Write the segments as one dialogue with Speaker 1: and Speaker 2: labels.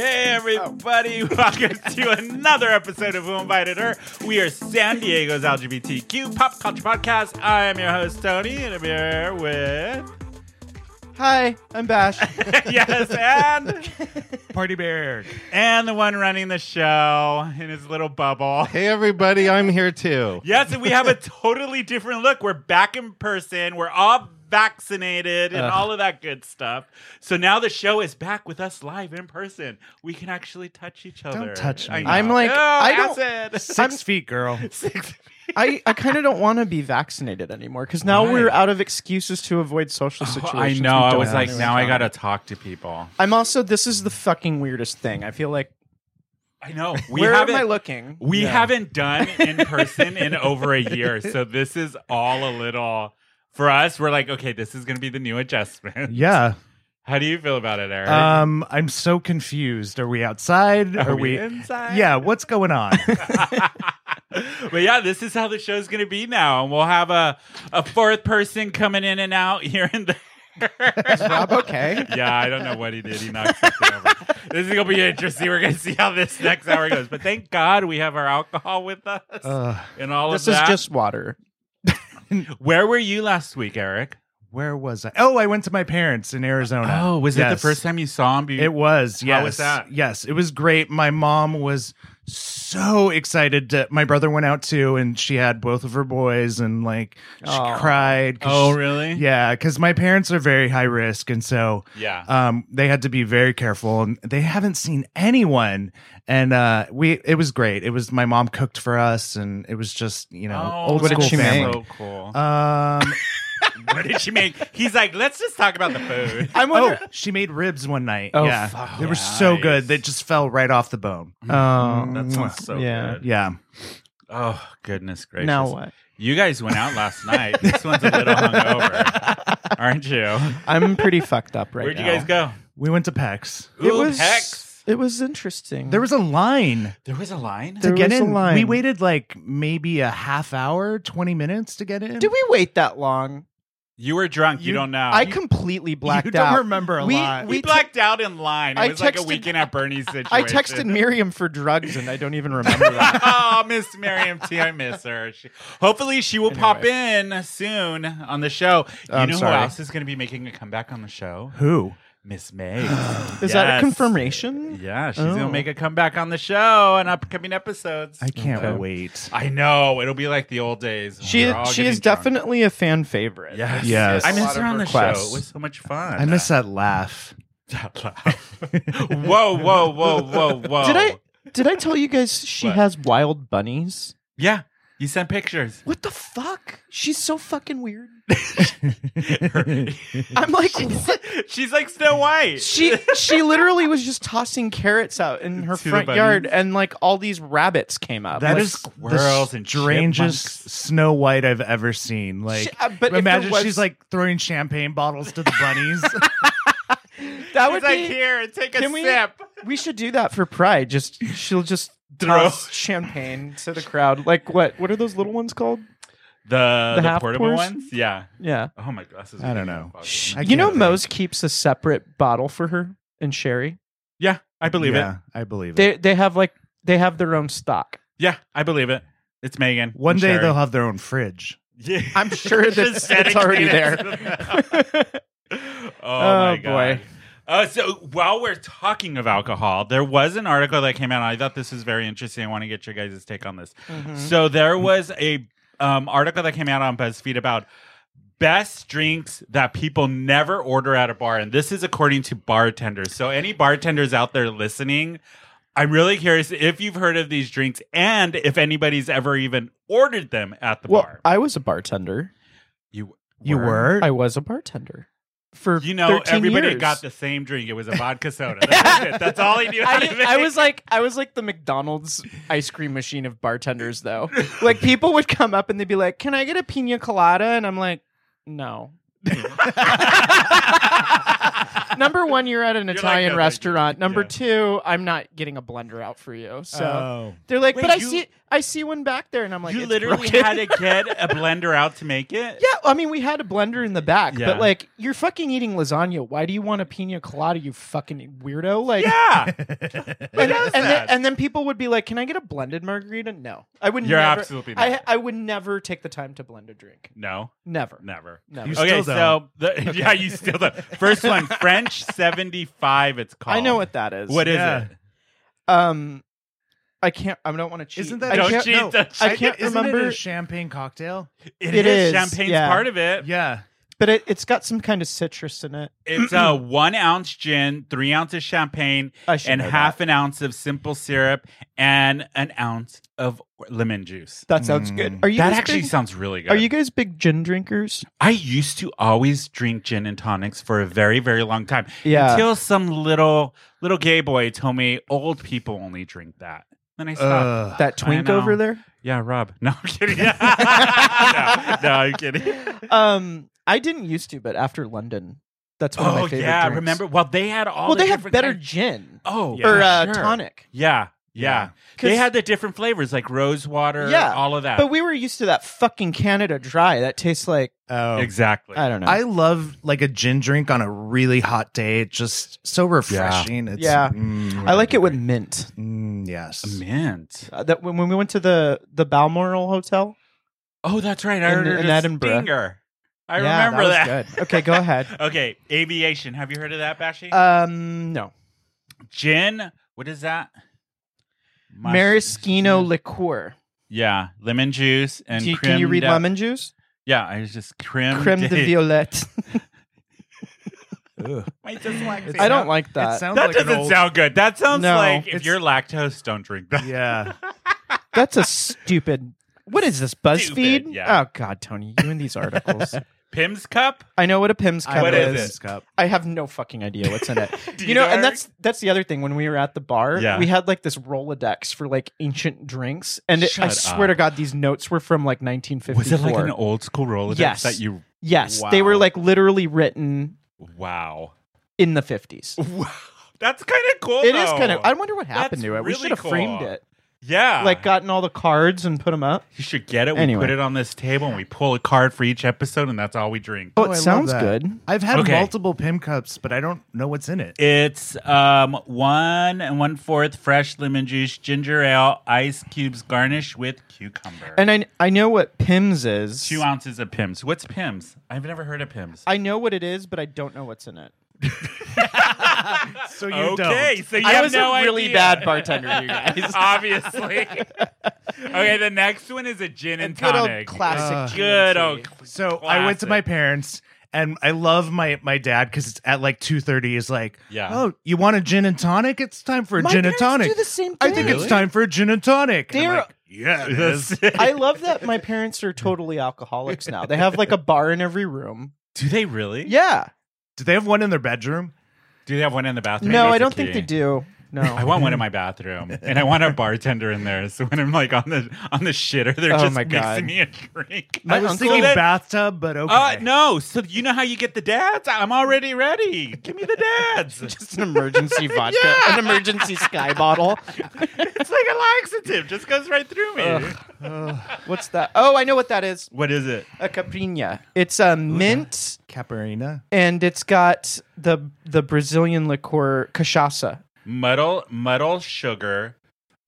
Speaker 1: everybody.
Speaker 2: Oh.
Speaker 1: Welcome to another episode of Who Invited Her. We are San Diego's LGBTQ pop culture podcast. I am your host, Tony, and I'm here with.
Speaker 3: Hi, I'm Bash.
Speaker 1: yes, and.
Speaker 2: Party Bear.
Speaker 1: And the one running the show in his little bubble.
Speaker 3: hey, everybody, I'm here too.
Speaker 1: Yes, and we have a totally different look. We're back in person. We're all vaccinated and all of that good stuff. So now the show is back with us live in person. We can actually touch each other.
Speaker 2: touch me.
Speaker 1: I know.
Speaker 3: I'm like,
Speaker 1: Oh,
Speaker 3: I don't-
Speaker 1: acid.
Speaker 2: Six feet, girl.
Speaker 1: Six-
Speaker 3: I, I kind of don't want to be vaccinated anymore because now
Speaker 2: Why?
Speaker 3: we're out of excuses to avoid social situations.
Speaker 1: Oh, I
Speaker 3: we
Speaker 1: know. I
Speaker 3: don't
Speaker 1: was
Speaker 3: want
Speaker 1: like,
Speaker 3: to
Speaker 1: now I
Speaker 3: encounter.
Speaker 1: gotta talk to people.
Speaker 3: I'm also, this is the fucking weirdest thing. I feel like,
Speaker 1: I know. We
Speaker 3: where am
Speaker 1: haven't.
Speaker 3: I looking?
Speaker 1: we
Speaker 2: Yeah.
Speaker 1: haven't done in person in over a year, so this is all a little. For us, we're like, okay, this is going to be the new adjustment.
Speaker 2: Yeah.
Speaker 1: How do you feel about it, Eric?
Speaker 2: Um, I'm so confused. Are we outside? Are, we?
Speaker 1: inside?
Speaker 2: Yeah. What's going on?
Speaker 1: but yeah, this is how the show's going to be now, and we'll have a a fourth person coming in and out here and
Speaker 3: Is
Speaker 1: there.
Speaker 3: Rob okay?
Speaker 1: yeah, I don't know what he did. He knocked something over. This is going to be interesting. We're going to see how this next hour goes. But thank God we have our alcohol with us
Speaker 2: uh,
Speaker 1: and all
Speaker 3: this
Speaker 1: of
Speaker 3: is
Speaker 1: that.
Speaker 3: just water.
Speaker 1: Where were you last week, Eric?
Speaker 2: where was I? Oh, I went to my parents in Arizona.
Speaker 1: Oh, was it the
Speaker 2: Yes.
Speaker 1: first time you saw him? You-
Speaker 2: It was. Yes.
Speaker 1: How was that?
Speaker 2: Yes, it was great. My mom was so excited. To, my brother went out too, and she had both of her boys, and like she
Speaker 3: Aw.
Speaker 2: cried. 'cause
Speaker 1: oh,
Speaker 2: she-
Speaker 1: really?
Speaker 2: Yeah, because my parents are very high risk, and so
Speaker 1: Yeah. Oh,
Speaker 2: um, they had to be very careful, and they haven't seen anyone. And uh, we, it was great. It was my mom cooked for us, and it was just you know
Speaker 1: Oh,
Speaker 2: old
Speaker 3: what did
Speaker 2: school
Speaker 3: she make?
Speaker 2: family.
Speaker 1: So cool.
Speaker 2: Um,
Speaker 1: what did she make? He's like, let's just talk about the food.
Speaker 3: I'm
Speaker 2: oh,
Speaker 3: wondering.
Speaker 2: she made ribs one night.
Speaker 3: Oh,
Speaker 2: yeah,
Speaker 3: fuck
Speaker 2: they were so
Speaker 1: nice.
Speaker 2: good. They just fell right off the bone. Um,
Speaker 3: Oh,
Speaker 1: that sounds Mm, so
Speaker 3: yeah.
Speaker 1: good.
Speaker 2: Yeah,
Speaker 1: Oh, goodness gracious.
Speaker 3: Now what?
Speaker 1: You guys went out last night. This one's a little hungover, aren't you?
Speaker 3: I'm pretty fucked up right
Speaker 1: Where'd
Speaker 3: now.
Speaker 1: you guys go?
Speaker 2: we went to Peck's.
Speaker 3: It
Speaker 1: Ooh,
Speaker 3: was,
Speaker 1: Peck's.
Speaker 3: it was interesting.
Speaker 2: There was a line
Speaker 1: There was a line.
Speaker 3: There
Speaker 2: to get
Speaker 3: was a
Speaker 2: in.
Speaker 3: line.
Speaker 2: We waited like maybe a half hour, twenty minutes to get in.
Speaker 3: Did we wait that long?
Speaker 1: You were drunk. You,
Speaker 2: You-
Speaker 1: don't know.
Speaker 3: I
Speaker 1: Uh, You-
Speaker 3: completely blacked
Speaker 2: you don't
Speaker 3: out.
Speaker 2: remember a
Speaker 3: we,
Speaker 2: lot.
Speaker 1: we
Speaker 3: We
Speaker 1: blacked out in line. It
Speaker 3: I
Speaker 1: was like a
Speaker 3: texted-
Speaker 1: weekend at Bernie's situation.
Speaker 3: I texted Miriam for drugs and I don't even remember that.
Speaker 1: oh, Miss Miriam T, I miss her. She, hopefully, she will pop in soon on the show. You
Speaker 3: Oh, I'm
Speaker 1: know
Speaker 3: sorry.
Speaker 1: who else is going to be making a comeback on the show?
Speaker 2: Who?
Speaker 1: Miss May.
Speaker 3: Is that a confirmation?
Speaker 1: Yeah, she's going
Speaker 3: Oh.
Speaker 1: to make a comeback on the show and upcoming episodes.
Speaker 2: I can't
Speaker 3: Okay.
Speaker 2: wait.
Speaker 1: I know it'll be like the old days.
Speaker 3: She
Speaker 1: We're all
Speaker 3: she
Speaker 1: getting
Speaker 3: is
Speaker 1: drunk.
Speaker 3: definitely a fan favorite.
Speaker 1: yes
Speaker 2: Yes.
Speaker 1: I
Speaker 2: A
Speaker 1: miss
Speaker 3: lot
Speaker 1: her
Speaker 3: of
Speaker 1: on the show.
Speaker 3: requests.
Speaker 1: It was so much fun.
Speaker 2: I miss that laugh.
Speaker 1: that. whoa, whoa, whoa, whoa, whoa!
Speaker 3: Did I did I tell you guys she
Speaker 1: Oh. What?
Speaker 3: has wild bunnies?
Speaker 1: Yeah, you sent pictures.
Speaker 3: What the fuck? She's so fucking weird. I'm like what?
Speaker 1: She's like Snow White.
Speaker 3: she she literally was just tossing carrots out in her
Speaker 1: To the
Speaker 3: front
Speaker 1: bunnies.
Speaker 3: yard and like all these rabbits came up.
Speaker 2: That
Speaker 3: Like,
Speaker 2: is
Speaker 1: squirrels
Speaker 2: the
Speaker 1: and
Speaker 2: strangest
Speaker 1: chipmunks.
Speaker 2: Snow White I've ever seen. Like,
Speaker 3: She- uh, but if
Speaker 2: imagine
Speaker 3: there was-
Speaker 2: she's like throwing champagne bottles to the bunnies.
Speaker 3: that
Speaker 1: She's
Speaker 3: would
Speaker 1: like
Speaker 3: be
Speaker 1: here. Take a
Speaker 3: Can we-
Speaker 1: sip.
Speaker 3: We should do that for Pride. Just she'll just
Speaker 1: Throw.
Speaker 3: toss champagne to the crowd. Like what? What are those little ones called?
Speaker 1: The the,
Speaker 3: The half
Speaker 1: portable
Speaker 3: pours?
Speaker 1: ones. Yeah.
Speaker 3: Yeah.
Speaker 1: Oh my glasses.
Speaker 2: I don't know.
Speaker 3: Sh-
Speaker 2: I
Speaker 3: you know,
Speaker 2: can't think.
Speaker 3: Mose keeps a separate bottle for her and Sherry.
Speaker 1: Yeah, I believe
Speaker 2: yeah,
Speaker 1: it.
Speaker 2: I believe it.
Speaker 3: They they have like they have their own stock.
Speaker 1: Yeah, I believe it. It's Megan.
Speaker 2: One
Speaker 1: and
Speaker 2: day
Speaker 1: Sherry.
Speaker 2: they'll have their own fridge.
Speaker 1: Yeah.
Speaker 3: I'm sure that
Speaker 1: Just setting
Speaker 3: it's already
Speaker 1: it
Speaker 3: there.
Speaker 1: oh,
Speaker 3: Oh,
Speaker 1: my god.
Speaker 3: boy.
Speaker 1: Uh, so while we're talking of alcohol, there was an article that came out. And I thought this was very interesting. I want to get your guys' take on this.
Speaker 3: Mm-hmm.
Speaker 1: So there was a um, article that came out on BuzzFeed about best drinks that people never order at a bar, and this is according to bartenders. So any bartenders out there listening, I'm really curious if you've heard of these drinks and if anybody's ever even ordered them at the
Speaker 3: Well,
Speaker 1: bar.
Speaker 3: I was a bartender.
Speaker 1: You
Speaker 2: You were?
Speaker 3: I was a bartender for
Speaker 1: You know,
Speaker 3: 13
Speaker 1: everybody
Speaker 3: years.
Speaker 1: got the same drink. It was a vodka soda. That was it. That's all he knew. How to
Speaker 3: I,
Speaker 1: make.
Speaker 3: I was like I was like the McDonald's ice cream machine of bartenders though. Like people would come up and they'd be like, "Can I get a pina colada?" And I'm like, "No." Number one, you're at an
Speaker 1: You're like,
Speaker 3: Italian
Speaker 1: "No, thank you."
Speaker 3: restaurant. Number
Speaker 1: Yeah. Uh,
Speaker 3: two, I'm not getting a blender out for you. So
Speaker 2: Oh.
Speaker 3: they're like,
Speaker 1: Wait,
Speaker 3: but I
Speaker 1: you-
Speaker 3: see, I see one back there, and I'm like,
Speaker 1: you
Speaker 3: "It's
Speaker 1: literally
Speaker 3: broken."
Speaker 1: had to get a blender out to make it.
Speaker 3: Yeah, I mean, we had a blender in the back,
Speaker 1: Yeah.
Speaker 3: but like, you're fucking eating lasagna. Why do you want a pina colada, you fucking weirdo? Like,
Speaker 1: Yeah.
Speaker 3: and,
Speaker 1: does
Speaker 3: and then,
Speaker 1: that?
Speaker 3: and then people would be like, "Can I get a blended margarita?" No, I would.
Speaker 1: You're
Speaker 3: never,
Speaker 1: absolutely
Speaker 3: I,
Speaker 1: not.
Speaker 3: I would never take the time to blend a drink.
Speaker 1: No,
Speaker 3: Never.
Speaker 1: never.
Speaker 3: Never.
Speaker 2: You still
Speaker 1: okay, so
Speaker 2: don't.
Speaker 1: the, yeah, you still don't. First one, French seventy five. It's called.
Speaker 3: I know what that is.
Speaker 1: What is
Speaker 2: Yeah.
Speaker 1: it?
Speaker 3: Um, I can't. I don't want to cheat.
Speaker 2: Isn't that
Speaker 3: I
Speaker 1: Don't
Speaker 3: can't-
Speaker 1: cheat.
Speaker 2: no,
Speaker 1: don't
Speaker 3: I
Speaker 1: cheat.
Speaker 3: can't
Speaker 2: Isn't it a
Speaker 3: remember-
Speaker 2: champagne cocktail.
Speaker 3: It is,
Speaker 1: Champagne's
Speaker 3: yeah.
Speaker 1: part of it.
Speaker 2: Yeah.
Speaker 3: But it, it's got some kind of citrus in it.
Speaker 1: It's a one ounce gin, three ounces champagne,
Speaker 3: I should
Speaker 1: and
Speaker 3: know
Speaker 1: half
Speaker 3: That.
Speaker 1: an ounce of simple syrup and an ounce of lemon juice.
Speaker 3: that sounds
Speaker 2: Mm.
Speaker 3: good. Are you
Speaker 1: That
Speaker 3: guys
Speaker 1: actually
Speaker 3: big-
Speaker 1: sounds really good.
Speaker 3: Are you guys big gin drinkers?
Speaker 1: I used to always drink gin and tonics for a very, very long time.
Speaker 3: Yeah.
Speaker 1: Until some little little gay boy told me old people only drink that. Then I stopped.
Speaker 2: Ugh.
Speaker 3: that twink over
Speaker 1: know.
Speaker 3: there.
Speaker 1: yeah, Rob. No, I'm kidding. no, no, I'm kidding.
Speaker 3: Um, I didn't used to, but after London, that's one of my
Speaker 1: Oh
Speaker 3: favorite.
Speaker 1: yeah,
Speaker 3: drinks.
Speaker 1: remember? Well, they had all.
Speaker 3: Well,
Speaker 1: the
Speaker 3: they have
Speaker 1: different
Speaker 3: better
Speaker 1: kinds-
Speaker 3: gin
Speaker 1: Oh,
Speaker 2: Yeah,
Speaker 3: or uh,
Speaker 1: sure.
Speaker 3: tonic.
Speaker 1: Yeah, yeah. They
Speaker 3: 'Cause-
Speaker 1: had the different flavors like rose water,
Speaker 3: Yeah,
Speaker 1: all of that.
Speaker 3: But we were used to that fucking Canada Dry. That tastes like
Speaker 2: Oh.
Speaker 1: exactly.
Speaker 3: I don't know.
Speaker 2: I love like a gin drink on a really hot day. It's just so refreshing. It's,
Speaker 3: Yeah.
Speaker 2: Mm,
Speaker 3: I like it with mint.
Speaker 2: Mm, yes.
Speaker 1: Mint.
Speaker 3: Uh, that when, when we went to the the Balmoral Hotel,
Speaker 1: Oh, that's right. I
Speaker 3: In-
Speaker 1: ordered
Speaker 3: in
Speaker 1: a
Speaker 3: Edinburgh.
Speaker 1: stinger. I
Speaker 3: Yeah,
Speaker 1: remember that.
Speaker 3: was Good. Okay, go ahead.
Speaker 1: Okay, aviation. Have you heard of that, Bashi?
Speaker 3: Um, no,
Speaker 1: Gin. What is that? Mas-
Speaker 3: maraschino liqueur.
Speaker 1: Yeah, lemon juice and
Speaker 3: Do you- can you
Speaker 1: creme
Speaker 3: read
Speaker 1: de-
Speaker 3: lemon juice?
Speaker 1: Yeah, I was just creme
Speaker 3: Creme de violette.
Speaker 1: My dyslexia.
Speaker 3: I don't like that.
Speaker 2: It sounds
Speaker 1: That
Speaker 2: like an
Speaker 1: doesn't
Speaker 2: old-
Speaker 1: sound good. That sounds
Speaker 3: No,
Speaker 1: like if
Speaker 2: it's-
Speaker 1: you're lactose, don't drink that.
Speaker 2: Yeah.
Speaker 3: That's a stupid. What is this BuzzFeed?
Speaker 1: Stupid, yeah.
Speaker 3: Oh God, Tony, you and these articles.
Speaker 1: Pim's cup.
Speaker 3: I know what a Pim's cup
Speaker 1: What
Speaker 3: is.
Speaker 1: is it?
Speaker 2: This cup.
Speaker 3: I have no fucking idea what's in it.
Speaker 1: Do
Speaker 3: you know,
Speaker 1: Eric?
Speaker 3: and that's that's the other thing. When we were at the bar,
Speaker 1: Yeah.
Speaker 3: we had like this Rolodex for like ancient drinks, and it, I
Speaker 1: Shut
Speaker 3: swear
Speaker 1: up.
Speaker 3: to God, these notes were from like 1954.
Speaker 1: Was it like an old school Rolodex
Speaker 3: Yes.
Speaker 1: that you?
Speaker 3: yes, they were
Speaker 1: Wow.
Speaker 3: like literally written
Speaker 1: Wow.
Speaker 3: in the 50s.
Speaker 1: Wow. That's kind of cool.
Speaker 3: It is
Speaker 1: though.
Speaker 3: kind of. I wonder what happened
Speaker 1: That's
Speaker 3: to it. we
Speaker 1: really
Speaker 3: should have
Speaker 1: cool. Ah.
Speaker 3: framed it,
Speaker 1: yeah.
Speaker 3: like gotten all the cards and put them up.
Speaker 1: you should get it. We
Speaker 3: Anyway.
Speaker 1: put it on this table and we pull a card for each episode, and that's all we drink.
Speaker 3: Oh,
Speaker 2: I
Speaker 3: it
Speaker 2: love
Speaker 3: sounds
Speaker 2: that.
Speaker 3: good.
Speaker 2: I've had
Speaker 1: Okay.
Speaker 2: multiple Pim cups, but I don't know what's in it.
Speaker 1: It's um one and one fourth fresh lemon juice, ginger ale, ice cubes garnished with cucumber.
Speaker 3: And I I know what Pim's is.
Speaker 1: two ounces of Pims. What's Pims? I've never heard of Pims.
Speaker 3: I know what it is, but I don't know what's in it.
Speaker 2: So
Speaker 1: so you
Speaker 3: I
Speaker 1: have
Speaker 3: was
Speaker 1: no
Speaker 3: a really
Speaker 1: idea.
Speaker 3: bad bartender, you guys.
Speaker 1: Obviously. okay, the next one is a gin and
Speaker 3: good old
Speaker 1: tonic.
Speaker 3: classic.
Speaker 2: Uh,
Speaker 3: G&T.
Speaker 1: Good old cl-
Speaker 2: So I went to my
Speaker 1: classic.
Speaker 2: parents and I love my my dad because it's at like two thirty. Is like,
Speaker 1: Yeah.
Speaker 2: oh, you want a gin and tonic? It's time for a
Speaker 3: My
Speaker 2: gin and
Speaker 3: parents
Speaker 2: tonic.
Speaker 3: do the same
Speaker 2: I think
Speaker 3: thing.
Speaker 2: it's time for a gin and tonic. And I'm
Speaker 3: They're-
Speaker 2: like, yeah, it is.
Speaker 3: I love that my parents are totally alcoholics now. They have like a bar in every room.
Speaker 1: Do they really?
Speaker 3: Yeah.
Speaker 2: Do they have one in their bedroom?
Speaker 1: Do they have one in the bathroom?
Speaker 3: No,
Speaker 1: That's
Speaker 3: I
Speaker 1: a
Speaker 3: don't think
Speaker 1: key.
Speaker 3: they do.
Speaker 1: I
Speaker 3: No.
Speaker 1: want one in my bathroom, and I want a bartender in there. So when I'm like on the on the shitter, they're
Speaker 3: Oh
Speaker 1: just
Speaker 3: my
Speaker 1: mixing
Speaker 3: God.
Speaker 1: me a drink.
Speaker 3: My
Speaker 2: I was
Speaker 3: uncle-
Speaker 2: thinking
Speaker 1: That-
Speaker 2: bathtub, but okay.
Speaker 1: Uh, no. So you know how you get the dads? I'm already ready. Give me the dads.
Speaker 3: Just an emergency vodka, an emergency sky bottle.
Speaker 1: it's like a laxative. Just goes right through me.
Speaker 3: What's that? Oh, I know what that is.
Speaker 1: What is it?
Speaker 3: A caprina. It's a mint,
Speaker 2: Caparina.
Speaker 3: and it's got the the Brazilian liqueur cachaça.
Speaker 1: Muddle muddle sugar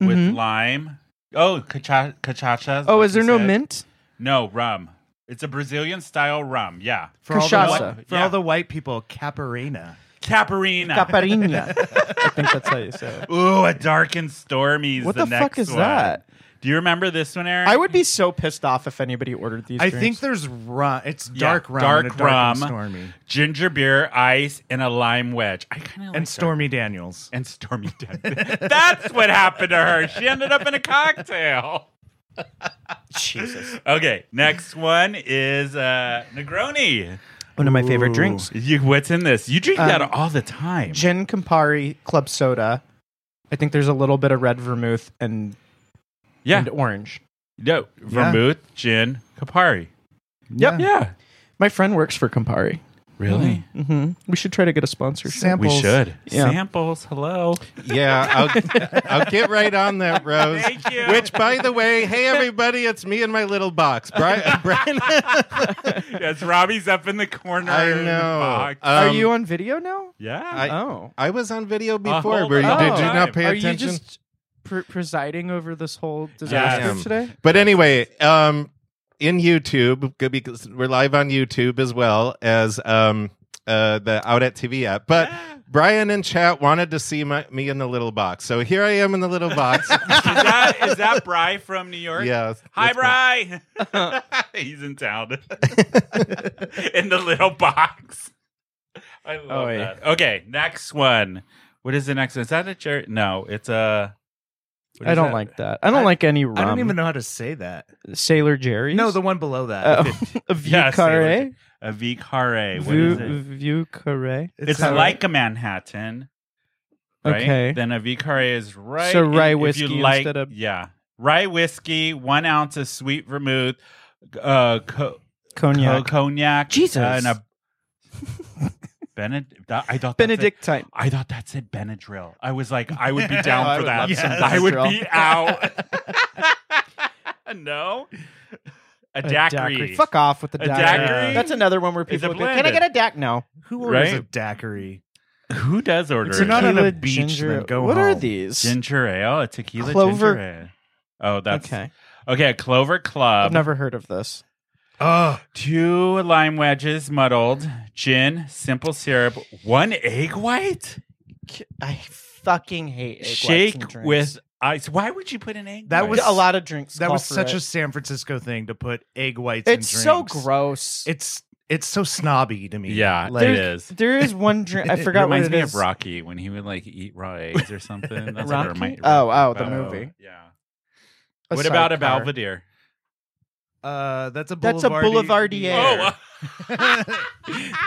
Speaker 1: with
Speaker 3: Mhm.
Speaker 1: lime. Oh, cacha- cachacha.
Speaker 3: Oh,
Speaker 1: like
Speaker 3: is there
Speaker 1: you
Speaker 3: no
Speaker 1: said.
Speaker 3: mint?
Speaker 1: No rum. It's a Brazilian style rum. Yeah,
Speaker 2: For all, the
Speaker 3: Cachaça.
Speaker 2: white, for
Speaker 1: Yeah.
Speaker 2: all the white people, Caparina.
Speaker 1: Caparina.
Speaker 3: Caparina. I think that's how you say it.
Speaker 1: Ooh, a dark and stormy. Is
Speaker 3: What
Speaker 1: the,
Speaker 3: the
Speaker 1: next
Speaker 3: fuck is
Speaker 1: one.
Speaker 3: that?
Speaker 1: Do you remember this one, Aaron?
Speaker 3: I would be so pissed off if anybody ordered these.
Speaker 2: I
Speaker 3: drinks.
Speaker 2: think there's rum. It's
Speaker 1: Yeah,
Speaker 2: dark rum.
Speaker 1: dark
Speaker 2: and a dark and
Speaker 1: rum.
Speaker 2: stormy.
Speaker 1: ginger beer, ice, and a lime wedge. I kind of like
Speaker 2: And Stormy Daniels.
Speaker 1: That. And Stormy Daniels. That's what happened to her. She ended up in a cocktail.
Speaker 3: Jesus.
Speaker 1: Okay, next one is uh, Negroni.
Speaker 3: One of my favorite drinks.
Speaker 1: You, what's in this? You drink that
Speaker 3: Um,
Speaker 1: all the time.
Speaker 3: Gin Campari club soda. I think there's a little bit of red vermouth and,
Speaker 1: yeah,
Speaker 3: and orange.
Speaker 1: no vermouth, gin, Campari.
Speaker 2: Yep.
Speaker 1: Yeah,
Speaker 3: My friend works for Campari.
Speaker 1: Really?
Speaker 3: hmm We should try to get a sponsorship.
Speaker 2: Mm-hmm. Samples.
Speaker 1: We should.
Speaker 3: Yeah.
Speaker 1: Samples. Hello.
Speaker 4: Yeah, I'll, I'll get right on that, Rose.
Speaker 1: Thank you.
Speaker 4: Which, by the way, hey everybody, it's me and my little box, Brian. Brian
Speaker 1: yes, Robbie's up in the corner.
Speaker 4: I
Speaker 1: in the
Speaker 4: know.
Speaker 1: box.
Speaker 3: Are
Speaker 4: Um,
Speaker 3: you on video now?
Speaker 1: yeah.
Speaker 4: I-
Speaker 3: oh.
Speaker 4: I was on video
Speaker 1: whole
Speaker 4: before. Were you,
Speaker 3: lot
Speaker 4: did
Speaker 3: of
Speaker 4: you
Speaker 1: time.
Speaker 4: not pay
Speaker 3: Are you
Speaker 4: attention?
Speaker 3: just pre- presiding over this whole disaster
Speaker 1: am.
Speaker 3: today?
Speaker 4: But anyway, um, in YouTube, g- because we're live on YouTube as well as um, uh, the Out at TV app. But Brian in chat wanted to see my, me in the little box, so here I am in the little box.
Speaker 1: is, that, is that Bry from New York?
Speaker 4: yeah.
Speaker 1: Hi,
Speaker 4: that's me.
Speaker 1: Bry. He's in town in the little box. I love
Speaker 3: Oh, yeah.
Speaker 1: that. Okay, next one. What is the next one? Is that a jerk? No, it's a. what
Speaker 3: I
Speaker 1: is
Speaker 3: don't
Speaker 1: that?
Speaker 3: like that. I don't
Speaker 2: I-
Speaker 3: like any rum.
Speaker 2: I don't even know how to say that.
Speaker 3: Sailor Jerry's.
Speaker 2: No, the one below that.
Speaker 3: Oh, a view
Speaker 1: Yeah, Sailor
Speaker 3: carré.
Speaker 1: a V carre. What
Speaker 3: View,
Speaker 1: is it?
Speaker 3: view carré.
Speaker 1: It's
Speaker 2: how-
Speaker 1: like a Manhattan. Right?
Speaker 3: Okay.
Speaker 1: Then a V carre is right.
Speaker 3: So
Speaker 1: in-
Speaker 3: rye
Speaker 1: if you
Speaker 3: whiskey
Speaker 1: like-
Speaker 3: instead of-
Speaker 1: yeah, rye whiskey, one ounce of sweet vermouth, uh, co-
Speaker 3: Cognac.
Speaker 1: cognac, cognac
Speaker 3: Jesus.
Speaker 1: and a Benedict. I thought that said-
Speaker 3: Benedictine.
Speaker 1: I thought that said Benadryl. I was like, I would be down
Speaker 4: I
Speaker 1: for
Speaker 4: would
Speaker 1: that.
Speaker 4: love
Speaker 2: some
Speaker 1: I would
Speaker 3: Benadryl.
Speaker 1: be out. no, a daiquiri.
Speaker 3: Fuck off with the
Speaker 1: A
Speaker 3: daiquiri.
Speaker 1: daiquiri?
Speaker 3: That's another one where
Speaker 1: It's a
Speaker 3: people go, can I
Speaker 1: blended.
Speaker 3: get a daiquiri? No.
Speaker 2: Who orders
Speaker 1: Right?
Speaker 2: a daiquiri?
Speaker 1: Who does order?
Speaker 2: It's You're not
Speaker 1: a
Speaker 2: on a
Speaker 3: Tequila,
Speaker 2: beach,
Speaker 3: ginger-
Speaker 2: then go
Speaker 3: What are
Speaker 2: home.
Speaker 3: these?
Speaker 1: ginger ale, a tequila
Speaker 3: Clover-
Speaker 1: ginger ale. Oh, that's um, okay.
Speaker 3: okay.
Speaker 1: Okay, Clover Club.
Speaker 3: I've never heard of this.
Speaker 2: Oh,
Speaker 1: Two lime wedges muddled, gin, simple syrup, one egg white.
Speaker 3: I fucking hate egg whites and
Speaker 1: Shake
Speaker 3: drinks.
Speaker 1: with ice. Why would you put an egg?
Speaker 2: That
Speaker 1: white?
Speaker 2: was-
Speaker 3: a lot of drinks.
Speaker 2: that
Speaker 3: call
Speaker 2: was
Speaker 3: for
Speaker 2: such
Speaker 3: it.
Speaker 2: a San Francisco thing to put egg whites. in
Speaker 3: It's so
Speaker 2: drinks.
Speaker 3: gross.
Speaker 2: It's it's so snobby to me.
Speaker 1: Yeah,
Speaker 2: like,
Speaker 1: it is.
Speaker 3: there is one drink. I forgot
Speaker 1: reminds
Speaker 3: what it
Speaker 1: me
Speaker 3: is.
Speaker 1: of Rocky when he would like eat raw eggs or something. That's what
Speaker 3: Rocky?
Speaker 1: it remind-
Speaker 3: Oh, oh, the
Speaker 1: about.
Speaker 3: movie.
Speaker 1: Yeah.
Speaker 3: A
Speaker 1: what about a
Speaker 3: sidecar.
Speaker 1: Belvedere?
Speaker 2: Uh, that's a
Speaker 3: That's a
Speaker 2: Boulevardier.
Speaker 1: Oh,
Speaker 3: Boulevardier.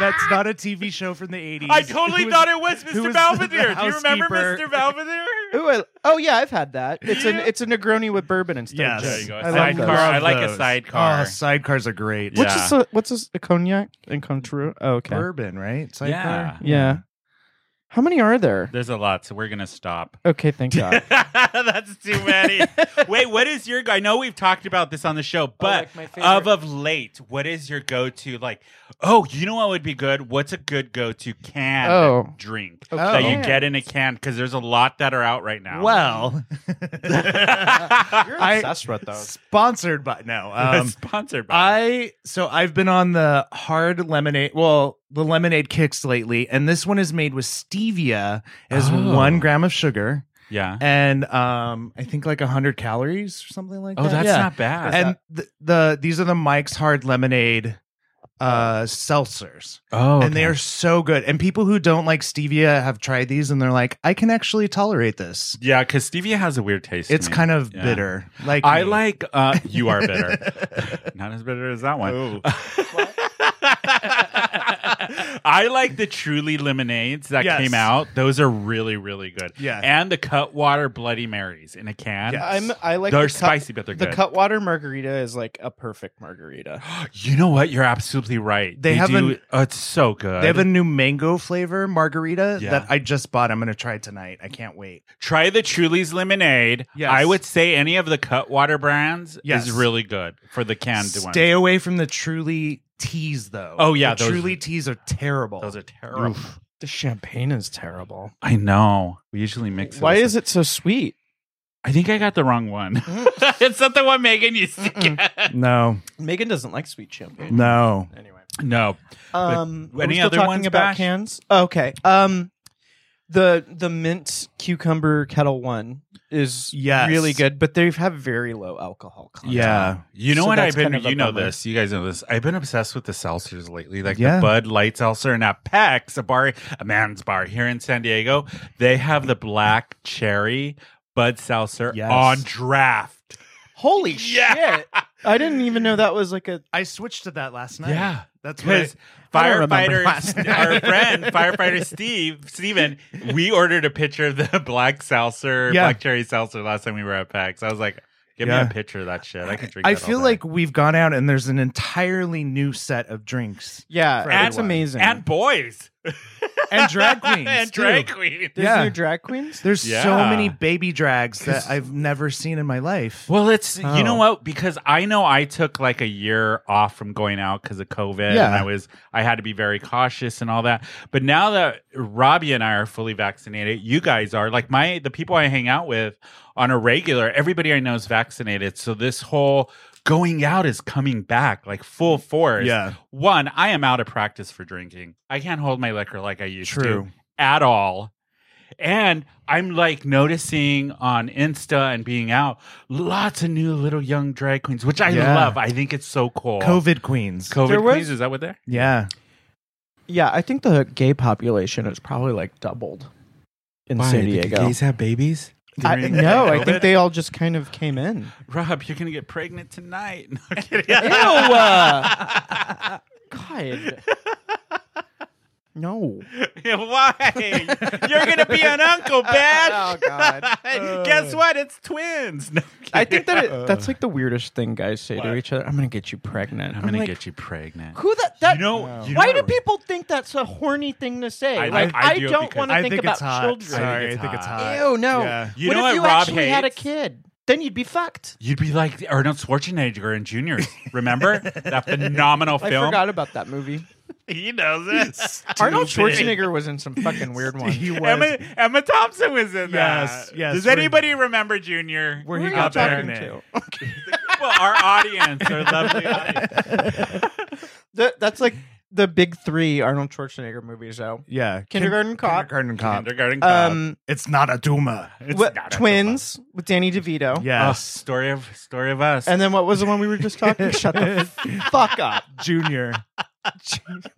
Speaker 2: that's not a TV show from the eighties.
Speaker 1: I totally thought it was
Speaker 2: who
Speaker 1: Mr.
Speaker 2: was the
Speaker 1: Belvedere. Do you remember
Speaker 2: housekeeper?
Speaker 1: Mr. Belvedere?
Speaker 3: Ooh, I- oh yeah, I've had that. It's an
Speaker 1: Yeah.
Speaker 3: it's a Negroni with bourbon instead.
Speaker 2: Yes.
Speaker 3: of
Speaker 1: There you
Speaker 3: gin.
Speaker 1: go.
Speaker 3: I love
Speaker 1: Sidecar.
Speaker 3: those.
Speaker 1: I like a
Speaker 2: those.
Speaker 1: sidecar.
Speaker 2: Oh, sidecars are great.
Speaker 1: Yeah.
Speaker 3: What's this? A, what's this? A cognac and Contru? Oh, okay.
Speaker 2: Bourbon, right? Sidecar.
Speaker 1: Yeah.
Speaker 3: Yeah. How many are there?
Speaker 1: There's a lot, so we're gonna stop.
Speaker 3: Okay, thank God.
Speaker 1: That's too many. Wait, what is your? I know we've talked about this on the show,
Speaker 2: Oh,
Speaker 1: but
Speaker 3: like my favorite-
Speaker 1: of of late, what is your go to? Like, oh, you know what would be good? What's a good go to can
Speaker 3: Oh.
Speaker 1: drink
Speaker 3: Okay.
Speaker 1: that you
Speaker 3: Oh.
Speaker 1: get in a can? Because there's a lot that are out right now.
Speaker 2: Well,
Speaker 3: You're
Speaker 2: I-
Speaker 3: obsessed with those.
Speaker 2: sponsored by no. Um,
Speaker 1: sponsored by.
Speaker 2: I so I've been on the hard lemonade, well, the lemonade kicks lately, and this one is made with stevia as
Speaker 1: Oh.
Speaker 2: one gram of sugar
Speaker 1: yeah.
Speaker 2: and um I think like hundred calories or something like
Speaker 1: Oh,
Speaker 2: that.
Speaker 1: that's
Speaker 2: Yeah.
Speaker 1: not bad.
Speaker 2: and the, the these are the Mike's Hard Lemonade uh seltzers
Speaker 1: oh,
Speaker 2: and they are so good and people who don't like stevia have tried these and they're like i can actually tolerate this
Speaker 1: yeah, because stevia has a weird taste.
Speaker 2: it's kind of
Speaker 1: Yeah.
Speaker 2: bitter like
Speaker 1: I
Speaker 2: me.
Speaker 1: like. Uh, you are bitter. Not as bitter as that one.
Speaker 4: Oh.
Speaker 1: I like the truly lemonades that
Speaker 2: Yes.
Speaker 1: came out. Those are really, really good.
Speaker 2: Yeah.
Speaker 1: And the Cutwater Bloody Marys in a can.
Speaker 2: Yeah.
Speaker 3: I'm I like
Speaker 1: they're
Speaker 3: the cut-
Speaker 1: spicy, but they're
Speaker 3: the
Speaker 1: good.
Speaker 3: Cutwater margarita is like a perfect margarita.
Speaker 1: you know what? You're absolutely right.
Speaker 2: They have
Speaker 1: do-
Speaker 2: an-
Speaker 1: oh, it's so good.
Speaker 2: they have a new mango flavor margarita
Speaker 1: Yeah.
Speaker 2: that i just bought i'm gonna try tonight i can't wait
Speaker 1: Try the Truly's lemonade.
Speaker 2: Yes.
Speaker 1: I would say any of the Cutwater brands
Speaker 2: Yes.
Speaker 1: is really good for the canned
Speaker 2: stay
Speaker 1: ones.
Speaker 2: away from the truly teas though
Speaker 1: Oh, yeah,
Speaker 2: the
Speaker 1: those-
Speaker 2: truly teas are terrible
Speaker 1: Those are terrible.
Speaker 3: The champagne is terrible.
Speaker 1: I know. We usually mix.
Speaker 3: Why
Speaker 1: those.
Speaker 3: is it so sweet?
Speaker 1: I think I got the wrong one. it's not the one Megan used to get.
Speaker 2: no
Speaker 3: Megan doesn't like sweet champagne.
Speaker 2: no
Speaker 3: Anyway.
Speaker 1: No.
Speaker 3: Um,
Speaker 1: But any
Speaker 3: are we still
Speaker 1: other
Speaker 3: talking
Speaker 1: ones,
Speaker 3: about
Speaker 1: Bash?
Speaker 3: cans? Oh, okay. Um, the the mint cucumber kettle one is
Speaker 2: Yes.
Speaker 3: really good, but they have very low alcohol content.
Speaker 2: yeah
Speaker 1: You know
Speaker 3: So
Speaker 1: what
Speaker 3: that's
Speaker 1: I've been
Speaker 3: kind of a
Speaker 1: you know
Speaker 3: bummer.
Speaker 1: this. You guys know this. I've been obsessed with the seltzers lately. Like
Speaker 2: Yeah.
Speaker 1: the Bud Light seltzer and at PAX, a bar a man's bar here in San Diego, they have the black cherry Bud Seltzer
Speaker 2: Yes.
Speaker 1: on draft.
Speaker 3: Holy
Speaker 1: Yeah.
Speaker 3: shit! I didn't even know that was like a.
Speaker 2: i switched to that last night
Speaker 1: Yeah.
Speaker 2: that's what I-
Speaker 1: Because
Speaker 3: I don't remember
Speaker 1: firefighter,
Speaker 3: last
Speaker 1: St- our friend firefighter Steve Steven, we ordered a picture of the black seltzer,
Speaker 2: Yeah.
Speaker 1: black cherry seltzer last time we were at PAX. I was like, Give
Speaker 2: Yeah.
Speaker 1: me a picture of that shit. I can drink.
Speaker 2: I
Speaker 1: that all
Speaker 2: feel
Speaker 1: day.
Speaker 2: like we've gone out and there's an entirely new set of drinks
Speaker 3: Yeah,
Speaker 2: For
Speaker 3: that's
Speaker 2: everyone.
Speaker 3: amazing.
Speaker 1: and boys
Speaker 2: and drag queens.
Speaker 1: and
Speaker 2: too.
Speaker 1: drag queens.
Speaker 3: There's
Speaker 2: yeah.
Speaker 3: new drag queens.
Speaker 2: There's so
Speaker 1: Yeah.
Speaker 2: many baby drags that I've never seen in my life.
Speaker 1: Well, it's you know
Speaker 3: Oh.
Speaker 1: what because I know I took like a year off from going out because of COVID,
Speaker 2: Yeah.
Speaker 1: and I was I had to be very cautious and all that. But now that Robbie and I are fully vaccinated, you guys are like my the people I hang out with on a regular. Everybody I know is vaccinated, so this whole going out is coming back like full force.
Speaker 2: Yeah.
Speaker 1: One, I am out of practice for drinking. I can't hold my liquor like I used to
Speaker 2: True.
Speaker 1: at all. And I'm like noticing on Insta and being out lots of new little young drag queens, which I
Speaker 2: Yeah.
Speaker 1: love. I think it's so cool.
Speaker 2: COVID queens.
Speaker 1: COVID
Speaker 3: There was-
Speaker 1: queens, is that what they're?
Speaker 2: yeah.
Speaker 3: Yeah, I think the gay population is probably like doubled in San Diego.
Speaker 1: have babies?
Speaker 3: I, no, I think they all just kind of came in.
Speaker 1: Rob, you're gonna get pregnant tonight. No I'm kidding.
Speaker 3: Ew! uh, God. No.
Speaker 1: Why? You're gonna be an uncle, Bash.
Speaker 3: Oh, God.
Speaker 1: Guess what? It's twins. No, I'm
Speaker 3: I
Speaker 1: kidding.
Speaker 3: think that it, that's like the weirdest thing guys say to each other. I'm gonna get you pregnant.
Speaker 1: Uh. I'm gonna
Speaker 3: like,
Speaker 1: get you pregnant.
Speaker 3: Who that? that
Speaker 1: You know- you
Speaker 3: why
Speaker 1: know-
Speaker 3: do people think that's a horny thing to say?
Speaker 1: I-
Speaker 3: like
Speaker 1: I- I
Speaker 3: I,
Speaker 1: do it
Speaker 3: don't
Speaker 1: because-
Speaker 3: want to think, about children.
Speaker 2: Sorry, I
Speaker 1: it's
Speaker 2: think it's
Speaker 1: hot.
Speaker 2: hot.
Speaker 3: Ew, no.
Speaker 2: Yeah.
Speaker 1: You
Speaker 3: what
Speaker 1: know
Speaker 3: if
Speaker 1: what
Speaker 3: you
Speaker 1: Rob
Speaker 3: actually had a
Speaker 1: hates?
Speaker 3: kid? Then you'd be fucked.
Speaker 1: You'd be like Arnold Schwarzenegger in Juniors. Remember that phenomenal
Speaker 3: I
Speaker 1: film?
Speaker 3: forgot about that movie.
Speaker 1: He knows it.
Speaker 3: Arnold Schwarzenegger was in some fucking weird one.
Speaker 2: He was.
Speaker 1: Emma, Emma Thompson was in
Speaker 2: Yes,
Speaker 1: that.
Speaker 2: yes,
Speaker 1: Does
Speaker 2: where-
Speaker 1: anybody remember Junior?
Speaker 2: Where
Speaker 3: Who are
Speaker 2: he
Speaker 3: you
Speaker 2: got there.
Speaker 3: talking
Speaker 1: pregnant?
Speaker 3: to?
Speaker 1: Well, our audience, our lovely audience.
Speaker 3: That- that's like the big three Arnold Schwarzenegger movies, though.
Speaker 2: yeah.
Speaker 3: Kindergarten Cop.
Speaker 2: Kindergarten Cop.
Speaker 1: Kindergarten Cop.
Speaker 3: Um,
Speaker 2: It's not a Duma.
Speaker 3: what-
Speaker 1: not a
Speaker 3: twins with Danny DeVito.
Speaker 1: Oh,
Speaker 2: Yes.
Speaker 1: story of story of us.
Speaker 3: And then what was the one we were just talking? Shut the fuck up.
Speaker 2: Junior.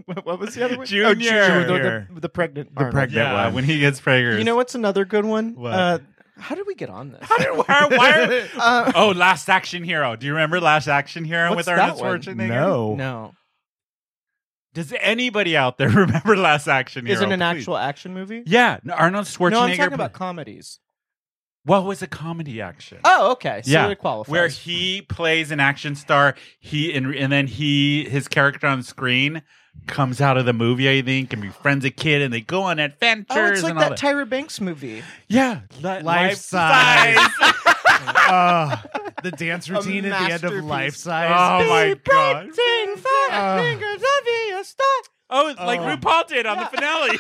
Speaker 3: What- what was the other one?
Speaker 1: Junior.
Speaker 3: Junior.
Speaker 2: Junior.
Speaker 3: The, the, the pregnant.
Speaker 2: The
Speaker 3: Arnold.
Speaker 2: pregnant
Speaker 1: yeah,
Speaker 2: one.
Speaker 1: when he gets preggers.
Speaker 3: You know what's another good one?
Speaker 2: What?
Speaker 3: Uh, how did we get on this?
Speaker 1: Why, why are-
Speaker 3: Uh,
Speaker 1: oh, Last Action Hero. Do you remember Last Action Hero
Speaker 3: What's
Speaker 1: with Arnold
Speaker 3: that one?
Speaker 1: Schwarzenegger?
Speaker 2: no.
Speaker 3: no.
Speaker 1: Does anybody out there remember Last Action Hero?
Speaker 3: Is it an
Speaker 1: Please.
Speaker 3: actual action movie?
Speaker 1: Yeah, Arnold Schwarzenegger.
Speaker 3: No, I'm talking about comedies.
Speaker 1: Well, it was a comedy action.
Speaker 3: Oh, okay. So
Speaker 1: Yeah.
Speaker 3: it qualifies. Oh,
Speaker 1: where he plays an action star. He and, and then he his character on screen comes out of the movie, I think, and befriends a kid, and they go on adventures.
Speaker 3: Oh, it's like
Speaker 1: and all
Speaker 3: that
Speaker 1: that.
Speaker 3: Tyra Banks movie.
Speaker 1: yeah,
Speaker 2: Life size. Oh, the dance routine at the end of
Speaker 3: masterpiece.
Speaker 2: Life Size.
Speaker 1: oh my god!
Speaker 3: Sing five
Speaker 2: Uh.
Speaker 3: fingers of your star.
Speaker 1: Oh, it's like RuPaul did on the finale.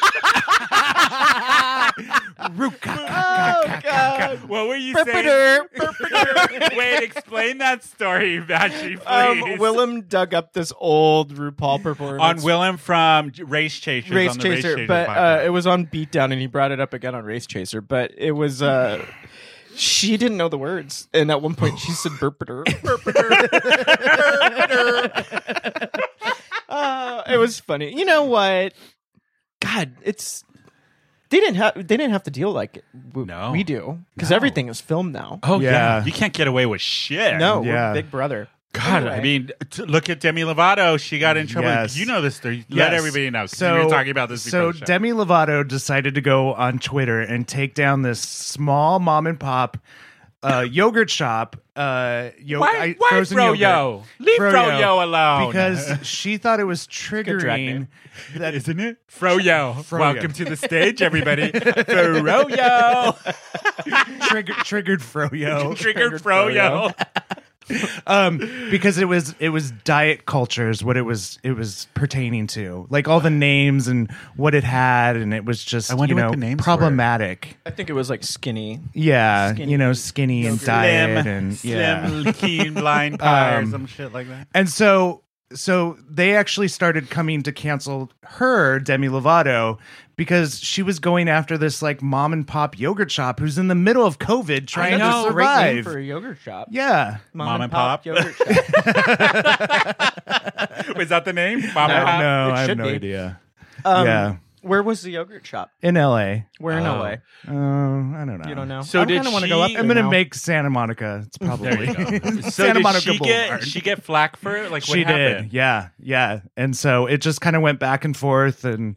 Speaker 3: Ah, Oh god.
Speaker 1: what were you saying?
Speaker 3: Burp-a-dur,
Speaker 1: Wait, explain that story, Vashi, please.
Speaker 3: Um, Willem dug up this old RuPaul performance
Speaker 1: on Willem from Race Chasers.
Speaker 3: Race
Speaker 1: on the Race
Speaker 3: Chaser,
Speaker 1: Chasers
Speaker 3: but
Speaker 1: podcast.
Speaker 3: uh, it was on Beatdown, and he brought it up again on Race Chaser. But it was uh, she didn't know the words, and at one point she said burpeter. uh, it was funny. You know what? God, it's they didn't have they didn't have to deal like it. W-
Speaker 1: No.
Speaker 3: we do because everything is filmed now.
Speaker 1: oh yeah.
Speaker 2: Yeah.
Speaker 1: you can't get away with shit.
Speaker 3: no, we're
Speaker 2: Yeah.
Speaker 3: Big Brother.
Speaker 1: God, I
Speaker 3: Anyway.
Speaker 1: mean, t- look at Demi Lovato. She got in trouble.
Speaker 2: Yes.
Speaker 1: You know this story.
Speaker 2: Yes.
Speaker 1: Let everybody know. So we were talking about this.
Speaker 2: So
Speaker 1: before the show.
Speaker 2: Demi Lovato decided to go on Twitter and take down this small mom and pop uh, yogurt shop. Uh, yo- I-
Speaker 1: why, why
Speaker 2: frozen
Speaker 1: Froyo?
Speaker 2: yogurt.
Speaker 1: Leave
Speaker 2: Froyo.
Speaker 1: Froyo, alone.
Speaker 2: Because she thought it was triggering.
Speaker 3: name.
Speaker 2: That
Speaker 1: isn't it Froyo?
Speaker 2: Froyo.
Speaker 1: Welcome to the stage, everybody. Froyo,
Speaker 2: trigger, triggered Froyo.
Speaker 1: triggered Froyo.
Speaker 2: um, because it was it was diet culture is what it was it was pertaining to, like all the names and what it had, and it was just
Speaker 1: wonder
Speaker 2: you
Speaker 1: what
Speaker 2: know
Speaker 1: the names were.
Speaker 2: problematic.
Speaker 3: I think it was like skinny.
Speaker 2: Yeah,
Speaker 3: Skinny.
Speaker 2: you know, skinny and diet
Speaker 1: Slim,
Speaker 2: and
Speaker 1: slim,
Speaker 2: yeah.
Speaker 1: keen, blind pie or
Speaker 2: Um,
Speaker 1: some shit like that.
Speaker 2: And so so they actually started coming to cancel her Demi Lovato because she was going after this like mom and pop yogurt shop who's in the middle of COVID trying to
Speaker 1: know.
Speaker 3: It's a great name
Speaker 2: survive.
Speaker 3: for a yogurt shop.
Speaker 2: yeah.
Speaker 3: Mom,
Speaker 1: Mom
Speaker 3: and,
Speaker 1: and pop.
Speaker 3: pop, yogurt shop.
Speaker 1: Was that the name? Mama
Speaker 2: I don't
Speaker 1: Pop?
Speaker 3: Uh-huh.
Speaker 2: know.
Speaker 3: it
Speaker 2: I have
Speaker 3: should
Speaker 2: no
Speaker 3: be.
Speaker 2: idea.
Speaker 3: Um,
Speaker 2: Yeah.
Speaker 3: Where was the yogurt shop?
Speaker 2: In LA.
Speaker 3: We're in
Speaker 1: Oh.
Speaker 3: LA.
Speaker 2: Um, I don't know.
Speaker 3: You don't know.
Speaker 1: So
Speaker 3: I
Speaker 1: did
Speaker 3: kinda wanna go up
Speaker 1: she-
Speaker 2: I'm
Speaker 3: there
Speaker 2: gonna
Speaker 3: now.
Speaker 2: make Santa Monica. It's probably
Speaker 1: There you go. so
Speaker 2: Santa
Speaker 1: did
Speaker 2: Monica
Speaker 1: she
Speaker 2: Boulevard.
Speaker 1: get she get flack for it? Like what
Speaker 2: she
Speaker 1: happened?
Speaker 2: did. Yeah, yeah. And so it just kind of went back and forth, and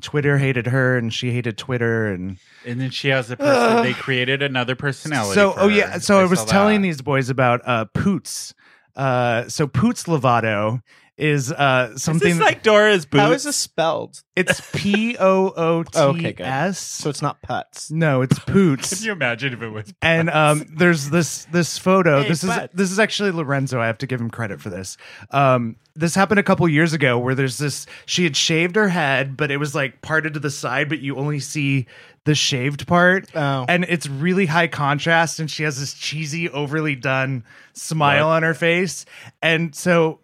Speaker 2: Twitter hated her and she hated Twitter and
Speaker 1: And then she has a person.
Speaker 2: Ugh.
Speaker 1: they created another personality.
Speaker 2: so
Speaker 1: for
Speaker 2: oh
Speaker 1: her.
Speaker 2: yeah so i, was
Speaker 1: saw
Speaker 2: telling
Speaker 1: that.
Speaker 2: these boys about uh Poots. Uh so Poots Lovato is uh
Speaker 1: Is
Speaker 2: something
Speaker 1: this like Dora's boots?
Speaker 3: How is this spelled?
Speaker 2: it's P O O
Speaker 3: Okay,
Speaker 2: T
Speaker 3: good.
Speaker 2: S.
Speaker 3: So it's not putts.
Speaker 2: No, it's Poots.
Speaker 1: Can you imagine if it was?
Speaker 2: and um, there's this this photo.
Speaker 1: Hey,
Speaker 2: this is
Speaker 1: butts.
Speaker 2: this is actually Lorenzo. I have to give him credit for this. Um, this happened a couple years ago where there's this. She had shaved her head, but it was like parted to the side, but you only see the shaved part,
Speaker 3: Oh.
Speaker 2: and it's really high contrast. And she has this cheesy, overly done smile on her face, and so.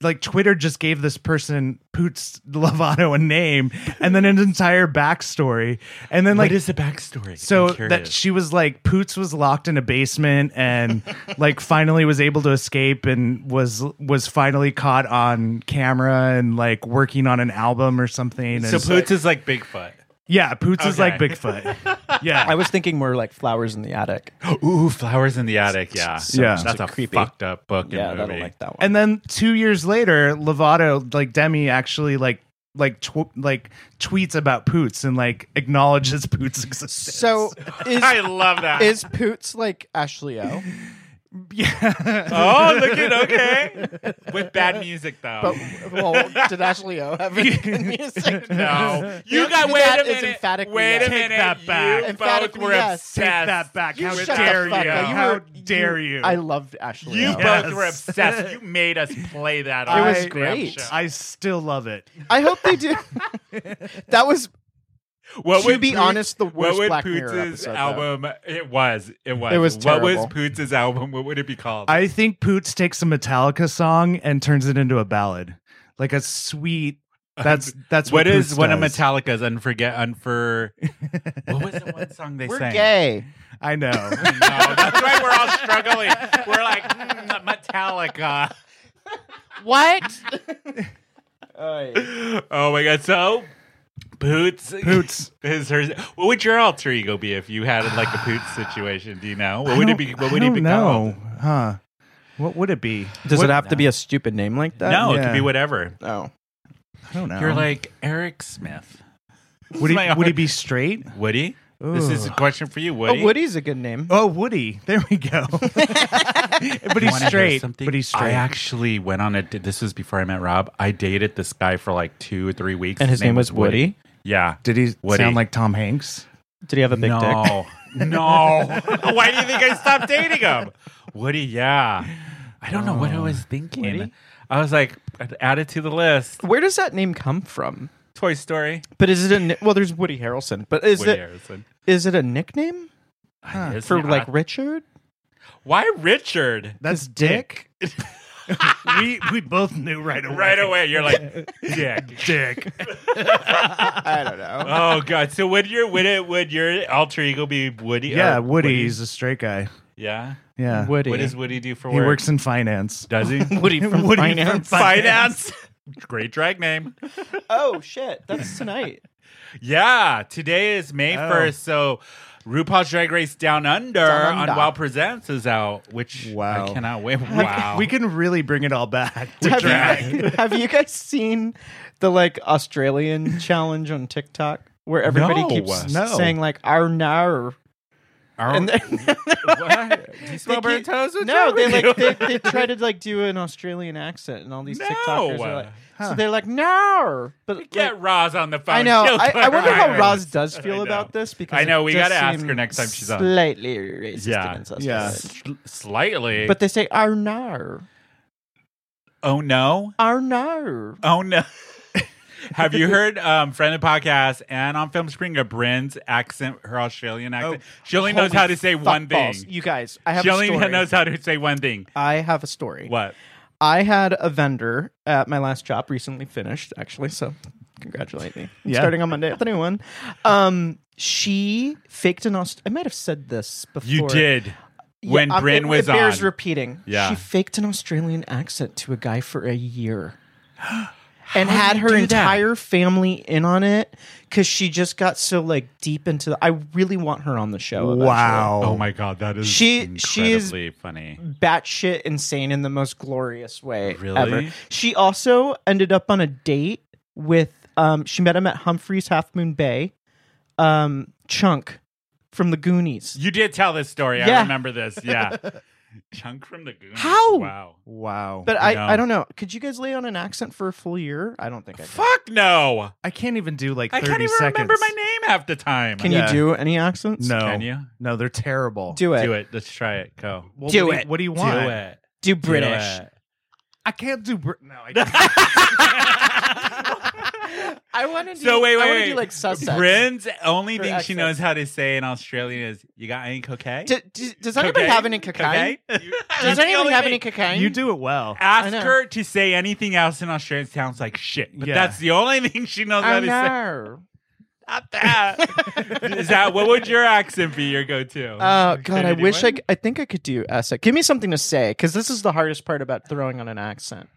Speaker 2: Like Twitter just gave this person Poots Lovato a name and then an entire backstory. And then like
Speaker 1: what is the backstory?
Speaker 2: so
Speaker 1: I'm
Speaker 2: that
Speaker 1: curious.
Speaker 2: she was like Poots was locked in a basement and like finally was able to escape and was was finally caught on camera and like working on an album or something. And
Speaker 1: so
Speaker 2: Poots,
Speaker 1: Poots is like Bigfoot.
Speaker 2: yeah, Poots is like
Speaker 1: Okay.
Speaker 2: Bigfoot. Yeah,
Speaker 3: I was thinking more like flowers in the attic.
Speaker 1: Ooh, flowers in the attic. Yeah,
Speaker 2: Yeah.
Speaker 1: That's a
Speaker 3: creepy.
Speaker 1: fucked up book and
Speaker 3: Yeah, I
Speaker 1: movie.
Speaker 3: don't like that one.
Speaker 2: and then two years later, Lovato like Demi actually like like tw- like tweets about Poots and like acknowledges Poots' existence.
Speaker 3: so is
Speaker 1: I love that.
Speaker 3: is Poots like Ashley O,
Speaker 2: yeah,
Speaker 1: oh, look at okay with bad music though.
Speaker 3: but well, did Ashley O have any good music?
Speaker 1: no, you
Speaker 3: That-
Speaker 1: got. Wait
Speaker 3: that
Speaker 1: a
Speaker 3: is
Speaker 1: minute.
Speaker 3: emphatically
Speaker 1: wait
Speaker 3: yes.
Speaker 1: a
Speaker 3: Take
Speaker 1: minute.
Speaker 2: that back.
Speaker 1: You both
Speaker 3: Emphatically
Speaker 1: were
Speaker 3: yes.
Speaker 1: obsessed.
Speaker 2: take that back. How
Speaker 3: shut the
Speaker 1: dare
Speaker 3: fuck
Speaker 1: you.
Speaker 3: up. You
Speaker 2: How
Speaker 3: were-
Speaker 2: dare you?
Speaker 3: I loved Ashley.
Speaker 1: You
Speaker 3: O.
Speaker 2: Yeah.
Speaker 1: both
Speaker 2: Yes.
Speaker 1: were obsessed. You made us play that.
Speaker 3: It
Speaker 1: on
Speaker 3: was
Speaker 1: the Graham
Speaker 3: great.
Speaker 1: Show.
Speaker 2: I still love it.
Speaker 3: I hope they do. that was
Speaker 1: What
Speaker 3: To
Speaker 1: would
Speaker 3: be honest, the worst
Speaker 1: what would
Speaker 3: Black Mirror
Speaker 1: Poots's
Speaker 3: episode,
Speaker 1: album. It was. It was.
Speaker 3: It was
Speaker 1: What was
Speaker 3: terrible.
Speaker 1: Poots's album? What would it be called?
Speaker 2: I think Poots takes a Metallica song and turns it into a ballad, like a sweet. That's that's
Speaker 1: what
Speaker 2: what,
Speaker 1: is
Speaker 2: Poots
Speaker 1: one of
Speaker 2: does.
Speaker 1: Metallica's unforget unfor? what was the one song they
Speaker 3: we're
Speaker 1: sang?
Speaker 3: gay.
Speaker 2: I know.
Speaker 1: No, that's why we're all struggling. We're like mm, Metallica.
Speaker 3: What? Oh, yeah.
Speaker 1: Oh my god! So Poots,
Speaker 2: Poots.
Speaker 1: is her. What would your alter ego be if you had like a Poots situation? Do you know? What
Speaker 2: I
Speaker 1: would it
Speaker 2: don't-
Speaker 1: be?
Speaker 2: I
Speaker 1: What would it
Speaker 2: don't
Speaker 1: be
Speaker 2: know, huh? What would it be?
Speaker 3: Does
Speaker 2: What-
Speaker 3: it have to be a stupid name like that?
Speaker 1: called? No, it
Speaker 2: Yeah.
Speaker 1: could be whatever.
Speaker 3: No.
Speaker 2: I don't know.
Speaker 1: You're like Eric Smith.
Speaker 2: would
Speaker 1: my
Speaker 2: he would he be straight?
Speaker 1: Woody? This is a
Speaker 2: Ooh.
Speaker 1: question for you, Woody.
Speaker 3: Oh, Woody's a good name.
Speaker 2: Oh, Woody. There we go. but
Speaker 1: You
Speaker 2: he's
Speaker 1: wanna hear
Speaker 2: straight.
Speaker 1: something?
Speaker 2: But he's
Speaker 1: I
Speaker 2: straight.
Speaker 1: actually went on a. d- This was before I met Rob. I dated this guy for like two or three weeks,
Speaker 3: And his name was Woody.
Speaker 1: Yeah.
Speaker 2: Did he
Speaker 1: Woody.
Speaker 2: sound like Tom Hanks?
Speaker 3: Did he have a big dick?
Speaker 1: no, no. Why do you think I stopped dating him? Woody, yeah. I don't know what I
Speaker 2: Oh.
Speaker 1: was thinking.
Speaker 3: Woody?
Speaker 1: I was like, add it to the list.
Speaker 3: Where does that name come from?
Speaker 1: Toy Story.
Speaker 3: But is it a ni- well? There's Woody Harrelson, but is
Speaker 1: Woody
Speaker 3: it
Speaker 1: Harrelson.
Speaker 3: is it a nickname
Speaker 1: Isn't
Speaker 3: for
Speaker 1: it
Speaker 3: like
Speaker 1: odd?
Speaker 3: Richard?
Speaker 1: why Richard?
Speaker 2: That's Dick.
Speaker 3: Dick.
Speaker 2: we we both knew right away.
Speaker 1: Right away, you're like, dick.
Speaker 2: Dick.
Speaker 3: I don't know.
Speaker 1: Oh God! So would your would it would your alter ego be Woody?
Speaker 2: Yeah,
Speaker 1: or
Speaker 2: Woody. He's a straight guy.
Speaker 1: Yeah.
Speaker 2: Yeah.
Speaker 3: Woody.
Speaker 1: What does Woody do for
Speaker 2: He
Speaker 1: work?
Speaker 2: works in finance.
Speaker 1: Does he?
Speaker 3: Woody from
Speaker 2: Woody from
Speaker 3: finance?
Speaker 2: Fi-
Speaker 1: Finance. Great drag name.
Speaker 3: oh shit! That's tonight.
Speaker 1: Yeah, today is May
Speaker 2: Oh.
Speaker 1: first, so RuPaul's Drag Race Down Under
Speaker 3: Down Under.
Speaker 1: on Wow Presents is out, which
Speaker 2: Wow.
Speaker 1: I cannot wait. Wow,
Speaker 2: We can really bring it all back. to
Speaker 3: have,
Speaker 2: drag.
Speaker 3: you, have you guys seen the like Australian challenge on TikTok where everybody
Speaker 1: No.
Speaker 3: keeps
Speaker 2: No.
Speaker 3: saying like "arnar"?
Speaker 1: Our,
Speaker 3: And then,
Speaker 1: what? Do you smell
Speaker 3: They
Speaker 1: burnt
Speaker 3: keep-
Speaker 1: toes? What's
Speaker 3: no,
Speaker 1: wrong
Speaker 3: they
Speaker 1: with
Speaker 3: like
Speaker 1: you?
Speaker 3: they, they try to like do an Australian accent, and all these
Speaker 1: No.
Speaker 3: TikTokers are like,
Speaker 2: Huh.
Speaker 3: so they're like "no," but like,
Speaker 1: get Roz on the phone.
Speaker 3: I know.
Speaker 1: She'll
Speaker 3: I, I wonder how
Speaker 1: clarify.
Speaker 3: Roz does
Speaker 1: I
Speaker 3: feel
Speaker 1: know.
Speaker 3: about this because
Speaker 1: I know,
Speaker 3: it
Speaker 1: we
Speaker 3: does
Speaker 1: gotta ask
Speaker 3: seem
Speaker 1: her next time she's on.
Speaker 3: Slightly racist.
Speaker 1: Yeah.
Speaker 3: and incestuous.
Speaker 2: Yeah.
Speaker 1: Sl- slightly,
Speaker 3: But they say "arnar,"
Speaker 1: oh no,
Speaker 3: "arnar."
Speaker 1: oh no. Have you heard um, friend of the podcast and on Film Springer Bryn's accent, her Australian accent? she only knows
Speaker 3: Oh, Holy
Speaker 1: how to say
Speaker 3: fuck
Speaker 1: one thing.
Speaker 3: balls. You guys, I have
Speaker 1: She
Speaker 3: a
Speaker 1: only
Speaker 3: story.
Speaker 1: knows how to say one thing.
Speaker 3: I have a story.
Speaker 1: What?
Speaker 3: I had a vendor at my last job recently finished, actually. So congratulate me. I'm
Speaker 2: Yeah.
Speaker 3: Starting on Monday at the new one. Um, she faked an Aust- I might have said this before.
Speaker 1: You did. when
Speaker 3: I-
Speaker 1: Bryn
Speaker 3: um, it,
Speaker 1: was
Speaker 3: it bears
Speaker 1: on.
Speaker 3: repeating.
Speaker 1: Yeah.
Speaker 3: She faked an Australian accent to a guy for a year. And had her entire family in on it because she just got so like deep into. The, I really want her on the show. eventually.
Speaker 2: Wow.
Speaker 1: Oh my god, that is
Speaker 3: She- she is-
Speaker 1: incredibly funny.
Speaker 3: batshit insane in the most glorious way
Speaker 1: Really?
Speaker 3: ever. She also ended up on a date with Um, she met him at Humphreys Half Moon Bay. Um, Chunk from the Goonies.
Speaker 1: You did tell this story. I
Speaker 3: Yeah.
Speaker 1: remember this. Yeah. Chunk from the Goonies.
Speaker 3: How?
Speaker 1: Wow.
Speaker 2: Wow.
Speaker 3: But
Speaker 1: No.
Speaker 3: I, I don't know. Could you guys lay on an accent for a full year? I don't think I can.
Speaker 1: Fuck no.
Speaker 2: I can't even do like
Speaker 1: I
Speaker 2: 30
Speaker 1: can't even
Speaker 2: seconds.
Speaker 1: remember my name half the time.
Speaker 3: Can
Speaker 2: Yeah.
Speaker 3: you do any accents?
Speaker 2: No.
Speaker 1: Can you?
Speaker 2: No, they're terrible.
Speaker 3: Do it.
Speaker 1: Do it. Let's try it. Go.
Speaker 2: Well,
Speaker 3: Do
Speaker 2: what
Speaker 3: it.
Speaker 2: Do you, what do you
Speaker 1: Do
Speaker 2: want?
Speaker 1: it.
Speaker 3: Do
Speaker 1: Do
Speaker 3: British.
Speaker 1: it.
Speaker 2: I can't do. Br- no, I can't.
Speaker 3: I want to do.
Speaker 1: So wait, wait,
Speaker 3: I want
Speaker 1: wait.
Speaker 3: to do like Sussex.
Speaker 1: Bryn's only
Speaker 3: Her
Speaker 1: thing she
Speaker 3: accent.
Speaker 1: knows how to say in Australian is, "You got any cocaine?"
Speaker 3: Do- do- does anybody
Speaker 1: Cocaine?
Speaker 3: have any cocaine?
Speaker 1: Cocaine? You- That's
Speaker 3: Does
Speaker 1: the
Speaker 3: anybody
Speaker 1: only
Speaker 3: have
Speaker 1: thing.
Speaker 3: any cocaine?
Speaker 2: you do it well.
Speaker 1: Ask
Speaker 3: know.
Speaker 1: her to say anything else in Australian sounds like shit. But
Speaker 2: Yeah.
Speaker 1: that's the only thing she knows how
Speaker 3: I
Speaker 1: to say.
Speaker 3: know.
Speaker 1: Not that. Is that what would your accent be? Your go-to?
Speaker 3: Oh God,
Speaker 1: Can
Speaker 3: I
Speaker 1: you do
Speaker 3: wish I.
Speaker 1: it?
Speaker 3: c- I think I could do Essex. Give me something to say because this is the hardest part about throwing on an accent.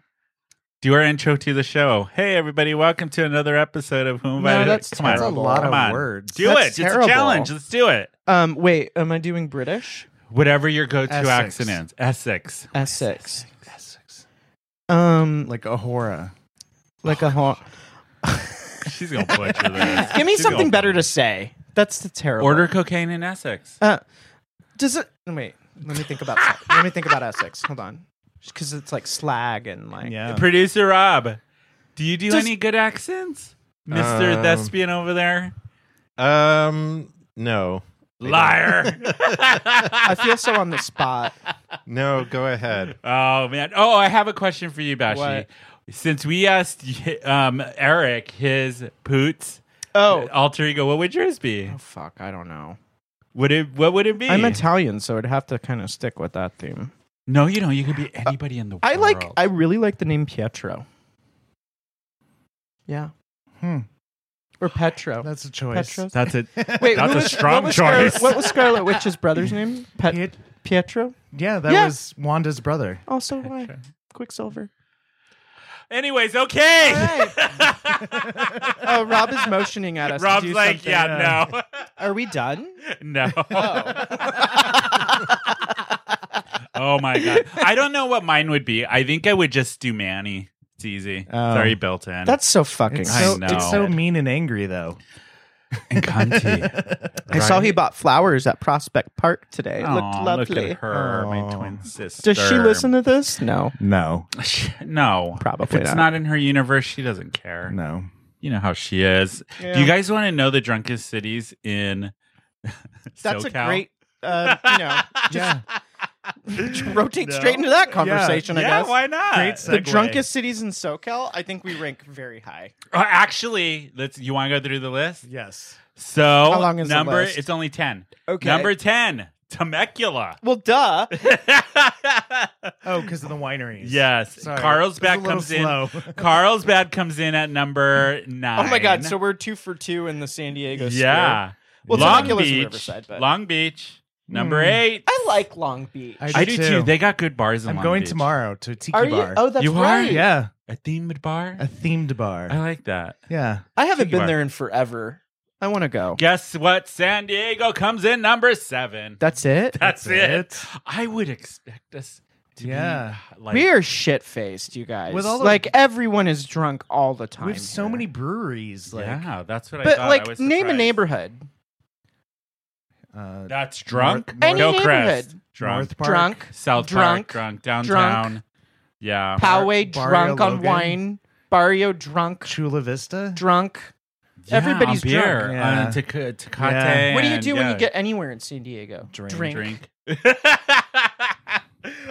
Speaker 1: do our intro to the show. Hey, everybody, welcome to another episode of Who
Speaker 3: No,
Speaker 1: Invited.
Speaker 3: that's
Speaker 1: Come on,
Speaker 2: That's a
Speaker 3: terrible.
Speaker 2: lot
Speaker 1: Come
Speaker 2: of
Speaker 1: on.
Speaker 2: words.
Speaker 1: Do
Speaker 3: That's
Speaker 1: it.
Speaker 3: terrible.
Speaker 1: It's a challenge. Let's do it.
Speaker 3: Um, wait, am I doing British?
Speaker 1: Whatever your go-to
Speaker 2: Essex.
Speaker 1: accent is, Essex.
Speaker 3: Essex.
Speaker 2: Essex.
Speaker 3: Um, like,
Speaker 2: Like a horror.
Speaker 3: like a haunt.
Speaker 1: She's gonna butcher this.
Speaker 3: Give me
Speaker 1: She's gonna
Speaker 3: something better to say. That's the terrible.
Speaker 1: Order cocaine in Essex.
Speaker 3: Uh, does it? Wait, let me think about. let me think about Essex. Hold on, because it's like slag and like.
Speaker 2: Yeah.
Speaker 1: Producer Rob, do you do
Speaker 3: Does-
Speaker 1: any good accents, Mister
Speaker 4: Um,
Speaker 1: Thespian over there?
Speaker 4: Um, no,
Speaker 1: Liar.
Speaker 3: I feel so on the spot.
Speaker 4: no. Go ahead.
Speaker 1: oh man. Oh, I have a question for you, Bashi.
Speaker 3: What?
Speaker 1: Since we asked y- um, Eric his poots
Speaker 3: Oh,
Speaker 1: alter ego, what would yours be?
Speaker 3: oh fuck, I don't know.
Speaker 1: Would it? What would it be?
Speaker 3: I'm Italian, so I'd have to kind of stick with that theme.
Speaker 1: no, you know, you could be anybody in the world.
Speaker 3: Uh, I like. I really like the name Pietro. Yeah,
Speaker 2: Hmm.
Speaker 3: or Petro.
Speaker 2: That's a choice.
Speaker 3: Petro.
Speaker 1: That's it.
Speaker 3: Wait,
Speaker 1: That's
Speaker 3: who
Speaker 1: a
Speaker 3: was-
Speaker 1: strong
Speaker 3: what was Scar-
Speaker 1: choice.
Speaker 3: what was Scarlet Witch's brother's name? Pet-
Speaker 2: Piet-
Speaker 3: Pietro.
Speaker 2: yeah, that
Speaker 3: Yeah.
Speaker 2: was Wanda's brother.
Speaker 3: Also, why Quicksilver?
Speaker 1: Anyways, okay.
Speaker 3: Oh, Rob is motioning at us. to
Speaker 1: Rob's
Speaker 3: do
Speaker 1: like,
Speaker 3: something. uh,
Speaker 1: yeah, no.
Speaker 3: Are we done?
Speaker 1: No. Oh. my god. I don't know what mine would be. I think I would just do Manny. It's easy.
Speaker 2: Oh.
Speaker 1: It's already built in.
Speaker 3: That's so fucking.
Speaker 2: It's
Speaker 1: I
Speaker 2: so,
Speaker 1: know.
Speaker 2: it's so mean and angry, though.
Speaker 1: and cunty.
Speaker 3: I saw he bought flowers at Prospect Park today. It looked
Speaker 1: Aw,
Speaker 3: lovely. Oh.
Speaker 1: Look at her, my
Speaker 2: Aw.
Speaker 1: twin sister.
Speaker 3: Does she listen to this? No.
Speaker 2: No,
Speaker 1: No,
Speaker 3: Probably
Speaker 1: If it's
Speaker 3: not.
Speaker 1: not in her universe. She doesn't care.
Speaker 2: no.
Speaker 1: You know how she is. Do you guys want to know the drunkest cities in?
Speaker 3: That's a
Speaker 1: SoCal?
Speaker 3: great, uh, you know,
Speaker 2: Yeah,
Speaker 3: just rotate straight into that conversation, I
Speaker 1: Yeah,
Speaker 3: guess.
Speaker 1: why not?
Speaker 2: Great
Speaker 3: the
Speaker 2: segue.
Speaker 3: drunkest cities in SoCal, I think we rank very high.
Speaker 1: Uh, actually, let's. You want to go through the list?
Speaker 2: Yes.
Speaker 1: So
Speaker 3: How long is the
Speaker 1: number?
Speaker 3: list?
Speaker 1: It's only ten.
Speaker 3: Okay.
Speaker 1: Number ten, Temecula.
Speaker 3: Well, duh.
Speaker 2: Oh, because of the wineries.
Speaker 1: yes,
Speaker 2: Sorry.
Speaker 1: Carlsbad
Speaker 2: It was
Speaker 1: comes
Speaker 2: a little
Speaker 1: in. Carlsbad comes in at number
Speaker 3: Oh
Speaker 1: nine.
Speaker 3: my God. So we're two for two in the San Diego. square.
Speaker 1: yeah,
Speaker 3: Well,
Speaker 1: Long
Speaker 3: Temecula's in
Speaker 1: Beach,
Speaker 3: Riverside, but- Hmm.
Speaker 1: Long Beach, number eight.
Speaker 3: I like Long Beach.
Speaker 2: I-
Speaker 1: I do
Speaker 2: do
Speaker 1: too.
Speaker 2: too.
Speaker 1: They got good bars. In
Speaker 2: I'm
Speaker 1: Long
Speaker 2: going
Speaker 1: Beach.
Speaker 2: tomorrow to a tiki
Speaker 3: Are
Speaker 2: bar.
Speaker 3: you? Oh, that's
Speaker 1: You are?
Speaker 3: right.
Speaker 2: yeah,
Speaker 1: A themed bar.
Speaker 2: a themed bar.
Speaker 1: I like that.
Speaker 2: yeah.
Speaker 3: I haven't
Speaker 1: Tiki
Speaker 3: been
Speaker 1: bar.
Speaker 3: there in forever. I want to go.
Speaker 1: Guess what? San Diego comes in number seven.
Speaker 3: That's it.
Speaker 1: That's, it.
Speaker 2: it.
Speaker 1: I would expect us to
Speaker 2: Yeah.
Speaker 1: be like
Speaker 3: we are shit faced, you guys.
Speaker 2: With all the-
Speaker 3: like everyone is drunk all the time.
Speaker 2: We have so
Speaker 3: here.
Speaker 2: many breweries. Like,
Speaker 1: yeah, that's what I
Speaker 3: But
Speaker 1: thought. I
Speaker 3: like,
Speaker 1: was
Speaker 3: name a
Speaker 1: surprised.
Speaker 3: neighborhood.
Speaker 2: uh,
Speaker 1: That's drunk.
Speaker 2: North- Any
Speaker 1: Hillcrest.
Speaker 3: neighborhood.
Speaker 1: Drunk.
Speaker 2: North Park.
Speaker 3: Drunk,
Speaker 1: South
Speaker 3: Drunk.
Speaker 1: Park. Drunk. Downtown.
Speaker 3: Drunk.
Speaker 1: Yeah.
Speaker 3: Poway
Speaker 2: Bar-
Speaker 3: drunk
Speaker 2: Barrio
Speaker 3: on
Speaker 2: Logan.
Speaker 3: wine, Barrio drunk,
Speaker 2: Chula Vista.
Speaker 3: drunk.
Speaker 1: Yeah,
Speaker 3: Everybody's
Speaker 1: on beer.
Speaker 3: drunk.
Speaker 2: Yeah.
Speaker 1: on tec- tecate
Speaker 2: Yeah.
Speaker 3: what do you
Speaker 1: and-
Speaker 3: do when
Speaker 1: yeah.
Speaker 3: you get anywhere in San Diego?
Speaker 2: Drink.
Speaker 1: drink?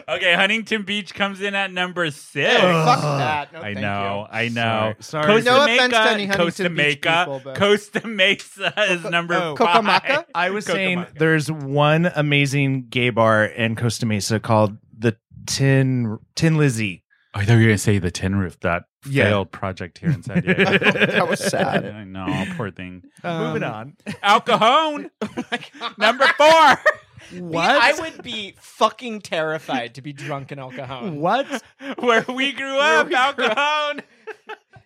Speaker 1: okay, Huntington Beach comes in at number six.
Speaker 3: Hey, Oh, fuck
Speaker 2: Ugh.
Speaker 3: that. No,
Speaker 1: I
Speaker 3: thank
Speaker 1: know,
Speaker 3: you.
Speaker 1: I know.
Speaker 2: Sorry. Sorry.
Speaker 1: Costa
Speaker 3: No
Speaker 1: Mesa,
Speaker 3: offense to any
Speaker 1: Costa
Speaker 3: Huntington Beach
Speaker 1: Mesa,
Speaker 3: people, but-
Speaker 1: Costa Mesa is number
Speaker 2: oh.
Speaker 1: five.
Speaker 3: Cocomaca?
Speaker 2: I was saying
Speaker 1: Cocomaca.
Speaker 2: there's one amazing gay bar in Costa Mesa called the Tin Tin Lizzie.
Speaker 1: I thought you were going to say the Tin Roof, that
Speaker 2: Yeah.
Speaker 1: failed project here in San Diego.
Speaker 3: That was sad.
Speaker 1: I know, poor thing.
Speaker 2: Moving
Speaker 3: Um,
Speaker 2: on.
Speaker 1: Al Cajon,
Speaker 3: Oh
Speaker 1: number four.
Speaker 3: What? I would be fucking terrified to be drunk in El Cajon.
Speaker 2: What?
Speaker 1: Where we grew up,
Speaker 3: we
Speaker 1: Al
Speaker 3: grew up.
Speaker 1: Cajon.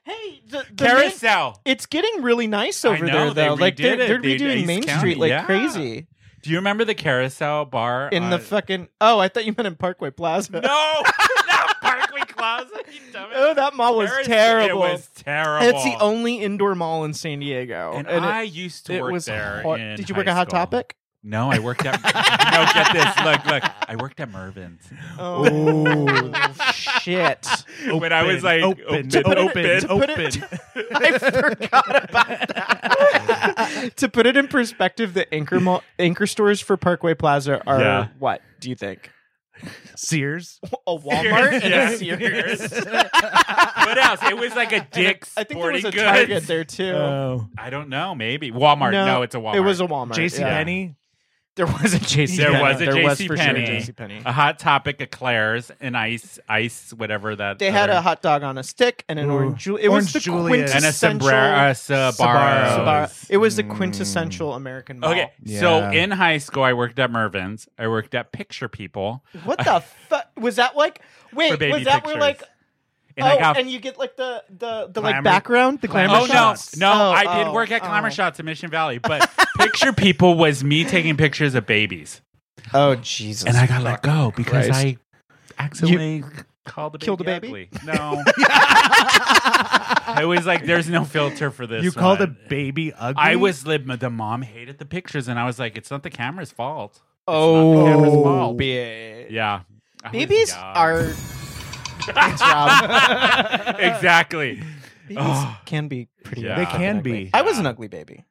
Speaker 3: Hey, the, the main-
Speaker 1: Carousel.
Speaker 3: it's getting really nice
Speaker 1: I
Speaker 3: over
Speaker 1: know, they
Speaker 3: there, though. like
Speaker 1: redid
Speaker 3: they're,
Speaker 1: it.
Speaker 3: they're
Speaker 1: They-
Speaker 3: redoing
Speaker 1: East
Speaker 3: Main
Speaker 1: County,
Speaker 3: Street like
Speaker 1: yeah. Uh,
Speaker 3: crazy.
Speaker 1: Do you remember the Carousel bar?
Speaker 3: In
Speaker 1: on-
Speaker 3: the fucking oh, I thought you meant in Parkway Plaza.
Speaker 1: No, not Parkway Plaza. You stomach.
Speaker 3: Oh, that mall was
Speaker 1: Paris-
Speaker 3: terrible.
Speaker 1: It was terrible.
Speaker 3: It's the only indoor mall in San Diego.
Speaker 1: And,
Speaker 3: it-
Speaker 1: I used to
Speaker 3: it
Speaker 1: work
Speaker 3: was
Speaker 1: there.
Speaker 3: hor-
Speaker 1: in
Speaker 3: Did you
Speaker 1: high
Speaker 3: work at Hot
Speaker 1: school.
Speaker 3: Topic?
Speaker 1: No, I worked at. no, get this. Look, look. I worked at Mervin's.
Speaker 3: Oh shit!
Speaker 1: when I was like,
Speaker 2: open,
Speaker 1: open,
Speaker 2: open,
Speaker 1: open.
Speaker 3: put
Speaker 2: open.
Speaker 3: it- I forgot about that. to put it in perspective, the anchor mall, anchor stores for Parkway Plaza are
Speaker 1: Yeah.
Speaker 3: what? Do you think
Speaker 2: Sears.
Speaker 3: a Walmart and
Speaker 1: Yeah,
Speaker 3: a Sears?
Speaker 1: Sears. what else? It was like a Dick's
Speaker 3: I think there
Speaker 1: Sporting
Speaker 3: was a
Speaker 1: Goods.
Speaker 3: Target there too.
Speaker 2: Oh,
Speaker 1: I don't know. Maybe Walmart. No, it's a Walmart.
Speaker 3: It was a Walmart.
Speaker 2: J.C.
Speaker 3: yeah.
Speaker 2: Penney.
Speaker 3: There was a JC.
Speaker 1: There was a
Speaker 3: there was
Speaker 1: JC
Speaker 3: for sure
Speaker 1: Penney.
Speaker 3: JC Penney.
Speaker 1: a hot topic eclairs and ice, ice, whatever that.
Speaker 3: They had
Speaker 1: other-
Speaker 3: a hot dog on a stick and an
Speaker 2: Ooh.
Speaker 3: orange Juliet. It
Speaker 2: Orange
Speaker 3: was the
Speaker 2: Juliet. And a
Speaker 1: and a
Speaker 3: quintessential.
Speaker 1: sombrero, a Sabaro.
Speaker 3: Sabaro. It was the
Speaker 2: Hmm.
Speaker 3: quintessential American mall.
Speaker 1: Okay, so
Speaker 2: Yeah.
Speaker 1: in high school, I worked at Mervin's. I worked at Picture People.
Speaker 3: What the fuck was that like? Wait,
Speaker 1: For baby
Speaker 3: was that where
Speaker 1: pictures.
Speaker 3: like
Speaker 1: And
Speaker 3: oh,
Speaker 1: I got
Speaker 3: and you get like the the, the
Speaker 2: Glamour-
Speaker 3: like background, the glamour
Speaker 1: Oh
Speaker 2: Glamour
Speaker 1: no,
Speaker 3: shots.
Speaker 1: no!
Speaker 3: Oh,
Speaker 1: I did
Speaker 3: oh,
Speaker 1: work at Glamour
Speaker 3: oh.
Speaker 1: Shots in Mission Valley, but picture people was me taking pictures of babies,
Speaker 3: Oh Jesus!
Speaker 1: and I got let go because
Speaker 3: Christ.
Speaker 1: I accidentally called the baby
Speaker 3: Killed a baby?
Speaker 1: ugly. No, I was like, "There's no filter for this."
Speaker 2: You called a
Speaker 1: one.
Speaker 2: baby ugly.
Speaker 1: I was lib- the mom hated the pictures, and I was like, "It's not the camera's fault." camera's
Speaker 3: oh,
Speaker 1: fault.
Speaker 3: bitch.
Speaker 1: Yeah, I was
Speaker 3: Babies
Speaker 1: young.
Speaker 3: are. Thanks, Rob.
Speaker 1: exactly.
Speaker 3: Babies
Speaker 1: Oh.
Speaker 3: can be pretty.
Speaker 1: Yeah.
Speaker 2: They
Speaker 3: fucking
Speaker 2: can
Speaker 3: ugly.
Speaker 2: be.
Speaker 3: I was an ugly baby.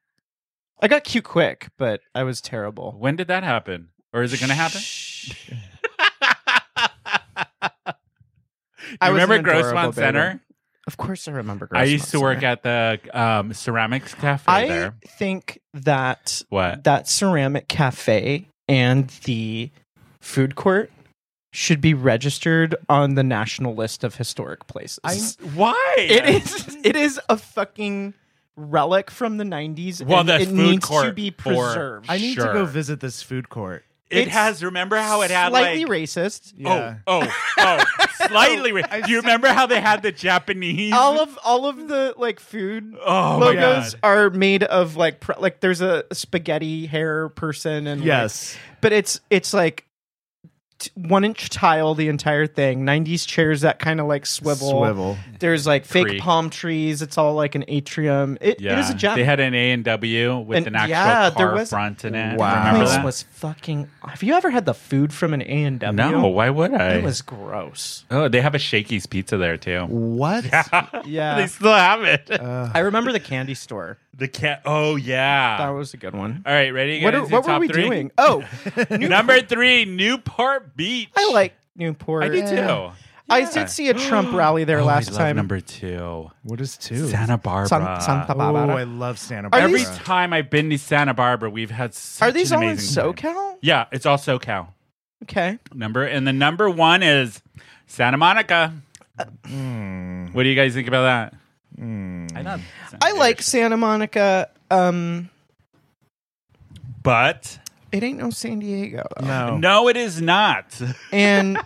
Speaker 3: I got cute quick, but I was terrible.
Speaker 1: When did that happen, or is it going to happen?
Speaker 3: I
Speaker 1: You
Speaker 3: was an
Speaker 1: remember
Speaker 3: adorable
Speaker 1: Grossmont
Speaker 3: baby.
Speaker 1: Center?
Speaker 3: Of course, I remember.
Speaker 1: I used
Speaker 3: Grossmont
Speaker 1: to work
Speaker 3: Center.
Speaker 1: at the um, ceramics cafe
Speaker 3: I
Speaker 1: there.
Speaker 3: think that
Speaker 1: What?
Speaker 3: that ceramic cafe and the food court should be registered on the national list of historic places.
Speaker 1: Why?
Speaker 3: It is it is a fucking relic from the 90s
Speaker 1: Well,
Speaker 3: and
Speaker 1: the
Speaker 3: it
Speaker 1: food
Speaker 3: needs to
Speaker 1: court
Speaker 3: be
Speaker 1: for-
Speaker 3: preserved.
Speaker 2: I need
Speaker 1: Sure.
Speaker 2: to go visit this food court.
Speaker 1: It
Speaker 3: It's
Speaker 1: has. Remember how it had
Speaker 3: slightly
Speaker 1: like.
Speaker 3: racist.
Speaker 2: Yeah.
Speaker 1: Oh, oh, oh! Slightly. ra- Do you remember how they had the Japanese?
Speaker 3: All of all of the like food
Speaker 1: oh my
Speaker 3: logos
Speaker 1: God.
Speaker 3: are made of like pr- like there's a spaghetti hair person and like,
Speaker 2: Yes.
Speaker 3: but it's it's like t- one inch tile the entire thing 90s chairs that kind of like swivel
Speaker 2: Swivel.
Speaker 3: there's like fake
Speaker 1: Creek.
Speaker 3: palm trees it's all like an atrium it,
Speaker 1: Yeah,
Speaker 3: it is a gem
Speaker 1: They had an A and W with
Speaker 3: And-
Speaker 1: an actual
Speaker 3: yeah,
Speaker 1: car
Speaker 3: there was-
Speaker 1: front in it.
Speaker 2: Wow.
Speaker 1: Remember
Speaker 3: place
Speaker 1: that?
Speaker 3: was fucking have you ever had the food from an a&w
Speaker 1: no, why would I?
Speaker 3: it was gross
Speaker 1: oh, they have a Shakey's pizza there too.
Speaker 2: What?
Speaker 1: they
Speaker 3: yeah
Speaker 1: still have it.
Speaker 3: i remember the candy store
Speaker 1: the cat. Oh yeah.
Speaker 3: that was a good one
Speaker 1: All right, ready?
Speaker 3: what,
Speaker 1: guys,
Speaker 3: are,
Speaker 1: to
Speaker 3: what were
Speaker 1: top
Speaker 3: we
Speaker 1: three?
Speaker 3: doing oh
Speaker 1: Number three, Newport Beach.
Speaker 3: i like newport
Speaker 1: I do too.
Speaker 3: I did see a trump rally there
Speaker 1: Oh, I
Speaker 3: last
Speaker 1: love
Speaker 3: time
Speaker 1: Number two,
Speaker 2: What is two?
Speaker 1: Santa Barbara.
Speaker 3: San- Santa
Speaker 2: oh,
Speaker 3: Barbara.
Speaker 2: I love Santa
Speaker 3: Are
Speaker 2: Barbara.
Speaker 1: Every
Speaker 3: these-
Speaker 1: time I've been to Santa Barbara, we've had. Such
Speaker 3: are these
Speaker 1: an
Speaker 3: all in
Speaker 1: amazing time.
Speaker 3: socal
Speaker 1: Yeah, it's all SoCal
Speaker 3: okay
Speaker 1: number, and the number one is Santa Monica.
Speaker 3: Hmm.
Speaker 1: What do you guys think about that? I love. Santa
Speaker 3: I like
Speaker 1: Monica.
Speaker 3: Santa Monica. Um,
Speaker 1: but
Speaker 3: it ain't no San Diego, though.
Speaker 2: no.
Speaker 3: oh.
Speaker 1: no, it is not.
Speaker 3: and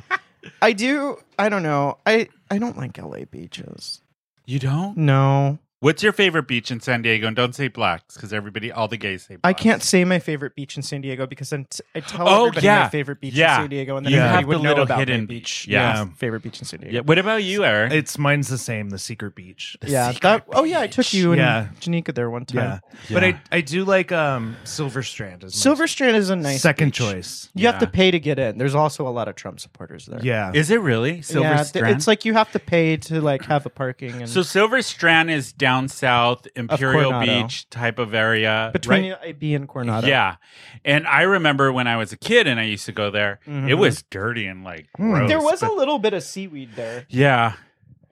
Speaker 3: I do. I don't know. I I don't like LA beaches.
Speaker 1: You don't.
Speaker 3: No,
Speaker 1: What's your favorite beach in San Diego? And don't say blacks, because everybody, all the gays say.
Speaker 3: I
Speaker 1: Blacks.
Speaker 3: can't say my favorite beach in San Diego because I'm t- I tell
Speaker 1: Oh,
Speaker 3: everybody
Speaker 1: yeah.
Speaker 3: my favorite beach
Speaker 1: Yeah.
Speaker 3: in San Diego, and then
Speaker 1: You
Speaker 3: everybody
Speaker 1: have the
Speaker 3: would know
Speaker 1: little
Speaker 3: about
Speaker 1: hidden
Speaker 3: my beach.
Speaker 1: beach. Yeah.
Speaker 3: favorite beach in San Diego.
Speaker 1: Yeah. What about you, Eric?
Speaker 2: It's mine's the same, the secret beach.
Speaker 3: Yeah, that. Oh yeah, I took you and
Speaker 2: Yeah.
Speaker 3: Janika there one time.
Speaker 2: Yeah. But I, I do like um Silver Strand as my
Speaker 3: Silver Strand is a nice
Speaker 2: second
Speaker 3: beach.
Speaker 2: choice.
Speaker 3: You have to pay to get in. There's also a lot of Trump supporters there.
Speaker 2: Yeah.
Speaker 1: Is it really Silver
Speaker 3: yeah, th-
Speaker 1: Strand?
Speaker 3: it's like you have to pay to like have a parking and
Speaker 1: so. Silver Strand is down south, Imperial
Speaker 3: Coronado.
Speaker 1: Beach type of area
Speaker 3: between
Speaker 1: right?
Speaker 3: IB and Coronado.
Speaker 1: Yeah, and I remember when I was a kid and I used to go there. It
Speaker 3: Mm-hmm.
Speaker 1: was dirty and like gross.
Speaker 3: There was a
Speaker 1: but-
Speaker 3: little bit of seaweed there.
Speaker 1: yeah,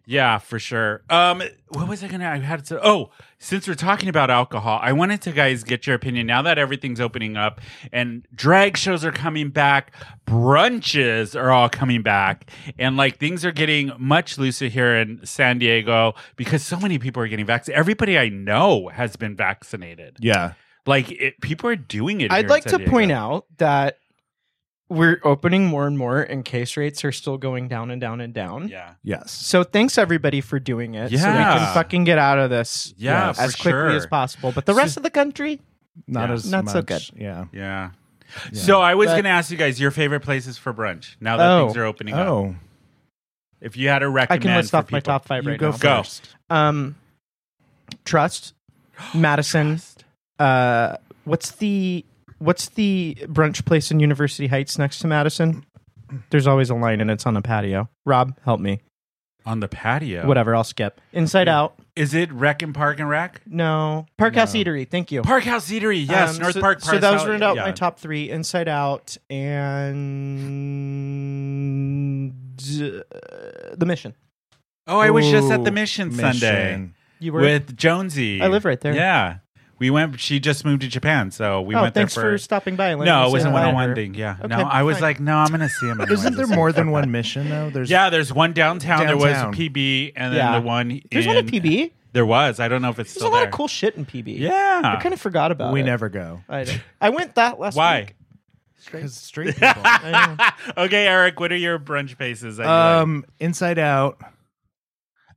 Speaker 1: yeah, for sure. Um, what was I gonna? I had to. Oh, since we're talking about alcohol, I wanted to guys get your opinion now that everything's opening up and drag shows are coming back, brunches are all coming back, and like things are getting much looser here in San Diego because so many people are getting vaccinated. Everybody I know has been vaccinated.
Speaker 2: yeah.
Speaker 1: Like it, people are doing it.
Speaker 3: I'd like to point out that we're opening more and more, and case rates are still going down and down and down.
Speaker 1: Yeah.
Speaker 2: Yes.
Speaker 3: So thanks everybody for doing it. So we
Speaker 1: Yeah.
Speaker 3: can fucking get out of this
Speaker 1: Yeah,
Speaker 3: as
Speaker 1: for
Speaker 3: quickly
Speaker 1: sure.
Speaker 3: as possible. But the rest of the country,
Speaker 2: Not
Speaker 1: Yeah.
Speaker 2: as
Speaker 3: Not
Speaker 2: much.
Speaker 3: so good.
Speaker 2: Yeah.
Speaker 1: Yeah. So I was
Speaker 3: But-
Speaker 1: going to ask you guys your favorite places for brunch now that
Speaker 3: Oh.
Speaker 1: things are opening up.
Speaker 2: Oh.
Speaker 1: If you had to
Speaker 3: I
Speaker 1: recommend,
Speaker 3: can list
Speaker 1: for
Speaker 3: off my
Speaker 1: people-
Speaker 3: top five
Speaker 2: You
Speaker 3: right
Speaker 2: go
Speaker 3: now.
Speaker 1: Go.
Speaker 3: Um, Trust, Madison. Uh, what's the what's the brunch place in University Heights next to Madison? There's always a line, and it's on a patio. Rob, help me.
Speaker 1: on the patio.
Speaker 3: Whatever, I'll skip. Inside Out.
Speaker 1: is it? Wreck and Park and Rack.
Speaker 3: No. Parkhouse Eatery. Thank you.
Speaker 1: Park House Eatery. Yes,
Speaker 3: Um,
Speaker 1: North
Speaker 3: so,
Speaker 1: Park.
Speaker 3: So that was
Speaker 1: Parcel-
Speaker 3: rounded out
Speaker 1: yeah.
Speaker 3: my top three: Inside Out and uh, The Mission.
Speaker 1: Oh, I was just at the
Speaker 2: Ooh,
Speaker 1: Mission, Sunday
Speaker 2: Mission.
Speaker 3: You were.
Speaker 1: with Jonesy.
Speaker 3: I live right there.
Speaker 1: Yeah, we went. She just moved to Japan, so we
Speaker 3: oh,
Speaker 1: went there
Speaker 3: thanks
Speaker 1: for.
Speaker 3: for stopping by. Elaine.
Speaker 1: no,
Speaker 3: Let's
Speaker 1: it wasn't
Speaker 3: say
Speaker 1: one
Speaker 3: hi
Speaker 1: on
Speaker 3: to
Speaker 1: one
Speaker 3: her.
Speaker 1: thing. Yeah, no,
Speaker 3: Okay,
Speaker 1: I was
Speaker 3: fine.
Speaker 1: like, no, I'm gonna see him. Anyway.
Speaker 2: Isn't there
Speaker 1: This is
Speaker 2: more
Speaker 1: like-
Speaker 2: than one mission though? There's
Speaker 1: Yeah, there's one downtown. There was
Speaker 2: Downtown.
Speaker 1: a PB, and then
Speaker 3: Yeah.
Speaker 1: the one.
Speaker 3: There's one at
Speaker 1: in-
Speaker 3: PB.
Speaker 1: There was. I don't know if it's
Speaker 3: There's
Speaker 1: still
Speaker 3: a lot
Speaker 1: there.
Speaker 3: of cool shit in PB.
Speaker 1: Yeah.
Speaker 3: I kind of forgot about
Speaker 2: we
Speaker 3: it.
Speaker 2: never go
Speaker 3: I, don't- I went that last
Speaker 1: Why?
Speaker 3: week.
Speaker 2: because straight people.
Speaker 1: okay, Eric. What are your brunch paces? that you like?
Speaker 2: um, Inside Out.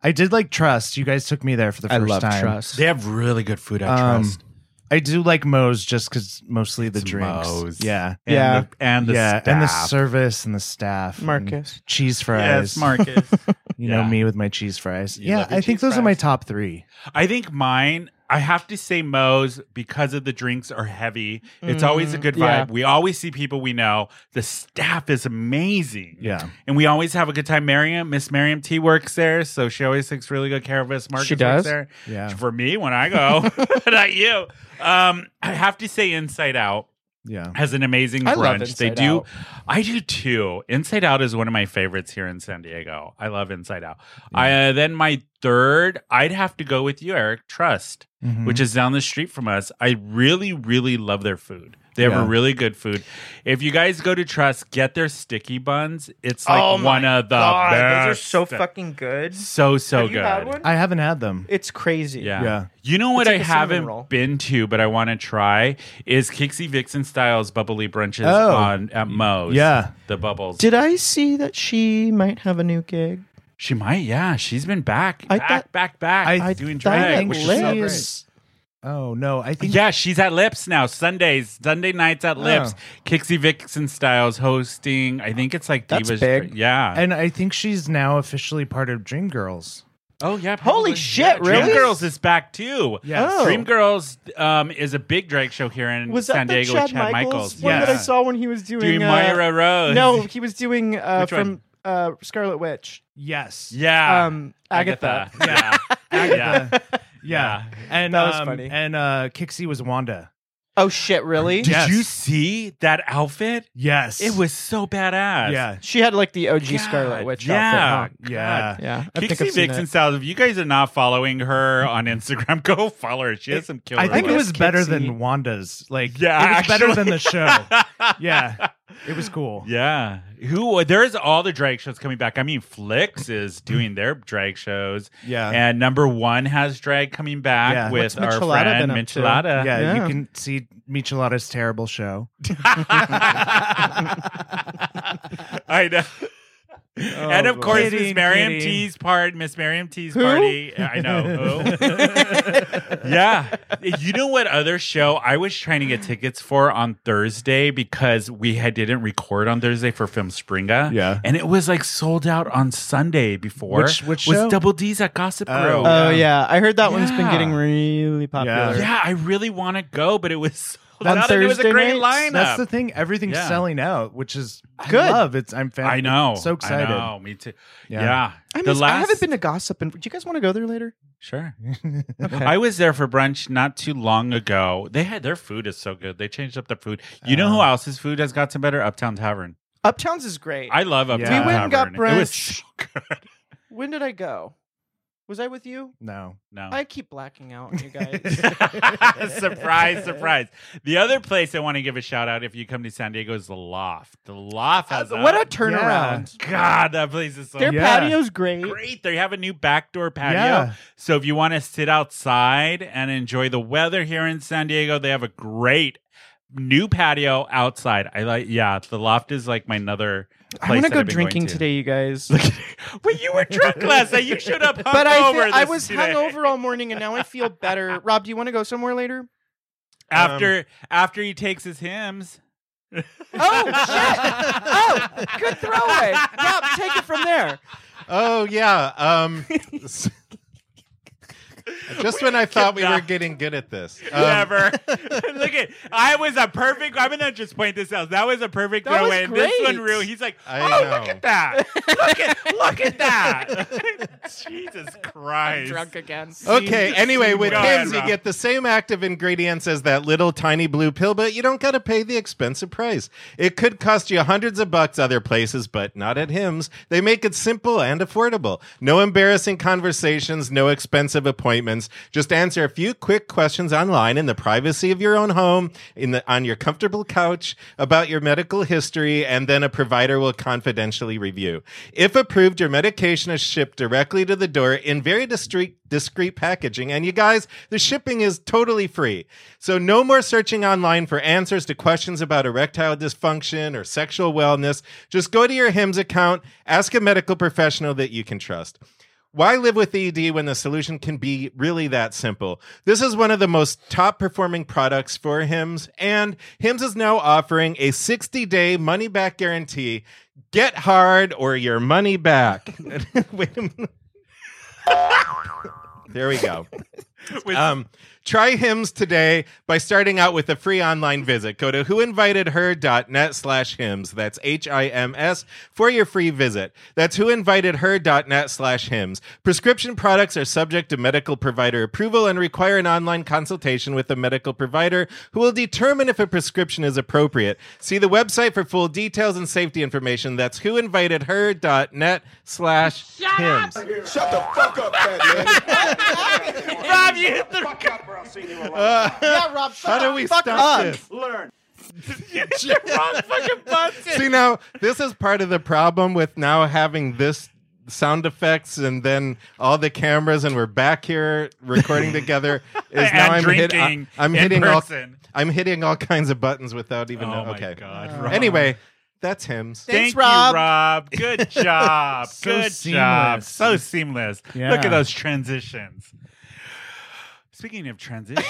Speaker 2: I did like Trust. You guys took me there for the first time.
Speaker 1: They have really good food at
Speaker 2: Um,
Speaker 1: Trust.
Speaker 2: I do like Moe's just because mostly the
Speaker 1: It's
Speaker 2: drinks.
Speaker 1: Moe's.
Speaker 2: Yeah.
Speaker 1: And
Speaker 3: yeah.
Speaker 1: the, and the
Speaker 2: yeah.
Speaker 1: staff.
Speaker 2: And the service and the staff. and
Speaker 3: Marcus.
Speaker 2: Cheese fries.
Speaker 1: yes, Marcus.
Speaker 2: You
Speaker 1: Yeah.
Speaker 2: know me with my cheese fries.
Speaker 1: You
Speaker 2: yeah.
Speaker 1: love your
Speaker 2: I think
Speaker 1: cheese
Speaker 2: those
Speaker 1: fries.
Speaker 2: are my top three.
Speaker 1: I think mine. I have to say Moe's because of the drinks are heavy. It's always a good vibe.
Speaker 3: Mm, yeah.
Speaker 1: We always see people we know. The staff is amazing.
Speaker 2: Yeah.
Speaker 1: And we always have a good time. Miriam, Miss Miriam T works there, so she always takes really good care of us. Marcus
Speaker 3: She
Speaker 1: works
Speaker 3: does?
Speaker 1: there.
Speaker 2: Yeah.
Speaker 1: For me when I go. Not you. Um, I have to say Inside Out.
Speaker 2: Yeah.
Speaker 1: has an amazing
Speaker 3: I
Speaker 1: brunch.
Speaker 3: love
Speaker 1: they
Speaker 3: Inside
Speaker 1: do.
Speaker 3: Out.
Speaker 1: I do too. Inside Out is one of my favorites here in San Diego. I love Inside Out. I uh, then my third, I'd have to go with you, Eric. Trust,
Speaker 3: Mm-hmm.
Speaker 2: Mhm.
Speaker 1: which is down the street from us. I really, really love their food. They have
Speaker 2: Yeah.
Speaker 1: a really good food. If you guys go to Trust, get their sticky buns. It's like one of the
Speaker 3: Oh God, Those are
Speaker 1: best.
Speaker 3: so fucking good.
Speaker 1: so so
Speaker 3: Have
Speaker 1: good.
Speaker 3: you had one?
Speaker 2: I haven't had them.
Speaker 3: It's crazy.
Speaker 1: Yeah.
Speaker 2: Yeah.
Speaker 1: You know what
Speaker 3: It's like
Speaker 1: I
Speaker 3: a cinnamon
Speaker 1: haven't
Speaker 3: roll.
Speaker 1: been to, but I want to try is Kixie Vixen Styles bubbly brunches
Speaker 2: Oh.
Speaker 1: on at Moe's.
Speaker 2: Yeah.
Speaker 1: The bubbles.
Speaker 3: Did I see that she might have a new gig?
Speaker 1: she might, yeah. She's been back.
Speaker 3: I
Speaker 1: back,
Speaker 3: thought-
Speaker 1: back, back.
Speaker 2: I
Speaker 1: doing
Speaker 3: thought
Speaker 1: drag,
Speaker 3: it
Speaker 1: which is
Speaker 3: was
Speaker 1: so
Speaker 3: Lips.
Speaker 1: great.
Speaker 2: Oh, no. I think.
Speaker 1: Yeah, she's at Lips now. Sundays, Sunday nights
Speaker 3: Oh.
Speaker 1: at Lips. Kixie Vixen Styles hosting. I think it's like
Speaker 3: That's
Speaker 1: Divas.
Speaker 3: big.
Speaker 1: Yeah.
Speaker 2: And I think she's now officially part of Dream Girls.
Speaker 1: oh yeah.
Speaker 3: Holy shit,
Speaker 1: Dream
Speaker 3: really?
Speaker 1: Girls is back too.
Speaker 2: Yes.
Speaker 3: Oh.
Speaker 1: Dream Girls um, is a big drag show here in
Speaker 3: Was that
Speaker 1: San
Speaker 3: the
Speaker 1: Diego
Speaker 3: Chad,
Speaker 1: with Chad
Speaker 3: Michaels,
Speaker 1: Michaels.
Speaker 3: one that I
Speaker 1: Yeah.
Speaker 3: saw when he was doing,
Speaker 1: doing
Speaker 3: uh,
Speaker 1: Myra Rose.
Speaker 3: No, he was doing uh,
Speaker 1: Which
Speaker 3: from
Speaker 1: one? Ah,
Speaker 3: uh, Scarlet Witch.
Speaker 2: Yes.
Speaker 1: Yeah.
Speaker 3: Um, Agatha.
Speaker 1: Yeah.
Speaker 2: Agatha.
Speaker 1: Yeah.
Speaker 2: Yeah. And
Speaker 3: That was
Speaker 2: um,
Speaker 3: funny.
Speaker 2: And uh, Kixie was Wanda.
Speaker 3: Oh shit! Really?
Speaker 1: Did
Speaker 2: Yes.
Speaker 1: you see that outfit?
Speaker 2: Yes.
Speaker 1: It was so badass.
Speaker 2: Yeah.
Speaker 3: She had like the OG
Speaker 1: God,
Speaker 3: Scarlet Witch.
Speaker 1: Yeah.
Speaker 3: Outfit,
Speaker 2: Yeah.
Speaker 3: huh? Yeah. I
Speaker 1: Kixie
Speaker 3: think I've seen
Speaker 1: Vixen
Speaker 3: it.
Speaker 1: Styles, if you guys are not following her on Instagram, go follow her. She has some killer.
Speaker 2: I think it
Speaker 1: looks.
Speaker 2: was better
Speaker 3: Kitsy.
Speaker 2: than Wanda's. Like,
Speaker 1: Yeah,
Speaker 2: it was better
Speaker 1: actually.
Speaker 2: than the show. yeah, it was cool.
Speaker 1: Yeah. Who there's all the drag shows coming back. I mean, Flix is
Speaker 3: Mm-hmm.
Speaker 1: doing their drag shows.
Speaker 2: Yeah.
Speaker 1: And number one has drag coming back
Speaker 2: Yeah.
Speaker 1: with
Speaker 3: What's
Speaker 1: our
Speaker 3: Michelada
Speaker 1: friend
Speaker 3: been up to?
Speaker 1: Michelada.
Speaker 2: Yeah,
Speaker 3: Yeah.
Speaker 2: you can see Michelada's terrible show.
Speaker 1: I know. and of
Speaker 2: Oh, boy.
Speaker 1: course, Miss
Speaker 2: Kidding,
Speaker 1: Miriam
Speaker 2: kidding.
Speaker 1: T's part, Miss Miriam T's
Speaker 3: Who?
Speaker 1: party. I know. who. yeah. You know what other show I was trying to get tickets for on Thursday because we had didn't record on Thursday for Film Springa.
Speaker 2: Yeah.
Speaker 1: And it was like sold out on Sunday before.
Speaker 2: Which- which
Speaker 1: was
Speaker 2: show?
Speaker 1: Double D's at Gossip
Speaker 2: Oh.
Speaker 1: Girl.
Speaker 3: Oh yeah, I heard that one's been
Speaker 1: Yeah.
Speaker 3: getting really popular.
Speaker 1: yeah, I really want to go, but it was sold
Speaker 3: On
Speaker 1: out. and it was a
Speaker 3: Thursday
Speaker 1: great
Speaker 3: nights?
Speaker 1: lineup.
Speaker 2: That's the thing; everything's
Speaker 1: Yeah.
Speaker 2: selling out, which is I
Speaker 3: Good.
Speaker 2: love. It's I'm fan-
Speaker 1: I know.
Speaker 2: so excited.
Speaker 1: I know. Me too. Yeah.
Speaker 2: Yeah.
Speaker 3: I,
Speaker 1: the
Speaker 3: miss,
Speaker 1: last,
Speaker 3: I haven't been to Gossip, and do you guys want to go there later?
Speaker 1: Sure. I was there for brunch not too long ago. They had their food is so good. They changed up their food. You know
Speaker 3: Oh.
Speaker 1: who else's food has gotten better? Uptown Tavern.
Speaker 3: Uptowns is great.
Speaker 1: I love Uptown
Speaker 2: We went
Speaker 1: Tavern.
Speaker 3: and got
Speaker 1: It was
Speaker 3: brunch.
Speaker 1: so good.
Speaker 3: when did I go? Was I with you?
Speaker 2: No,
Speaker 1: No.
Speaker 3: I keep blacking out, on you guys.
Speaker 1: surprise, surprise. The other place I want to give a shout out if you come to San Diego is the Loft. The Loft has
Speaker 3: what a turnaround!
Speaker 1: God, that place is so
Speaker 3: Their
Speaker 2: Yeah.
Speaker 3: patio's great.
Speaker 1: great. They have a new backdoor patio.
Speaker 2: Yeah.
Speaker 1: So if you want to sit outside and enjoy the weather here in San Diego, they have a great new patio outside. I like yeah, the loft is like my another
Speaker 3: I
Speaker 1: place
Speaker 3: want to
Speaker 1: that
Speaker 3: go
Speaker 1: I've been going
Speaker 3: drinking
Speaker 1: to.
Speaker 3: today, you guys.
Speaker 1: Wait, you were drunk last night. You showed up hungover.
Speaker 3: but I, thi-
Speaker 1: this
Speaker 3: I was
Speaker 1: today.
Speaker 3: hungover all morning, and now I feel better. Rob, do you want to go somewhere later?
Speaker 1: after after he takes his hymns.
Speaker 3: Oh shit! Oh, good throwaway. Rob, take it from there.
Speaker 4: Oh yeah. Um, just when I thought we were
Speaker 1: Cannot.
Speaker 4: getting good at this. Um,
Speaker 1: Never. Look at I was a perfect. I'm gonna just point this out. That was a perfect
Speaker 3: That was
Speaker 1: throwaway. And This one
Speaker 3: great.
Speaker 1: real. He's like,
Speaker 4: I
Speaker 1: oh,
Speaker 4: know.
Speaker 1: look at that. Look at look at that. Jesus Christ.
Speaker 5: drunk again.
Speaker 4: Okay. Anyway, with
Speaker 1: Go ahead,
Speaker 4: Hims, you
Speaker 1: Rob.
Speaker 4: get the same active ingredients as that little tiny blue pill, but you don't got to pay the expensive price. It could cost you hundreds of bucks other places, but not at Hims. They make it simple and affordable. No embarrassing conversations, no expensive appointments. Just answer a few quick questions online in the privacy of your own home, in the on your comfortable couch about your medical history, and then a provider will confidentially review. If approved, your medication is shipped directly to the door in very discreet discreet packaging. And you guys, the shipping is totally free. So no more searching online for answers to questions about erectile dysfunction or sexual wellness. Just go to your HIMS account, ask a medical professional that you can trust. Why live with ED when the solution can be really that simple? This is one of the most top performing products for HIMS, and HIMS is now offering a 60 day money back guarantee. Get hard or your money back. Wait a minute. There we go.
Speaker 1: With-
Speaker 4: Um, try hymns today by starting out with a free online visit. Go to whoinvitedher.net slash hymns. That's H I M S for your free visit. That's whoinvitedher.net slash hymns. Prescription products are subject to medical provider approval and require an online consultation with a medical provider who will determine if a prescription is appropriate. See the website for full details and safety information. That's whoinvitedher.net slash hymns.
Speaker 6: Shut the fuck up, fat man.
Speaker 1: Rob, you hit the
Speaker 6: Fuck up, or I'll see you alone.
Speaker 3: yeah, Rob.
Speaker 4: How
Speaker 3: Shut
Speaker 4: do
Speaker 3: up.
Speaker 4: we
Speaker 3: Fuck
Speaker 4: stop
Speaker 3: up.
Speaker 4: this?
Speaker 6: Learn.
Speaker 1: wrong fucking button.
Speaker 4: See now, this is part of the problem with now having this sound effects and then all the cameras and we're back here recording together. Is
Speaker 1: And
Speaker 4: now I'm hit-
Speaker 1: drinking
Speaker 4: I, am
Speaker 1: in
Speaker 4: hitting
Speaker 1: person.
Speaker 4: all I'm hitting all kinds of buttons without even
Speaker 1: Oh
Speaker 4: know-
Speaker 1: my
Speaker 4: okay.
Speaker 1: God, Rob.
Speaker 4: Anyway, that's hymns.
Speaker 3: Thanks,
Speaker 1: Thank
Speaker 3: Rob.
Speaker 1: you, Rob. Good job.
Speaker 2: So
Speaker 1: Good job.
Speaker 2: seamless.
Speaker 1: So seamless.
Speaker 2: Yeah.
Speaker 1: Look at those transitions. Speaking of transitions.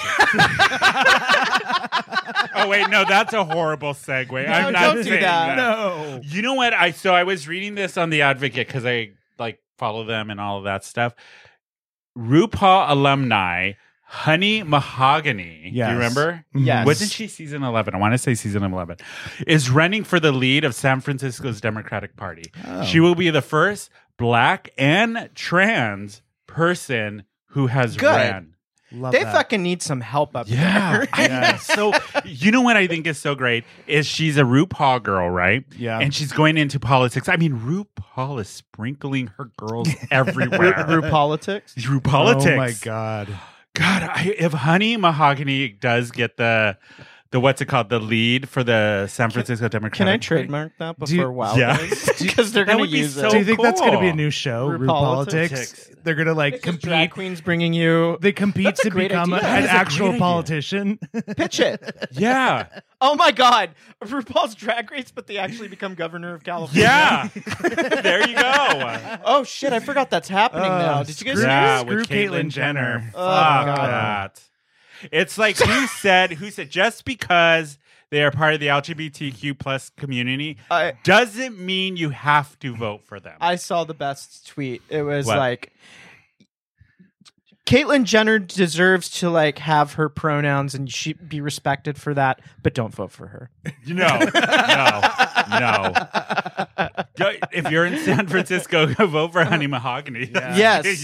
Speaker 1: oh wait, no, that's a horrible segue. I'm not
Speaker 3: don't do
Speaker 1: saying
Speaker 3: that.
Speaker 2: No.
Speaker 1: You know what? I so I was reading this on the Advocate because I like follow them and all of that stuff. RuPaul alumni, Honey Mahogany. Do
Speaker 2: Yes.
Speaker 1: you remember?
Speaker 2: Mm-hmm.
Speaker 3: Yes.
Speaker 1: Wasn't she season 11? I want to say season 11. Is running for the lead of San Francisco's Democratic Party.
Speaker 2: Oh.
Speaker 1: She will be the first black and trans person who has
Speaker 3: Good.
Speaker 1: ran.
Speaker 2: Love
Speaker 3: They
Speaker 2: that.
Speaker 3: fucking need some help up
Speaker 1: Yeah.
Speaker 3: there.
Speaker 1: I think that's so you know what I think is so great is she's a RuPaul girl, right?
Speaker 2: Yeah.
Speaker 1: And she's going into politics. I mean, RuPaul is sprinkling her girls everywhere.
Speaker 3: Through politics.
Speaker 1: Ru- politics.
Speaker 2: Oh my god.
Speaker 1: God, I, if Honey Mahogany does get the the what's it called the lead for the San Francisco Democratic,
Speaker 3: Can I
Speaker 1: Party-
Speaker 3: trademark that
Speaker 2: Do you-
Speaker 3: before WoW?
Speaker 1: Yeah.
Speaker 3: Because they're
Speaker 1: That
Speaker 3: going
Speaker 1: would
Speaker 3: to
Speaker 1: be
Speaker 3: use
Speaker 1: so
Speaker 3: it.
Speaker 2: Do you think that's going to be a
Speaker 1: cool.
Speaker 2: new show,
Speaker 3: Ru
Speaker 2: Ru
Speaker 3: Politics?
Speaker 2: Politics? They're going to like
Speaker 3: Because
Speaker 2: compete.
Speaker 3: drag queens bringing you.
Speaker 2: They compete
Speaker 3: That's a
Speaker 2: to
Speaker 3: great
Speaker 2: become
Speaker 3: idea. That
Speaker 2: an
Speaker 1: is a great
Speaker 2: actual
Speaker 1: idea.
Speaker 2: politician.
Speaker 3: pitch it.
Speaker 1: Yeah,
Speaker 3: Oh my God. RuPaul's drag race, but they actually become governor of California.
Speaker 1: yeah. there you go.
Speaker 3: Oh shit, I forgot that's happening now.
Speaker 2: Oh,
Speaker 3: Did you guys
Speaker 2: screw-
Speaker 3: see
Speaker 1: Yeah,
Speaker 3: this?
Speaker 2: screw
Speaker 1: with
Speaker 2: Caitlyn
Speaker 1: Caitlyn Jenner.
Speaker 2: Jenner.
Speaker 1: Fuck
Speaker 3: Oh, God.
Speaker 1: that. It's like who said who said just because they are part of the LGBTQ plus community
Speaker 3: I-
Speaker 1: doesn't mean you have to vote for them.
Speaker 3: I saw the best tweet. It was
Speaker 1: What?
Speaker 3: like Caitlyn Jenner deserves to like have her pronouns and she be respected for that, but don't vote for her.
Speaker 1: You know, no, no. Go- If you're in San Francisco, go vote for Honey Mahogany.
Speaker 3: Yes.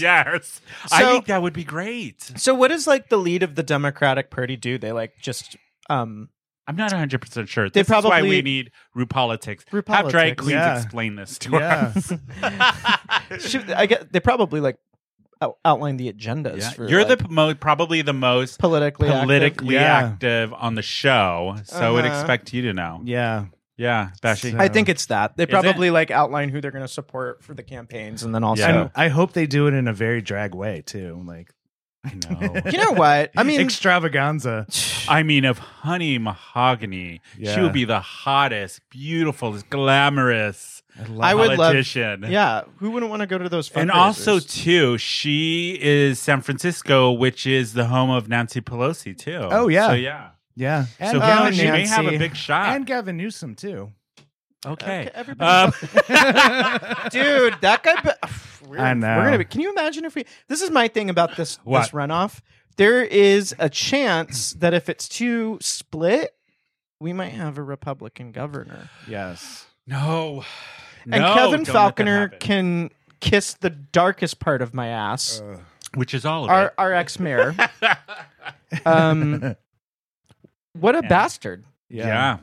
Speaker 1: yes. I
Speaker 3: So-
Speaker 1: think that would be great.
Speaker 3: So what does like the lead of the Democratic Party do? They like just um
Speaker 1: I'm not 100 percent sure.
Speaker 3: They
Speaker 1: This is why
Speaker 3: probably-
Speaker 1: we need RuPolitics. Have
Speaker 3: RuPolitics.
Speaker 1: drag queens
Speaker 2: Yeah.
Speaker 1: explain this to
Speaker 2: Yeah.
Speaker 1: us.
Speaker 3: should, I get they probably like out- outline the agendas
Speaker 1: Yeah.
Speaker 3: for
Speaker 1: You're
Speaker 3: like,
Speaker 1: the p- mo- probably the most
Speaker 3: politically active-
Speaker 1: politically
Speaker 2: Yeah.
Speaker 1: active on the show, so I would
Speaker 3: Uh-huh.
Speaker 1: expect you to know.
Speaker 2: yeah.
Speaker 1: Yeah, Bashi.
Speaker 2: So-
Speaker 3: I think it's that. They
Speaker 1: it?
Speaker 3: probably like outline who they're going to support for the campaigns and then also
Speaker 1: Yeah.
Speaker 2: And I hope they do it in a very drag way too. Like
Speaker 1: I know.
Speaker 3: You know what? I mean
Speaker 2: extravaganza.
Speaker 1: I mean, if Honey Mahogany, she
Speaker 2: Yeah.
Speaker 1: would be the hottest, beautiful, glamorous
Speaker 3: I would love-
Speaker 1: politician.
Speaker 3: Yeah, who wouldn't want to go to those fundraisers? Uh,
Speaker 1: And also, too, she is San Francisco, which is the home of Nancy Pelosi, too.
Speaker 2: Oh, yeah.
Speaker 1: So, yeah.
Speaker 2: Yeah.
Speaker 1: so,
Speaker 2: And,
Speaker 1: who
Speaker 3: oh,
Speaker 1: knows? She may have a
Speaker 3: Nancy.
Speaker 1: big shot.
Speaker 2: and Gavin Newsom too.
Speaker 1: Okay. Uh,
Speaker 3: everybody-
Speaker 1: Um,
Speaker 3: dude. That guy. Be- we're,
Speaker 2: I know.
Speaker 3: We're gonna be, can you imagine if we? This is my thing about this
Speaker 1: What?
Speaker 3: this runoff. There is a chance that if it's too split, we might have a Republican governor,
Speaker 2: Yes.
Speaker 1: no.
Speaker 3: and
Speaker 1: No, don't
Speaker 3: Kevin
Speaker 1: let that
Speaker 3: Falconer
Speaker 1: happen.
Speaker 3: can kiss the darkest part of my
Speaker 1: Oh,
Speaker 3: ass.
Speaker 2: Uh,
Speaker 1: which is all of
Speaker 3: our
Speaker 1: it.
Speaker 3: our ex mayor. um, what a bastard.
Speaker 1: Yeah.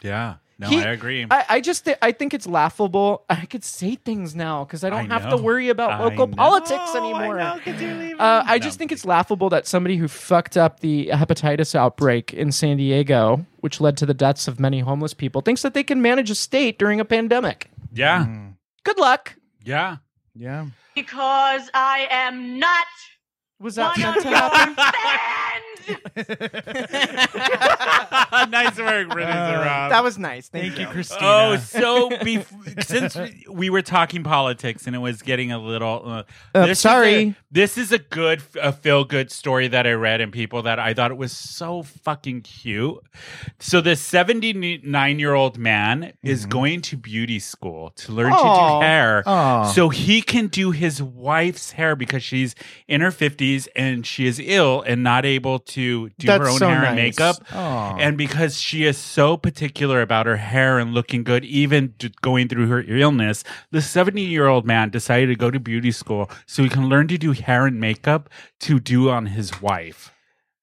Speaker 1: yeah. No,
Speaker 3: He-
Speaker 1: I agree.
Speaker 3: I, I just th- I think it's laughable. I could say things now because I don't
Speaker 1: I
Speaker 3: have
Speaker 1: know.
Speaker 3: to worry about
Speaker 1: I
Speaker 3: local
Speaker 1: know.
Speaker 3: politics anymore. I, uh, I just
Speaker 1: No.
Speaker 3: think it's laughable that somebody who fucked up the hepatitis outbreak in San Diego, which led to the deaths of many homeless people, thinks that they can manage a state during a pandemic.
Speaker 1: Yeah.
Speaker 2: Mm.
Speaker 3: Good luck.
Speaker 1: Yeah.
Speaker 2: Yeah.
Speaker 5: Because I am not
Speaker 3: Was that
Speaker 5: one
Speaker 3: meant
Speaker 5: of
Speaker 3: to
Speaker 5: your
Speaker 3: happen?
Speaker 5: fans.
Speaker 1: nice work, Renee Zerab.
Speaker 3: Uh, That was nice. Thank,
Speaker 2: Thank you,
Speaker 3: you.
Speaker 2: Christina.
Speaker 1: Oh, so bef- since we- we were talking politics and it was getting a little. Uh,
Speaker 3: Uh,
Speaker 1: this is
Speaker 3: sorry.
Speaker 1: a- this is a good, a feel good story that I read and people that I thought it was so fucking cute. So this 79 year old man is going to beauty school to learn to
Speaker 3: Mm-hmm. Aw.
Speaker 1: do hair.
Speaker 3: Uh-huh.
Speaker 2: Aw.
Speaker 1: So he can do his wife's hair because she's in her 50s and she is ill and not able to do her
Speaker 3: That's
Speaker 1: own
Speaker 3: so
Speaker 1: hair and
Speaker 3: nice.
Speaker 1: makeup.
Speaker 2: Aw.
Speaker 1: And because she is so particular about her hair and looking good, even d- going through her illness, the 70 year old man decided to go to beauty school so he can learn to do hair and makeup to do on his wife.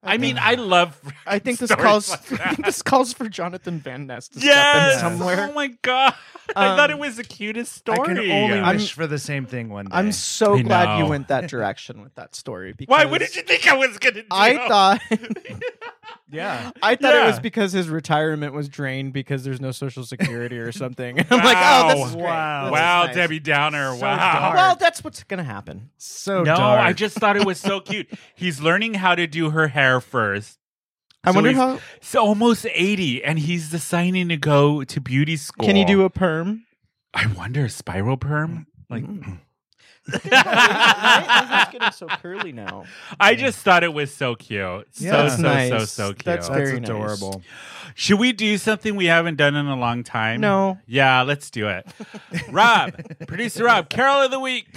Speaker 1: I mean, I love.
Speaker 3: I think this
Speaker 1: stories
Speaker 3: calls.
Speaker 1: like
Speaker 3: I
Speaker 1: that.
Speaker 3: think this calls for Jonathan Van Ness to
Speaker 1: Yes.
Speaker 3: step in somewhere.
Speaker 1: Oh my god! I
Speaker 3: Um,
Speaker 1: thought it was the cutest
Speaker 2: I
Speaker 1: story.
Speaker 2: can only
Speaker 3: I'm-
Speaker 2: wish for the same thing one day.
Speaker 3: I'm so
Speaker 1: I
Speaker 3: glad you
Speaker 1: know.
Speaker 3: went that direction with that story. Because
Speaker 1: Why? What did you think I was gonna do?
Speaker 3: I thought
Speaker 2: yeah.
Speaker 3: I thought it
Speaker 1: Yeah.
Speaker 3: was because his retirement was drained because there's no social security or something. I'm like, oh, this is great.
Speaker 2: Wow.
Speaker 3: This is
Speaker 1: Wow,
Speaker 3: nice.
Speaker 1: Debbie Downer.
Speaker 2: So
Speaker 1: wow.
Speaker 2: dark.
Speaker 3: Well, that's what's gonna happen.
Speaker 2: So
Speaker 1: no,
Speaker 2: dark.
Speaker 1: I just thought it was so cute. He's learning how to do her hair first.
Speaker 3: I
Speaker 1: So
Speaker 3: wonder
Speaker 1: he's-
Speaker 3: how
Speaker 1: He's almost 80 and he's deciding to go to beauty school.
Speaker 3: can he do a Mm. perm?
Speaker 1: I wonder, a spiral perm? Like
Speaker 3: It's getting so curly now.
Speaker 1: I just thought it was so cute.
Speaker 2: Yeah.
Speaker 1: so
Speaker 2: That's
Speaker 1: so so
Speaker 3: nice.
Speaker 1: so cute.
Speaker 3: That's
Speaker 2: That's
Speaker 3: Very nice.
Speaker 2: adorable.
Speaker 1: Should we do something we haven't done in a long time?
Speaker 3: No.
Speaker 1: Yeah, let's do it. Rob, producer Rob, Carol of the week.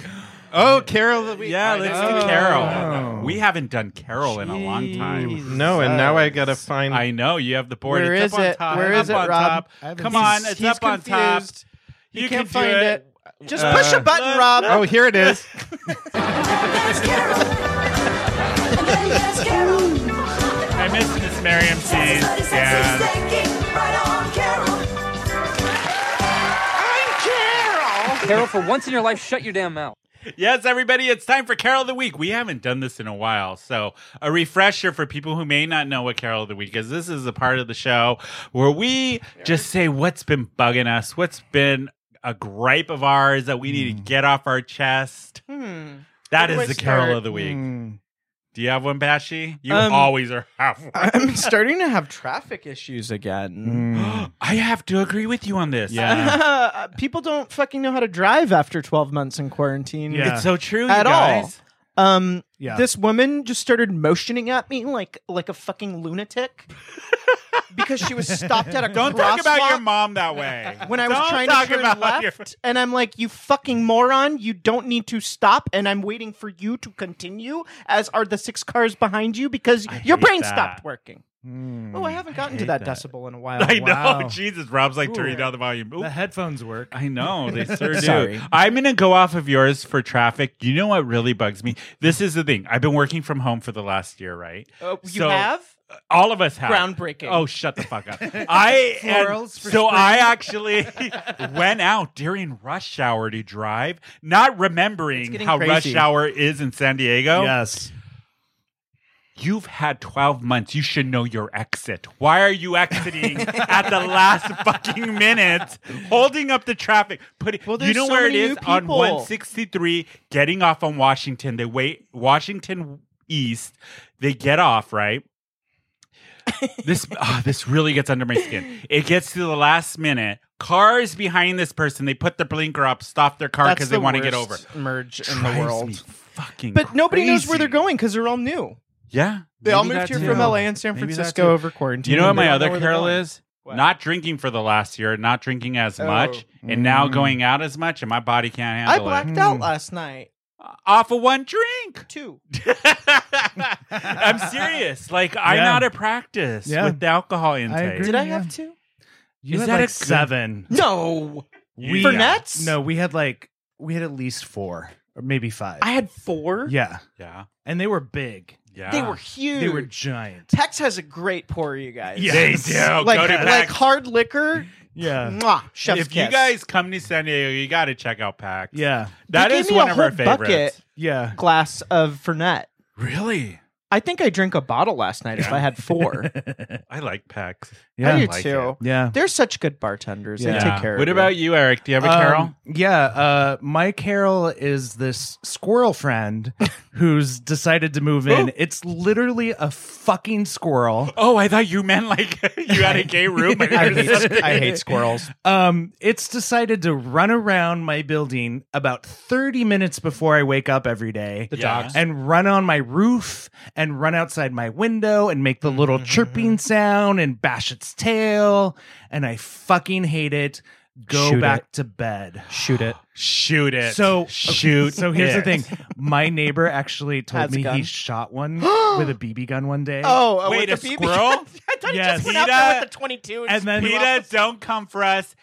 Speaker 4: Oh, Carol the Week.
Speaker 1: Yeah,
Speaker 4: I
Speaker 1: let's
Speaker 4: know.
Speaker 1: do
Speaker 2: Oh.
Speaker 1: Carol. We haven't done Carol in a long time.
Speaker 4: No, and now I gotta find.
Speaker 1: I know you have the board.
Speaker 3: Where
Speaker 1: it's
Speaker 3: is
Speaker 1: up on
Speaker 3: it?
Speaker 1: top.
Speaker 3: Where
Speaker 1: up
Speaker 3: is it,
Speaker 1: on
Speaker 3: Rob?
Speaker 1: top.
Speaker 2: I haven't
Speaker 1: Come
Speaker 2: seen
Speaker 1: on,
Speaker 3: He's-
Speaker 1: it's
Speaker 3: he's
Speaker 1: up on top. Uh,
Speaker 3: confused.
Speaker 1: You
Speaker 3: He
Speaker 1: can
Speaker 3: can't
Speaker 1: do
Speaker 3: find
Speaker 1: it.
Speaker 3: it. Just push a button, Rob.
Speaker 4: oh, here it is.
Speaker 1: I miss Miss Miriam Cheese. And
Speaker 7: Carol, for once in your life, shut your damn mouth.
Speaker 1: yes, everybody, it's time for Carol of the Week. We haven't done this in a while. So, a refresher for people who may not know what Carol of the Week is this is a part of the show where we just say what's been bugging us, what's been a gripe of ours that we need to get off our chest.
Speaker 3: Hmm.
Speaker 1: That
Speaker 3: Where do
Speaker 1: is
Speaker 3: I
Speaker 1: the Carol
Speaker 3: start? Hmm.
Speaker 1: of the Week.
Speaker 2: Mm.
Speaker 1: Do you have one, Bashy? You
Speaker 3: Um,
Speaker 1: always are half one.
Speaker 3: I'm starting to have traffic issues again.
Speaker 2: Mm.
Speaker 1: I have to agree with you on this.
Speaker 2: Yeah.
Speaker 3: Uh, people don't fucking know how to drive after 12 months in quarantine.
Speaker 2: Yeah.
Speaker 1: It's so true, you
Speaker 3: At all.
Speaker 1: guys.
Speaker 3: Um,
Speaker 2: Yeah.
Speaker 3: this woman just started motioning at me like like a fucking lunatic because she was stopped at a
Speaker 1: Don't talk about your
Speaker 3: crosswalk
Speaker 1: mom that way.
Speaker 3: when I was
Speaker 1: Don't
Speaker 3: trying
Speaker 1: talk
Speaker 3: to turn
Speaker 1: about
Speaker 3: left,
Speaker 1: your-
Speaker 3: and I'm like, "You fucking moron! You don't need to stop!" And I'm waiting for you to continue, as are the six cars behind you, because your
Speaker 1: hate
Speaker 3: brain
Speaker 1: that. Hmm.
Speaker 3: stopped working.
Speaker 2: Mm.
Speaker 3: Oh, I haven't gotten to
Speaker 1: hate
Speaker 3: that,
Speaker 1: that.
Speaker 3: decibel in a while.
Speaker 1: I know.
Speaker 2: Wow.
Speaker 1: Jesus, Rob's like turning down the volume. Oop.
Speaker 2: The headphones work.
Speaker 1: I know they sure do.
Speaker 3: Sorry.
Speaker 1: I'm gonna go off of yours for traffic. You know what really bugs me? This is the thing. I've been working from home for the last year, right?
Speaker 3: Oh, you
Speaker 1: So-
Speaker 3: have
Speaker 1: All of us have
Speaker 3: groundbreaking.
Speaker 1: Oh, shut the fuck up! I and
Speaker 2: Florals for
Speaker 1: so
Speaker 2: spring.
Speaker 1: I actually went out during rush hour to drive, not remembering
Speaker 3: getting
Speaker 1: how rush
Speaker 3: crazy.
Speaker 1: hour is in San Diego.
Speaker 2: Yes.
Speaker 1: You've had 12 months. You should know your exit. Why are you exiting at the last fucking minute, holding up the traffic? Putting,
Speaker 3: Well,
Speaker 1: you
Speaker 3: there's
Speaker 1: know
Speaker 3: so
Speaker 1: where it
Speaker 3: many
Speaker 1: is
Speaker 3: new
Speaker 1: on
Speaker 3: people.
Speaker 1: 163, getting off on Washington. They wait, Washington East. They get off, right? this ah, this really gets under my skin. It gets to the last minute. Cars behind this person, they put their blinker up, stop their car
Speaker 3: That's
Speaker 1: because they
Speaker 3: the
Speaker 1: want to get over.
Speaker 3: worst merge in
Speaker 1: Drives
Speaker 3: the
Speaker 1: me
Speaker 3: world.
Speaker 1: fucking
Speaker 3: But nobody knows
Speaker 1: crazy.
Speaker 3: where they're going because they're all new.
Speaker 1: Yeah,
Speaker 3: They all
Speaker 1: maybe
Speaker 3: moved
Speaker 1: that
Speaker 3: here
Speaker 1: too.
Speaker 3: from LA and San
Speaker 1: Maybe that
Speaker 3: Francisco
Speaker 1: too.
Speaker 3: over quarantine.
Speaker 1: You know what
Speaker 3: and
Speaker 1: my
Speaker 3: they don't
Speaker 1: other
Speaker 3: where they're
Speaker 1: Carol
Speaker 3: going.
Speaker 1: is?
Speaker 3: Wow.
Speaker 1: Not drinking for the last year, not drinking as much, and now going out as much, and my body can't
Speaker 3: Oh, mm. I
Speaker 1: handle
Speaker 3: blacked out last night
Speaker 1: it. Off of one drink.
Speaker 3: too.
Speaker 1: I'm serious. Like I'm
Speaker 2: Yeah.
Speaker 1: out of practice
Speaker 2: Yeah.
Speaker 1: with the alcohol intake.
Speaker 2: agree.
Speaker 3: Did I
Speaker 2: Yeah.
Speaker 3: have two?
Speaker 2: You
Speaker 1: Is
Speaker 2: had
Speaker 1: that
Speaker 2: like
Speaker 1: a good-
Speaker 2: seven.
Speaker 3: No.
Speaker 1: We-
Speaker 3: For nets?
Speaker 2: No, we had like we had at least four or maybe five.
Speaker 3: I had four.
Speaker 2: yeah,
Speaker 1: Yeah.
Speaker 2: and they were big.
Speaker 1: Yeah.
Speaker 3: They were huge.
Speaker 2: They were giant.
Speaker 3: Tex has a great pour, you guys.
Speaker 2: Yeah.
Speaker 1: They do.
Speaker 3: Like,
Speaker 1: Go to
Speaker 3: like
Speaker 1: Pax.
Speaker 3: hard liquor.
Speaker 2: Yeah,
Speaker 3: Mwah, chef's
Speaker 1: if you
Speaker 3: kiss.
Speaker 1: guys come to San Diego, you got to check out PAX.
Speaker 2: yeah,
Speaker 1: That
Speaker 3: They
Speaker 1: is
Speaker 3: gave me
Speaker 1: one
Speaker 3: a
Speaker 1: of our
Speaker 3: whole bucket.
Speaker 1: favorites.
Speaker 2: yeah.
Speaker 3: glass of Fernet.
Speaker 1: Really?
Speaker 3: I think I drank a bottle last night if I had four.
Speaker 1: I like PAX.
Speaker 2: Yeah.
Speaker 3: I do
Speaker 1: like
Speaker 3: too.
Speaker 2: yeah.
Speaker 3: They're such good bartenders. They
Speaker 2: Yeah.
Speaker 3: take care of
Speaker 1: What
Speaker 3: you.
Speaker 1: about you, Eric? Do you have a
Speaker 2: Um,
Speaker 1: carol?
Speaker 2: yeah, uh, my Carol is this squirrel friend who's decided to move in. It's literally a fucking squirrel.
Speaker 1: oh, I thought you meant like you had a gay roommate.
Speaker 3: I
Speaker 1: or something.
Speaker 3: hate, I hate squirrels.
Speaker 2: Um, it's decided to run around my building about 30 minutes before I wake up every day.
Speaker 1: The Yeah. dogs.
Speaker 2: And run on my roof and run outside my window and make the little
Speaker 3: Mm-hmm,
Speaker 2: chirping sound and bash its tail. And I fucking hate it. Go
Speaker 3: Shoot
Speaker 2: back
Speaker 3: it.
Speaker 2: to bed.
Speaker 3: Shoot it.
Speaker 1: Shoot it.
Speaker 2: So
Speaker 1: shoot.
Speaker 2: So here's
Speaker 1: it.
Speaker 2: the thing. My neighbor actually told
Speaker 3: Has a
Speaker 2: me
Speaker 3: gun?
Speaker 2: he shot one with a BB gun one day.
Speaker 3: Oh, uh,
Speaker 1: Wait,
Speaker 3: with the
Speaker 1: a
Speaker 3: BB
Speaker 1: squirrel?
Speaker 3: I thought
Speaker 2: Yes.
Speaker 3: he just went out there
Speaker 1: Peta-
Speaker 3: with the 22.
Speaker 2: and then
Speaker 1: PETA, don't come for us.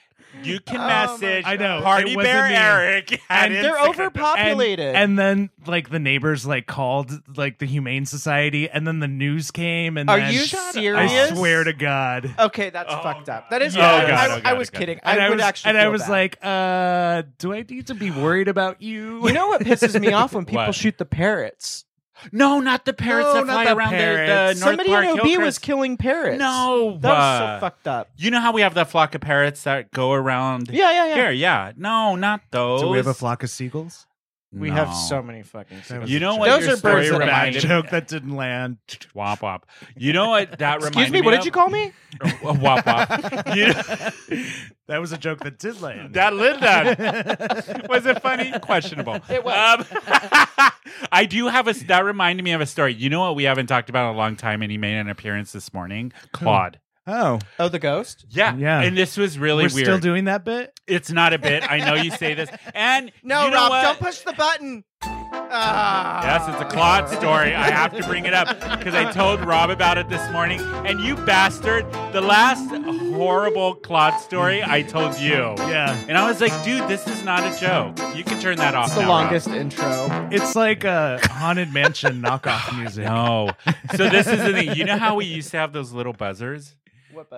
Speaker 1: You can message.
Speaker 2: I know,
Speaker 1: Party
Speaker 2: it wasn't
Speaker 1: Bear
Speaker 2: me.
Speaker 1: Eric.
Speaker 2: And
Speaker 1: at
Speaker 3: they're
Speaker 1: Instagram.
Speaker 3: overpopulated.
Speaker 2: And, and then like the neighbors like called like the humane society and then the news came and
Speaker 3: Are
Speaker 2: then-
Speaker 3: you
Speaker 1: Shut up.
Speaker 3: serious?
Speaker 2: I swear to god.
Speaker 3: Okay, that's
Speaker 1: Oh,
Speaker 3: fucked
Speaker 1: God.
Speaker 3: up. That is.
Speaker 1: Oh,
Speaker 3: fucked up.
Speaker 1: God,
Speaker 3: I,
Speaker 1: oh, God,
Speaker 3: I
Speaker 1: oh,
Speaker 3: was
Speaker 1: God.
Speaker 3: kidding.
Speaker 2: and
Speaker 3: I, would
Speaker 2: was,
Speaker 3: actually.
Speaker 2: and I
Speaker 3: feel
Speaker 2: was
Speaker 3: bad.
Speaker 2: like, uh, do I need to be worried about you?
Speaker 3: you know what pisses me off when people
Speaker 1: What?
Speaker 3: shoot the parrots.
Speaker 1: No, not the parrots
Speaker 2: No,
Speaker 1: that
Speaker 2: not
Speaker 1: fly
Speaker 2: the
Speaker 1: around the- the,
Speaker 2: parrots.
Speaker 1: Uh, North
Speaker 3: Somebody
Speaker 1: Park
Speaker 3: in OB was
Speaker 1: Hillcrest.
Speaker 3: killing parrots.
Speaker 1: No,
Speaker 3: that was
Speaker 1: uh,
Speaker 3: so fucked up.
Speaker 1: You know how we have that flock of parrots that go around?
Speaker 3: Yeah, yeah, yeah.
Speaker 1: Here, yeah. No, not those.
Speaker 2: Do we have a flock of seagulls?
Speaker 3: We have
Speaker 1: No.
Speaker 3: so many fucking.
Speaker 2: That was
Speaker 1: You
Speaker 2: a
Speaker 1: know
Speaker 2: joke.
Speaker 1: what?
Speaker 3: Those
Speaker 1: your
Speaker 3: are birds
Speaker 1: story
Speaker 3: that are
Speaker 2: Bad
Speaker 1: reminded
Speaker 2: joke that didn't land.
Speaker 1: Womp womp. You know what? That
Speaker 3: Excuse
Speaker 1: reminded
Speaker 3: me. What did
Speaker 1: of-
Speaker 3: you call me?
Speaker 1: Uh, womp womp. You
Speaker 2: that was a joke that did land.
Speaker 1: that lit that. was it funny? Questionable. It was. I do have a. That reminded me of a story. You know what we haven't talked about in a long time, and he made an appearance this morning. Claude.
Speaker 2: oh,
Speaker 3: Oh, the ghost.
Speaker 1: Yeah.
Speaker 2: Yeah.
Speaker 1: And this was really
Speaker 2: we're
Speaker 1: weird.
Speaker 2: still doing that bit.
Speaker 1: it's not a bit. I know you say this. And
Speaker 3: No,
Speaker 1: you know
Speaker 3: Rob,
Speaker 1: what?
Speaker 3: don't push the button. Ah.
Speaker 1: Yes, it's a Claude story. I have to bring it up because I told Rob about it this morning. And you bastard, the last horrible Claude story I told you.
Speaker 2: Yeah,
Speaker 1: And I was like, dude, this is not a joke. You can turn that off.
Speaker 3: It's the
Speaker 1: now, Rob.
Speaker 3: longest intro.
Speaker 2: it's like uh, a haunted mansion knockoff music.
Speaker 1: No. So this is the thing. You know how we used to have those little buzzers?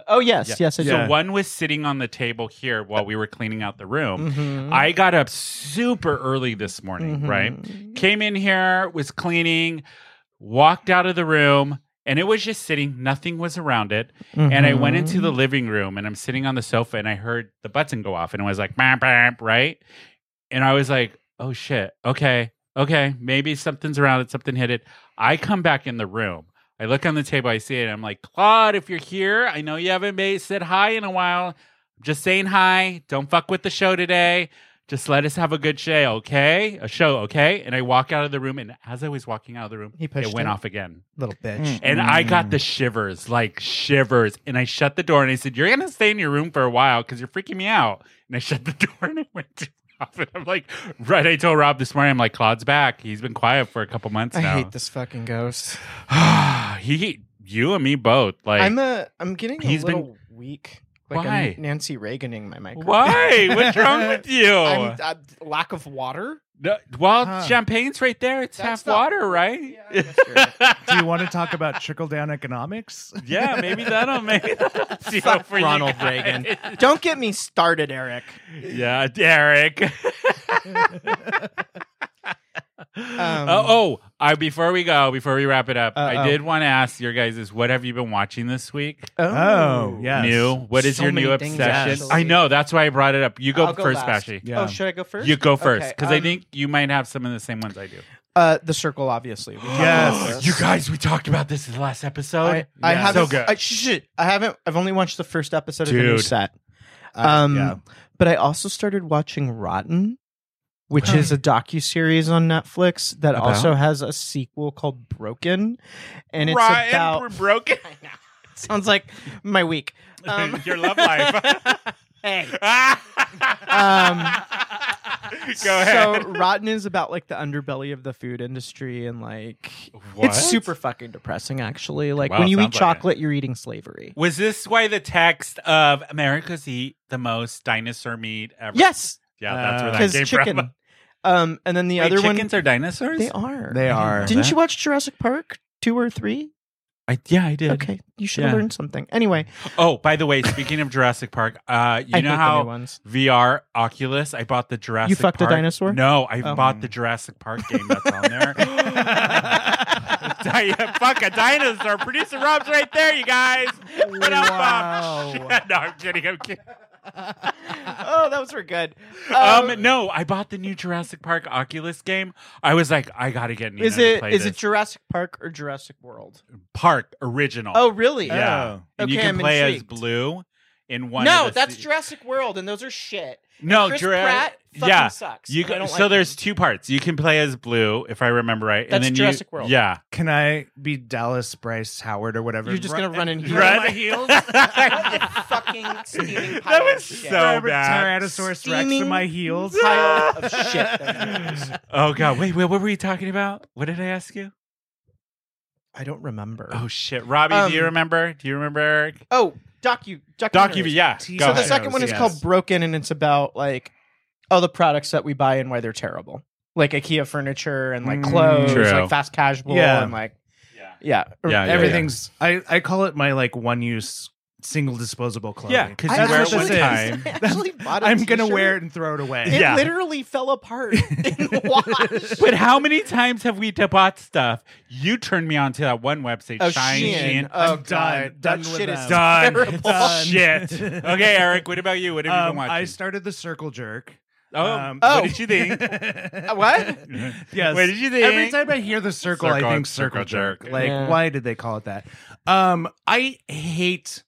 Speaker 3: Oh yes, yes, I do.
Speaker 2: Yeah.
Speaker 1: So one was sitting on the table here while we were cleaning out the room.
Speaker 2: Mm-hmm.
Speaker 3: Mhm.
Speaker 1: I got up super early this morning, right? Came in here, was cleaning, walked out of the room, and it was just sitting. Nothing was around it.
Speaker 2: Mm-hmm.
Speaker 1: And I went
Speaker 3: Mm-hmm.
Speaker 1: into the living room and I'm sitting on the sofa and I heard the button go off and it was like, bam, bam, right? And I was like, oh shit, okay, okay, maybe something's around it, something hit it. I come back in the room. I look on the table, I see it, and I'm like, Claude, if you're here, I know you haven't made, said hi in a while. I'm just saying hi. Don't fuck with the show today. Just let us have a good show, okay? A show, okay? And I walk out of the room, and as I was walking out of the room,
Speaker 3: He pushed
Speaker 1: it went
Speaker 3: it.
Speaker 1: off again.
Speaker 3: little bitch.
Speaker 1: And I
Speaker 3: Mm.
Speaker 1: got the shivers, like shivers. And I shut the door and I said, You're going to stay in your room for a while because you're freaking me out. And I shut the door and I went to Rob. And I'm like, Right. I told Rob this morning, I'm like, Claude's back. He's been quiet for a couple months
Speaker 3: I
Speaker 1: now.
Speaker 3: hate this fucking ghost.
Speaker 1: he, you and me both. Like,
Speaker 3: I'm a. I'm getting a
Speaker 1: He's been-
Speaker 3: little weak. Like
Speaker 1: Why?
Speaker 3: I'm Nancy Reaganing my microphone.
Speaker 1: why? What's wrong with you?
Speaker 3: I'm, uh, lack of water.
Speaker 1: No, well,
Speaker 2: Huh.
Speaker 1: champagne's right there. It's
Speaker 3: That's
Speaker 1: half
Speaker 3: not-
Speaker 1: water, right?
Speaker 3: Yeah, I guess you're right.
Speaker 2: Do you want to talk about trickle down economics?
Speaker 1: Yeah, maybe that'll maybe that'll do it
Speaker 3: Fuck
Speaker 1: for you
Speaker 3: Ronald
Speaker 1: guys.
Speaker 3: Reagan. Don't get me started, Eric.
Speaker 1: Yeah, Derek.
Speaker 3: Um,
Speaker 1: oh, oh, I before we go, before we wrap it
Speaker 2: Uh,
Speaker 1: up, I
Speaker 3: Uh-oh.
Speaker 1: did want to ask your guys is what have you been watching this week?
Speaker 2: Oh, yes.
Speaker 1: New? What is
Speaker 3: So
Speaker 1: your new
Speaker 3: many things,
Speaker 1: obsession?
Speaker 3: actually.
Speaker 1: I know that's why I brought it up. You go
Speaker 3: I'll go
Speaker 1: first,
Speaker 3: last.
Speaker 1: Bashy.
Speaker 2: Yeah.
Speaker 3: Oh, should I go first?
Speaker 1: You go first
Speaker 3: Okay,
Speaker 1: because I
Speaker 3: um,
Speaker 1: think you might have some of the same ones I do.
Speaker 3: uh, the circle, obviously. We talked about this.
Speaker 1: you guys, we talked about this in the last episode.
Speaker 3: I, I
Speaker 2: Yeah.
Speaker 3: haven't.
Speaker 1: So good.
Speaker 3: I, shh, shh, I haven't. I've only watched the first episode of the new
Speaker 1: Dude.
Speaker 3: set. Um,
Speaker 2: Uh, yeah.
Speaker 3: but I also started watching Rotten, which is a docu series on Netflix that
Speaker 1: About?
Speaker 3: also has a sequel called Broken, and it's
Speaker 1: Rotten,
Speaker 3: about
Speaker 1: we're broken.
Speaker 3: Sounds like my week. Um,
Speaker 1: Your love life.
Speaker 3: hey. Um,
Speaker 1: Go ahead.
Speaker 3: So rotten is about like the underbelly of the food industry and like
Speaker 1: What?
Speaker 3: it's super fucking depressing actually. Like
Speaker 1: Wow,
Speaker 3: when you eat
Speaker 1: sounds like it.
Speaker 3: chocolate, you're eating slavery.
Speaker 1: Was this why the text of America's eat the most dinosaur meat ever?
Speaker 3: Yes,
Speaker 1: Yeah, that's where that
Speaker 3: because
Speaker 1: came
Speaker 3: chicken.
Speaker 1: from.
Speaker 3: Um, and then the
Speaker 1: Wait,
Speaker 3: other one,
Speaker 1: chickens are dinosaurs?
Speaker 3: they are.
Speaker 2: They are.
Speaker 3: Didn't
Speaker 1: that.
Speaker 3: you watch Jurassic Park two or three?
Speaker 1: I, yeah, I did.
Speaker 3: Okay, you should have
Speaker 1: Yeah.
Speaker 3: learned something. Anyway,
Speaker 1: Oh, by the way, speaking of Jurassic Park, uh, you
Speaker 3: I
Speaker 1: know
Speaker 3: hate the new
Speaker 1: how
Speaker 3: ones.
Speaker 1: VR Oculus? I bought the Jurassic.
Speaker 3: fucked a
Speaker 1: Park-
Speaker 3: dinosaur?
Speaker 1: No, I
Speaker 3: Oh.
Speaker 1: bought the Jurassic Park game that's on there. Di- fuck a dinosaur. Producer Rob's right there, you guys. What up, Bob? Shit, no, I'm kidding. I'm kidding.
Speaker 3: Oh, those were good.
Speaker 1: Um, no, I bought the new Jurassic Park Oculus game. I was like, I gotta get Nina
Speaker 3: is
Speaker 1: to
Speaker 3: it
Speaker 1: play
Speaker 3: is
Speaker 1: this.
Speaker 3: it Jurassic Park or Jurassic World?
Speaker 1: Park original?
Speaker 3: Oh, really?
Speaker 1: yeah.
Speaker 2: Oh.
Speaker 1: And you
Speaker 3: Okay,
Speaker 1: can
Speaker 3: I'm
Speaker 1: play
Speaker 3: intrigued.
Speaker 1: as Blue in one.
Speaker 3: no,
Speaker 1: of the
Speaker 3: that's
Speaker 1: se-
Speaker 3: Jurassic World, and those are shit.
Speaker 1: No,
Speaker 3: Chris
Speaker 1: Oh, Jura-
Speaker 3: Pratt fucking
Speaker 1: yeah.
Speaker 3: sucks.
Speaker 1: You
Speaker 3: I
Speaker 1: go-
Speaker 3: don't
Speaker 1: so
Speaker 3: like
Speaker 1: there's
Speaker 3: him.
Speaker 1: two parts. You can play as Blue, if I remember right.
Speaker 3: That's
Speaker 1: and then
Speaker 3: Jurassic
Speaker 1: you,
Speaker 3: World.
Speaker 1: Yeah.
Speaker 2: Can I be Dallas Bryce Howard or whatever?
Speaker 3: You're just gonna run in here.
Speaker 1: Run.
Speaker 2: my heels.
Speaker 3: What the fucking steaming pile
Speaker 1: That was
Speaker 3: of shit.
Speaker 1: so
Speaker 2: Robert
Speaker 1: bad.
Speaker 2: Tyrannosaurus Rex
Speaker 3: Steaming
Speaker 2: in my heels.
Speaker 3: pile of Oh, shit. that was.
Speaker 1: Oh god. Wait, wait, what were you talking about? What did I ask you?
Speaker 3: I don't remember.
Speaker 1: Oh shit. Robbie,
Speaker 3: Um,
Speaker 1: do you remember? Do you remember?
Speaker 3: Oh, docu
Speaker 1: Docu yeah.
Speaker 2: So
Speaker 1: go
Speaker 3: So the
Speaker 1: ahead.
Speaker 3: second one is
Speaker 2: Yes.
Speaker 3: called Broken, and it's about like all the products that we buy and why they're terrible, like IKEA furniture and like
Speaker 2: Mm,
Speaker 3: clothes,
Speaker 1: true.
Speaker 3: like fast casual,
Speaker 2: Yeah.
Speaker 3: and like
Speaker 1: Yeah.
Speaker 3: yeah, or
Speaker 1: Yeah, yeah,
Speaker 3: everything.
Speaker 2: Everything's I, I call it my like one use single disposable clothing.
Speaker 1: Yeah, because
Speaker 3: I
Speaker 1: you
Speaker 2: That's
Speaker 1: wear it
Speaker 2: what
Speaker 1: one
Speaker 2: this is.
Speaker 1: time.
Speaker 3: I actually bought a
Speaker 2: I'm gonna
Speaker 3: t-shirt.
Speaker 2: wear it and throw it away.
Speaker 3: It
Speaker 1: Yeah.
Speaker 3: literally fell apart in the wash.
Speaker 1: But how many times have we bought stuff? You turned me on to that one website,
Speaker 3: Oh,
Speaker 1: Shine
Speaker 3: Shein.
Speaker 1: Shein.
Speaker 3: Oh,
Speaker 2: I'm
Speaker 3: God.
Speaker 2: done. Done
Speaker 3: that
Speaker 2: with
Speaker 3: shit is
Speaker 1: them. Done.
Speaker 3: terrible.
Speaker 2: Done.
Speaker 1: Shit. Okay, Eric, what about you? What have you
Speaker 2: Um,
Speaker 1: been watching?
Speaker 2: I started the circle jerk.
Speaker 1: oh,
Speaker 2: um,
Speaker 1: what
Speaker 3: oh.
Speaker 1: did you think?
Speaker 3: Uh, What?
Speaker 2: Yes.
Speaker 1: What did you
Speaker 2: Every
Speaker 1: think?
Speaker 2: time I hear the circle,
Speaker 1: Circle-
Speaker 2: I think
Speaker 1: circle
Speaker 2: circle, jerk.
Speaker 1: jerk.
Speaker 2: Like,
Speaker 3: Yeah.
Speaker 2: why did they call it that? Um, I hate,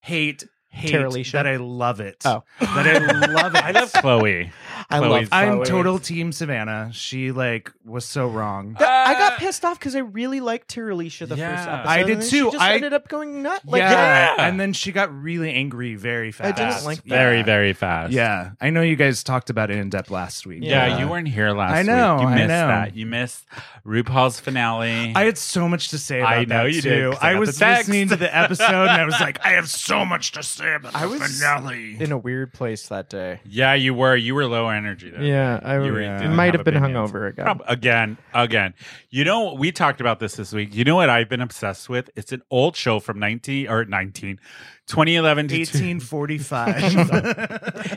Speaker 2: hate, hate
Speaker 3: Terralicia?
Speaker 2: that I love it.
Speaker 3: Oh.
Speaker 2: that I love it.
Speaker 1: I love Chloe.
Speaker 3: I
Speaker 1: Chloe's-
Speaker 3: love.
Speaker 2: I'm
Speaker 3: Chloe.
Speaker 2: total team Savannah. She like was so wrong.
Speaker 3: Th- I got
Speaker 1: Uh,
Speaker 3: pissed off because I really liked Tiralisha the
Speaker 1: Yeah.
Speaker 3: first episode.
Speaker 2: I did
Speaker 3: and then
Speaker 2: too.
Speaker 3: She just
Speaker 2: I-
Speaker 3: ended up going nut. Like,
Speaker 2: yeah.
Speaker 1: Yeah.
Speaker 2: and then she got really angry very
Speaker 3: I
Speaker 2: fast.
Speaker 3: didn't like that.
Speaker 1: Very, very fast.
Speaker 2: Yeah, I know you guys talked about it in depth last week.
Speaker 1: Yeah,
Speaker 3: Yeah.
Speaker 1: you weren't here last
Speaker 2: I know,
Speaker 1: week. You
Speaker 2: I
Speaker 1: missed
Speaker 2: know.
Speaker 1: that. You missed RuPaul's finale.
Speaker 2: I had so much to say about
Speaker 1: I know
Speaker 2: that,
Speaker 1: you
Speaker 2: too.
Speaker 1: did, 'cause I
Speaker 2: I,
Speaker 1: got
Speaker 2: was
Speaker 1: the text.
Speaker 2: listening to the episode and I was like, I have so much to say about
Speaker 3: I
Speaker 2: the
Speaker 3: was-
Speaker 2: finale.
Speaker 3: in a weird place that day.
Speaker 1: yeah, you were. You were low energy though.
Speaker 3: Yeah, I
Speaker 2: Oh,
Speaker 1: You really didn't
Speaker 3: might
Speaker 1: have
Speaker 3: have been
Speaker 1: opinions.
Speaker 3: hungover again.
Speaker 1: Prob- again, again. You know, we talked about this this week. You know what I've been obsessed with? It's an old show from 19 or 19, 2011 to two-
Speaker 2: 1845.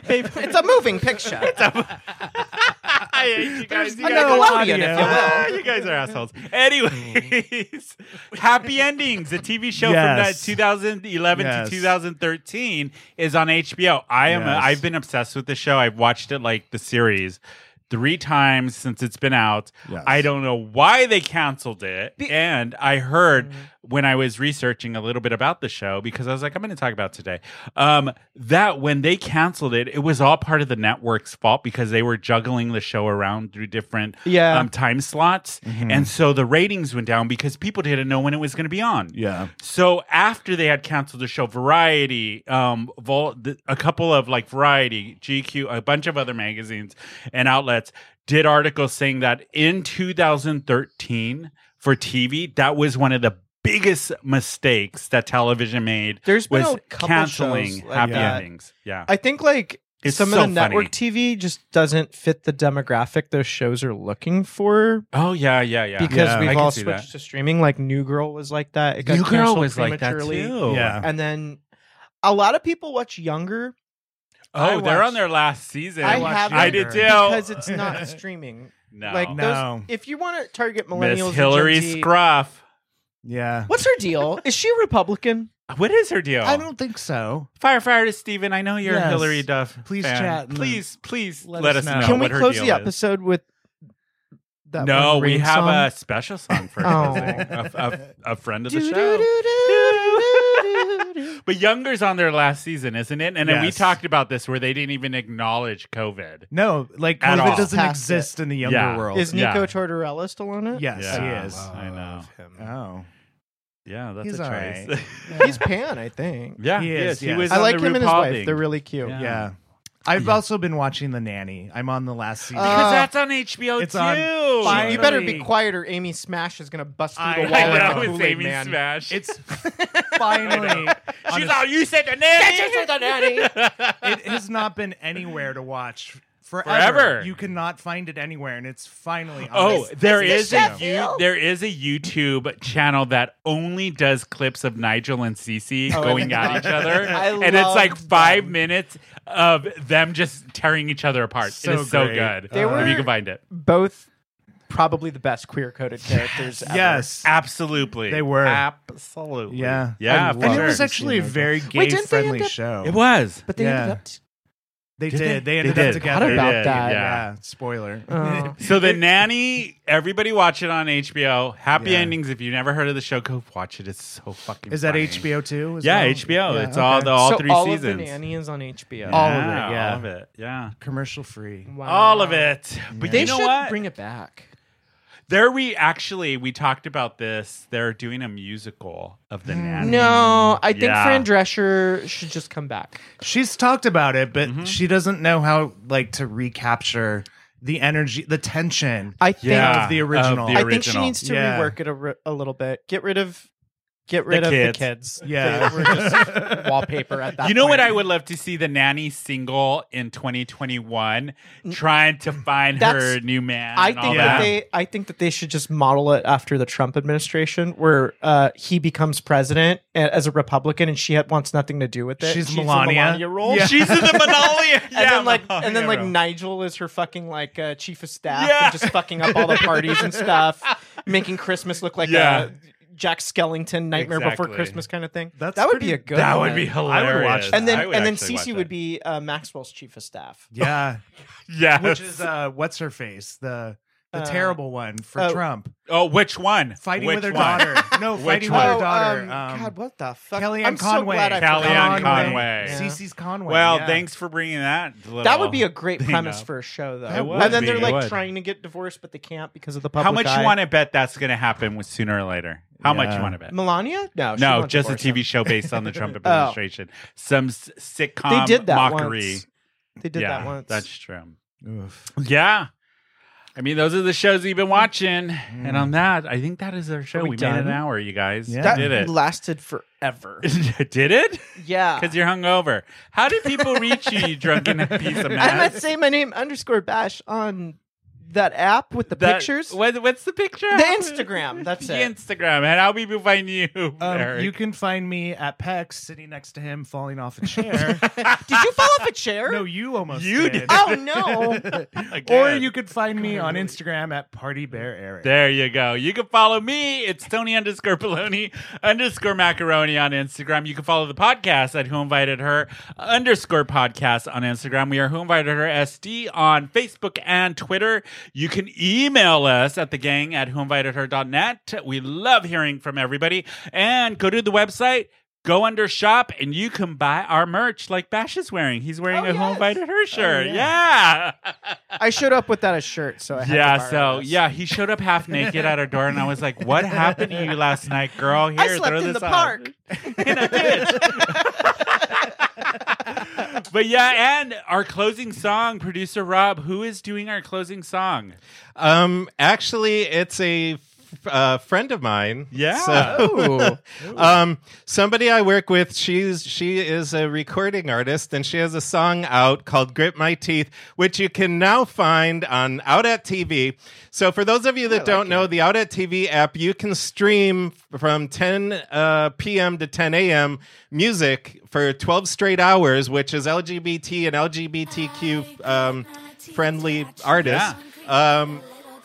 Speaker 3: it's a moving picture.
Speaker 1: I hate you guys. You
Speaker 3: a
Speaker 1: guys-
Speaker 3: Nickelodeon,
Speaker 2: audio.
Speaker 3: if you will.
Speaker 1: Ah, you guys are assholes. Anyways, Happy Endings, a TV show
Speaker 2: Yes.
Speaker 1: from that 2011
Speaker 2: Yes.
Speaker 1: to 2013, is on HBO. I am.
Speaker 2: Yes.
Speaker 1: I've been obsessed with the show. I've watched it like the series three times since it's been out.
Speaker 2: Yes.
Speaker 1: I don't know why they canceled it. and I heard when I was researching a little bit about the show because I was like, I'm going to talk about today. Um, that when they canceled it, it was all part of the network's fault because they were juggling the show around through different
Speaker 3: Yeah.
Speaker 1: um, time slots, and so the ratings went down because people didn't know when it was going to be on.
Speaker 2: yeah.
Speaker 1: So after they had canceled the show, Variety, um, Vol- th- a couple of like Variety, GQ, a bunch of other magazines and outlets did articles saying that in 2013 for TV, that was one of the biggest mistakes that television made.
Speaker 3: There's been
Speaker 1: was
Speaker 3: a couple
Speaker 1: canceling
Speaker 3: shows like
Speaker 1: happy
Speaker 2: that.
Speaker 1: endings. Yeah,
Speaker 3: I think like
Speaker 1: It's
Speaker 3: some
Speaker 1: so
Speaker 3: of the network TV just doesn't fit the demographic those shows are looking for
Speaker 1: oh yeah, yeah, yeah.
Speaker 3: because
Speaker 2: Yeah.
Speaker 1: I
Speaker 3: we've
Speaker 1: can
Speaker 3: all
Speaker 1: see that.
Speaker 3: switched to streaming. Like New Girl was like that. It got
Speaker 1: New Girl
Speaker 3: canceled
Speaker 1: was like that
Speaker 3: prematurely.
Speaker 1: too.
Speaker 2: Yeah.
Speaker 3: And then a lot of people watch Younger
Speaker 1: Oh,
Speaker 3: I
Speaker 1: they're
Speaker 3: watched-
Speaker 1: on their last season.
Speaker 3: I
Speaker 2: watched
Speaker 3: haven't
Speaker 1: I did too.
Speaker 2: Younger.
Speaker 3: because it's not streaming.
Speaker 1: no.
Speaker 3: Like
Speaker 2: No.
Speaker 3: those, if you want to target millennials,
Speaker 1: Miss
Speaker 3: and
Speaker 1: Hillary
Speaker 3: Gen Z-
Speaker 1: Scruff.
Speaker 2: Yeah.
Speaker 3: What's her deal? Is she a Republican?
Speaker 1: What is her deal?
Speaker 2: I don't think so.
Speaker 1: Firefighter Steven, I know you're a
Speaker 2: Yes.
Speaker 1: Hillary Duff.
Speaker 2: Please
Speaker 1: fan.
Speaker 2: chat and
Speaker 1: Please, please let,
Speaker 2: let
Speaker 1: us
Speaker 2: us
Speaker 1: know.
Speaker 2: know.
Speaker 3: Can we
Speaker 1: what her
Speaker 3: close
Speaker 1: deal
Speaker 3: the
Speaker 1: is.
Speaker 3: episode with that?
Speaker 1: No,
Speaker 3: one
Speaker 1: we
Speaker 3: rain
Speaker 1: have
Speaker 3: song?
Speaker 1: a special song for
Speaker 3: Oh.
Speaker 1: closing. a, a, a friend of the
Speaker 3: Do, do,
Speaker 1: show.
Speaker 3: do, do, do, do, do.
Speaker 1: But Younger's on their last season, isn't it? And then we
Speaker 2: Yes.
Speaker 1: talked about this where they didn't even acknowledge COVID.
Speaker 2: No, like
Speaker 1: At all.
Speaker 2: COVID doesn't
Speaker 3: Past
Speaker 2: exist in the younger
Speaker 1: Yeah.
Speaker 2: world.
Speaker 3: Is
Speaker 1: Yeah.
Speaker 4: Oh,
Speaker 3: Nico Tortorella still on it?
Speaker 2: yes,
Speaker 1: Yeah.
Speaker 2: he is.
Speaker 1: I know.
Speaker 2: Mm. Oh.
Speaker 1: Yeah, that's
Speaker 2: He's
Speaker 1: a
Speaker 2: all
Speaker 1: choice.
Speaker 2: right.
Speaker 3: He's Pan, I think.
Speaker 1: yeah,
Speaker 2: He
Speaker 1: he
Speaker 2: is,
Speaker 1: is. He
Speaker 2: yes.
Speaker 1: was
Speaker 3: I
Speaker 1: on
Speaker 3: like
Speaker 1: the
Speaker 3: him and his
Speaker 1: RuPaul
Speaker 3: wife.
Speaker 1: thing.
Speaker 3: They're really cute.
Speaker 1: Yeah.
Speaker 2: Yeah. I've also been watching The Nanny. I'm on the last season.
Speaker 3: Uh,
Speaker 1: because that's on HBO
Speaker 2: Ah. it's
Speaker 1: too.
Speaker 2: on
Speaker 3: You- You better be
Speaker 2: Finally.
Speaker 3: quiet or Amy Smash is going to bust through
Speaker 2: I-
Speaker 3: the
Speaker 1: I
Speaker 3: wall like
Speaker 1: know
Speaker 3: a
Speaker 1: it's
Speaker 3: Kool-Aid
Speaker 1: Amy
Speaker 3: man.
Speaker 1: Smash.
Speaker 2: it's finally. on
Speaker 1: She's
Speaker 2: a-
Speaker 1: all you said the nanny.
Speaker 2: it has not been anywhere to watch forever.
Speaker 1: Forever.
Speaker 2: You cannot find it anywhere, and it's finally. On
Speaker 1: Oh,
Speaker 2: this-
Speaker 1: there
Speaker 2: this
Speaker 1: is a
Speaker 2: show.
Speaker 1: you, there is a YouTube channel that only does clips of Nigel and Cece
Speaker 3: Oh, I
Speaker 1: going
Speaker 3: love
Speaker 1: at each
Speaker 3: that.
Speaker 1: other,
Speaker 3: I
Speaker 1: and it's like
Speaker 3: loved
Speaker 1: five
Speaker 3: them.
Speaker 1: minutes of them just tearing each other apart.
Speaker 2: So
Speaker 1: it is so
Speaker 2: great.
Speaker 1: good.
Speaker 3: They
Speaker 1: if you
Speaker 3: were-
Speaker 1: can find it,
Speaker 3: Both probably the best queer coded characters ever.
Speaker 2: Yes.
Speaker 1: absolutely,
Speaker 2: They were.
Speaker 1: absolutely,
Speaker 2: Yeah.
Speaker 1: yeah.
Speaker 3: I
Speaker 1: for
Speaker 2: And it
Speaker 1: sure.
Speaker 2: was actually a very
Speaker 3: Wait,
Speaker 2: gay
Speaker 3: didn't they
Speaker 2: friendly
Speaker 3: end up-
Speaker 2: show.
Speaker 1: It was.
Speaker 3: But they ended
Speaker 2: Yeah.
Speaker 3: up. t-
Speaker 2: They
Speaker 1: Did
Speaker 2: did.
Speaker 1: they?
Speaker 2: They,
Speaker 1: They
Speaker 2: ended
Speaker 1: did.
Speaker 2: up together.
Speaker 3: Forgot about
Speaker 1: did, yeah.
Speaker 3: that.
Speaker 2: Yeah. Spoiler.
Speaker 3: Oh.
Speaker 1: So the nanny, everybody watch it on HBO. Happy
Speaker 2: Yeah.
Speaker 1: endings. If you've never heard of the show, go watch it. It's so fucking.
Speaker 2: Is that
Speaker 1: funny.
Speaker 2: HBO too? as
Speaker 1: Yeah,
Speaker 2: well?
Speaker 1: HBO. it's
Speaker 2: okay.
Speaker 1: all the all
Speaker 3: so
Speaker 1: three
Speaker 3: all
Speaker 1: seasons.
Speaker 3: of the nanny is on HBO.
Speaker 2: All of it,
Speaker 1: Yeah,
Speaker 2: yeah.
Speaker 1: all of it. Yeah.
Speaker 2: commercial free.
Speaker 3: Wow.
Speaker 1: All of it. But
Speaker 3: They
Speaker 1: you know
Speaker 3: should
Speaker 1: what?
Speaker 3: bring it back.
Speaker 1: there we actually we talked about this. They're doing a musical of the nanny.
Speaker 3: Mm. No, I think
Speaker 1: Yeah.
Speaker 3: Fran Drescher should just come back.
Speaker 2: She's talked about it, but she doesn't know how like to recapture the energy, the tension.
Speaker 3: I think
Speaker 1: Yeah.
Speaker 2: of the original.
Speaker 1: Of the
Speaker 3: I think she
Speaker 1: original.
Speaker 3: needs to
Speaker 2: Yeah.
Speaker 3: rework it a, ri- a little bit. Get rid of get rid of
Speaker 1: kids.
Speaker 3: the kids.
Speaker 2: Yeah.
Speaker 3: They were just wallpaper at that.
Speaker 1: you know what
Speaker 3: point.
Speaker 1: I would love to see the nanny single in 2021 trying to find
Speaker 3: Mm. That's-
Speaker 1: her new man.
Speaker 3: I
Speaker 1: and all
Speaker 3: think
Speaker 1: that.
Speaker 3: that they I think that they should just model it after the Trump administration where uh, he becomes president a- as a Republican and she ha- wants nothing to do with it.
Speaker 2: She's
Speaker 3: the
Speaker 2: Melania.
Speaker 3: role.
Speaker 2: Yeah.
Speaker 1: She's in the Manalia.
Speaker 3: and then like and then
Speaker 2: yeah,
Speaker 3: like
Speaker 2: bro.
Speaker 3: Nigel is her fucking like uh, chief of staff
Speaker 1: Yeah.
Speaker 3: and just fucking up all the parties and stuff, making Christmas look like
Speaker 1: Yeah.
Speaker 3: a Jack Skellington Nightmare
Speaker 1: Exactly.
Speaker 3: Before Christmas kind of thing.
Speaker 2: That's
Speaker 3: that would be
Speaker 2: pretty-
Speaker 3: a good.
Speaker 1: that would
Speaker 3: one.
Speaker 1: be
Speaker 2: watch
Speaker 1: hilarious.
Speaker 2: that.
Speaker 3: And then
Speaker 1: I would
Speaker 3: and then
Speaker 1: actually watch
Speaker 3: Cece
Speaker 1: that.
Speaker 3: would be uh, Maxwell's chief of staff.
Speaker 2: Yeah.
Speaker 1: yes.
Speaker 2: Which is uh what's her face? The the
Speaker 3: Uh,
Speaker 2: terrible one for
Speaker 3: uh,
Speaker 2: Trump.
Speaker 1: oh, which one?
Speaker 2: Fighting
Speaker 1: Which
Speaker 2: with her
Speaker 1: one?
Speaker 2: daughter. No, fighting with
Speaker 1: one?
Speaker 2: her daughter.
Speaker 3: um,
Speaker 2: um,
Speaker 3: God, what the fuck?
Speaker 2: Kellyanne
Speaker 3: I'm so
Speaker 2: Conway.
Speaker 3: glad I forgot
Speaker 1: Kellyanne
Speaker 3: about
Speaker 1: Conway.
Speaker 3: Yeah.
Speaker 2: Cece's Conway.
Speaker 1: Well,
Speaker 2: yeah.
Speaker 1: thanks for bringing that. Little
Speaker 3: That would be a great
Speaker 1: thing
Speaker 3: premise
Speaker 1: up.
Speaker 3: for a show, though.
Speaker 1: It would
Speaker 3: and then
Speaker 1: be,
Speaker 3: they're
Speaker 1: it
Speaker 3: like
Speaker 1: would.
Speaker 3: trying to get divorced, but they can't because of the public.
Speaker 1: How much
Speaker 3: eye.
Speaker 1: you want to bet that's going to happen with sooner or later? How much you
Speaker 2: Yeah.
Speaker 1: want to bet?
Speaker 3: Melania? No, she
Speaker 1: no,
Speaker 3: won't
Speaker 1: just a
Speaker 3: divorce
Speaker 1: TV
Speaker 3: him.
Speaker 1: show based on the Trump administration. Some s- sitcom
Speaker 3: Oh. They did that
Speaker 1: mockery.
Speaker 3: once. They did
Speaker 1: yeah,
Speaker 3: that once.
Speaker 1: That's true.
Speaker 2: Oof.
Speaker 1: Yeah. I mean, those are the shows you've been watching. And on that, I think that is our show.
Speaker 3: Mm. Are
Speaker 1: We,
Speaker 3: we
Speaker 1: made
Speaker 3: done?
Speaker 1: an hour, you guys.
Speaker 2: Yeah.
Speaker 3: that Uh,
Speaker 1: did it.
Speaker 3: lasted forever.
Speaker 1: did it?
Speaker 3: Yeah.
Speaker 1: Because you're hungover. How did people reach you, you drunken piece of
Speaker 3: I
Speaker 1: man?
Speaker 3: must say my name underscore bash on that app with the
Speaker 1: That-
Speaker 3: pictures.
Speaker 1: What, what's the picture?
Speaker 3: The Instagram, that's
Speaker 1: the
Speaker 3: it.
Speaker 1: Instagram. And how people find you,
Speaker 2: Um,
Speaker 1: Eric?
Speaker 2: you can find me at Peck sitting next to him falling off a chair.
Speaker 3: Did you fall off a chair?
Speaker 2: no, you almost
Speaker 1: You
Speaker 2: did.
Speaker 1: did.
Speaker 3: Oh no.
Speaker 2: Or
Speaker 1: Again.
Speaker 2: you could find me on Instagram at Party Bear Eric.
Speaker 1: There you go. You can follow me. It's Tony underscore Baloney underscore Macaroni on Instagram. You can follow the podcast at Who Invited Her underscore podcast on Instagram. We are Who Invited Her SD on Facebook and Twitter. You can email us at the gang at whoinvitedher.net. We love hearing from everybody. And go to the website. Go under shop and you can buy our merch like Bash is wearing. He's wearing
Speaker 3: Oh,
Speaker 1: a Who
Speaker 3: yes.
Speaker 1: Invited Her shirt. yeah.
Speaker 3: I showed up without a shirt, so I had
Speaker 1: Yeah,
Speaker 3: to borrow
Speaker 1: so
Speaker 3: this.
Speaker 1: yeah, he showed up half naked at our door, and I was like, "What happened to you last night, girl?" Here,
Speaker 3: I slept
Speaker 1: throw
Speaker 3: in
Speaker 1: this
Speaker 3: the
Speaker 1: on."
Speaker 3: park.
Speaker 1: in a ditch. but yeah, and our closing song, producer Rob, who is doing our closing song?
Speaker 4: Um, actually, it's a f- uh, friend of mine.
Speaker 1: Yeah.
Speaker 4: So, um, somebody I work with. She's she is a recording artist, and she has a song out called "Grit My Teeth," which you can now find on Out at TV. So, for those of you that don't know, the Out at TV app, you can stream from 10 uh, p.m. to 10 a.m. music for 12 straight hours, which is LGBT and LGBTQ um, friendly artists. Um,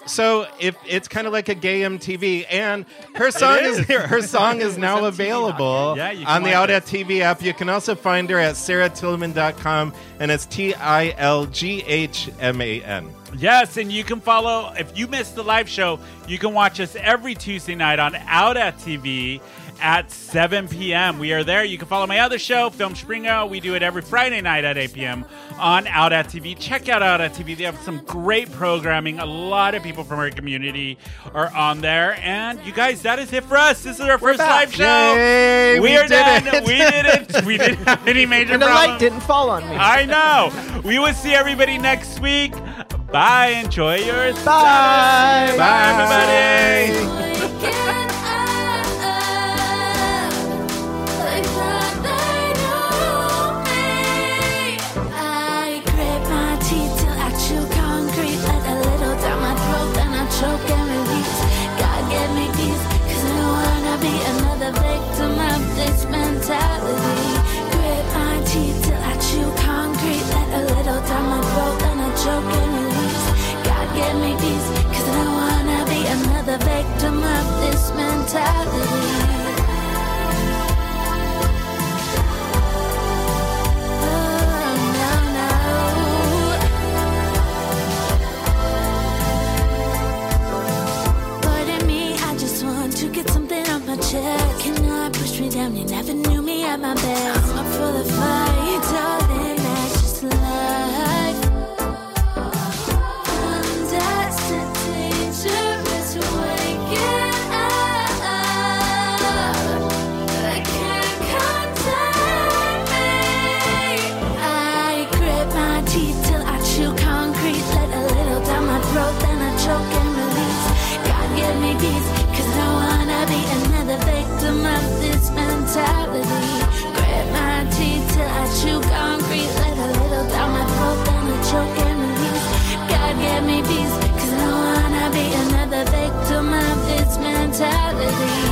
Speaker 4: so if it's kind of like a gay MTV, and her song is. her song is now available
Speaker 1: Yeah, you can
Speaker 4: on the
Speaker 1: watch
Speaker 4: Out at TV app. You can also find her at sarahtillman.com, and it's T I L G H M A N.
Speaker 1: Yes, and you can follow if you missed the live show, you can watch us every Tuesday night on Out at TV. at 7 p.m. We are there. You can follow my other show, Film Springo. We do it every Friday night at 8 p.m. on Out at TV. Check out Out at TV. They have some great programming. A lot of people from our community are on there. And you guys, that is it for us. This is our first live show.
Speaker 4: Yay,
Speaker 1: we
Speaker 4: we
Speaker 1: are
Speaker 4: did
Speaker 1: done.
Speaker 4: it.
Speaker 1: We did it. We didn't have any major
Speaker 3: And the light
Speaker 1: problems.
Speaker 3: didn't fall on me.
Speaker 1: I know. We will see everybody next week. Bye. Enjoy your
Speaker 3: Bye.
Speaker 1: Bye, everybody.
Speaker 8: I grip my teeth till I chew concrete. Let a little down my throat, then I choke and release. God give me peace, cause I wanna be another victim of this mentality. Grip my teeth till I chew concrete. Let a little down my throat, then I choke and release. God give me peace, cause I wanna be another victim of this mentality. Pardon me, I just want to get something off my chest. Cannot push me down, you never knew me at my best. I'm up for the fight, darling, that's just life. And that's a dangerous waking up. I can't contain me. I grip my teeth till I chew concrete. Let a little down my throat, then I choke and release. God give me peace, cause I wanna be another victim of this mentality. Grip my teeth till I chew concrete. Let a little down my throat, then I choke and release. God give me peace, cause I wanna be another victim of this mentality.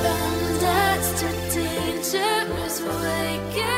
Speaker 8: From dust to dangerous waking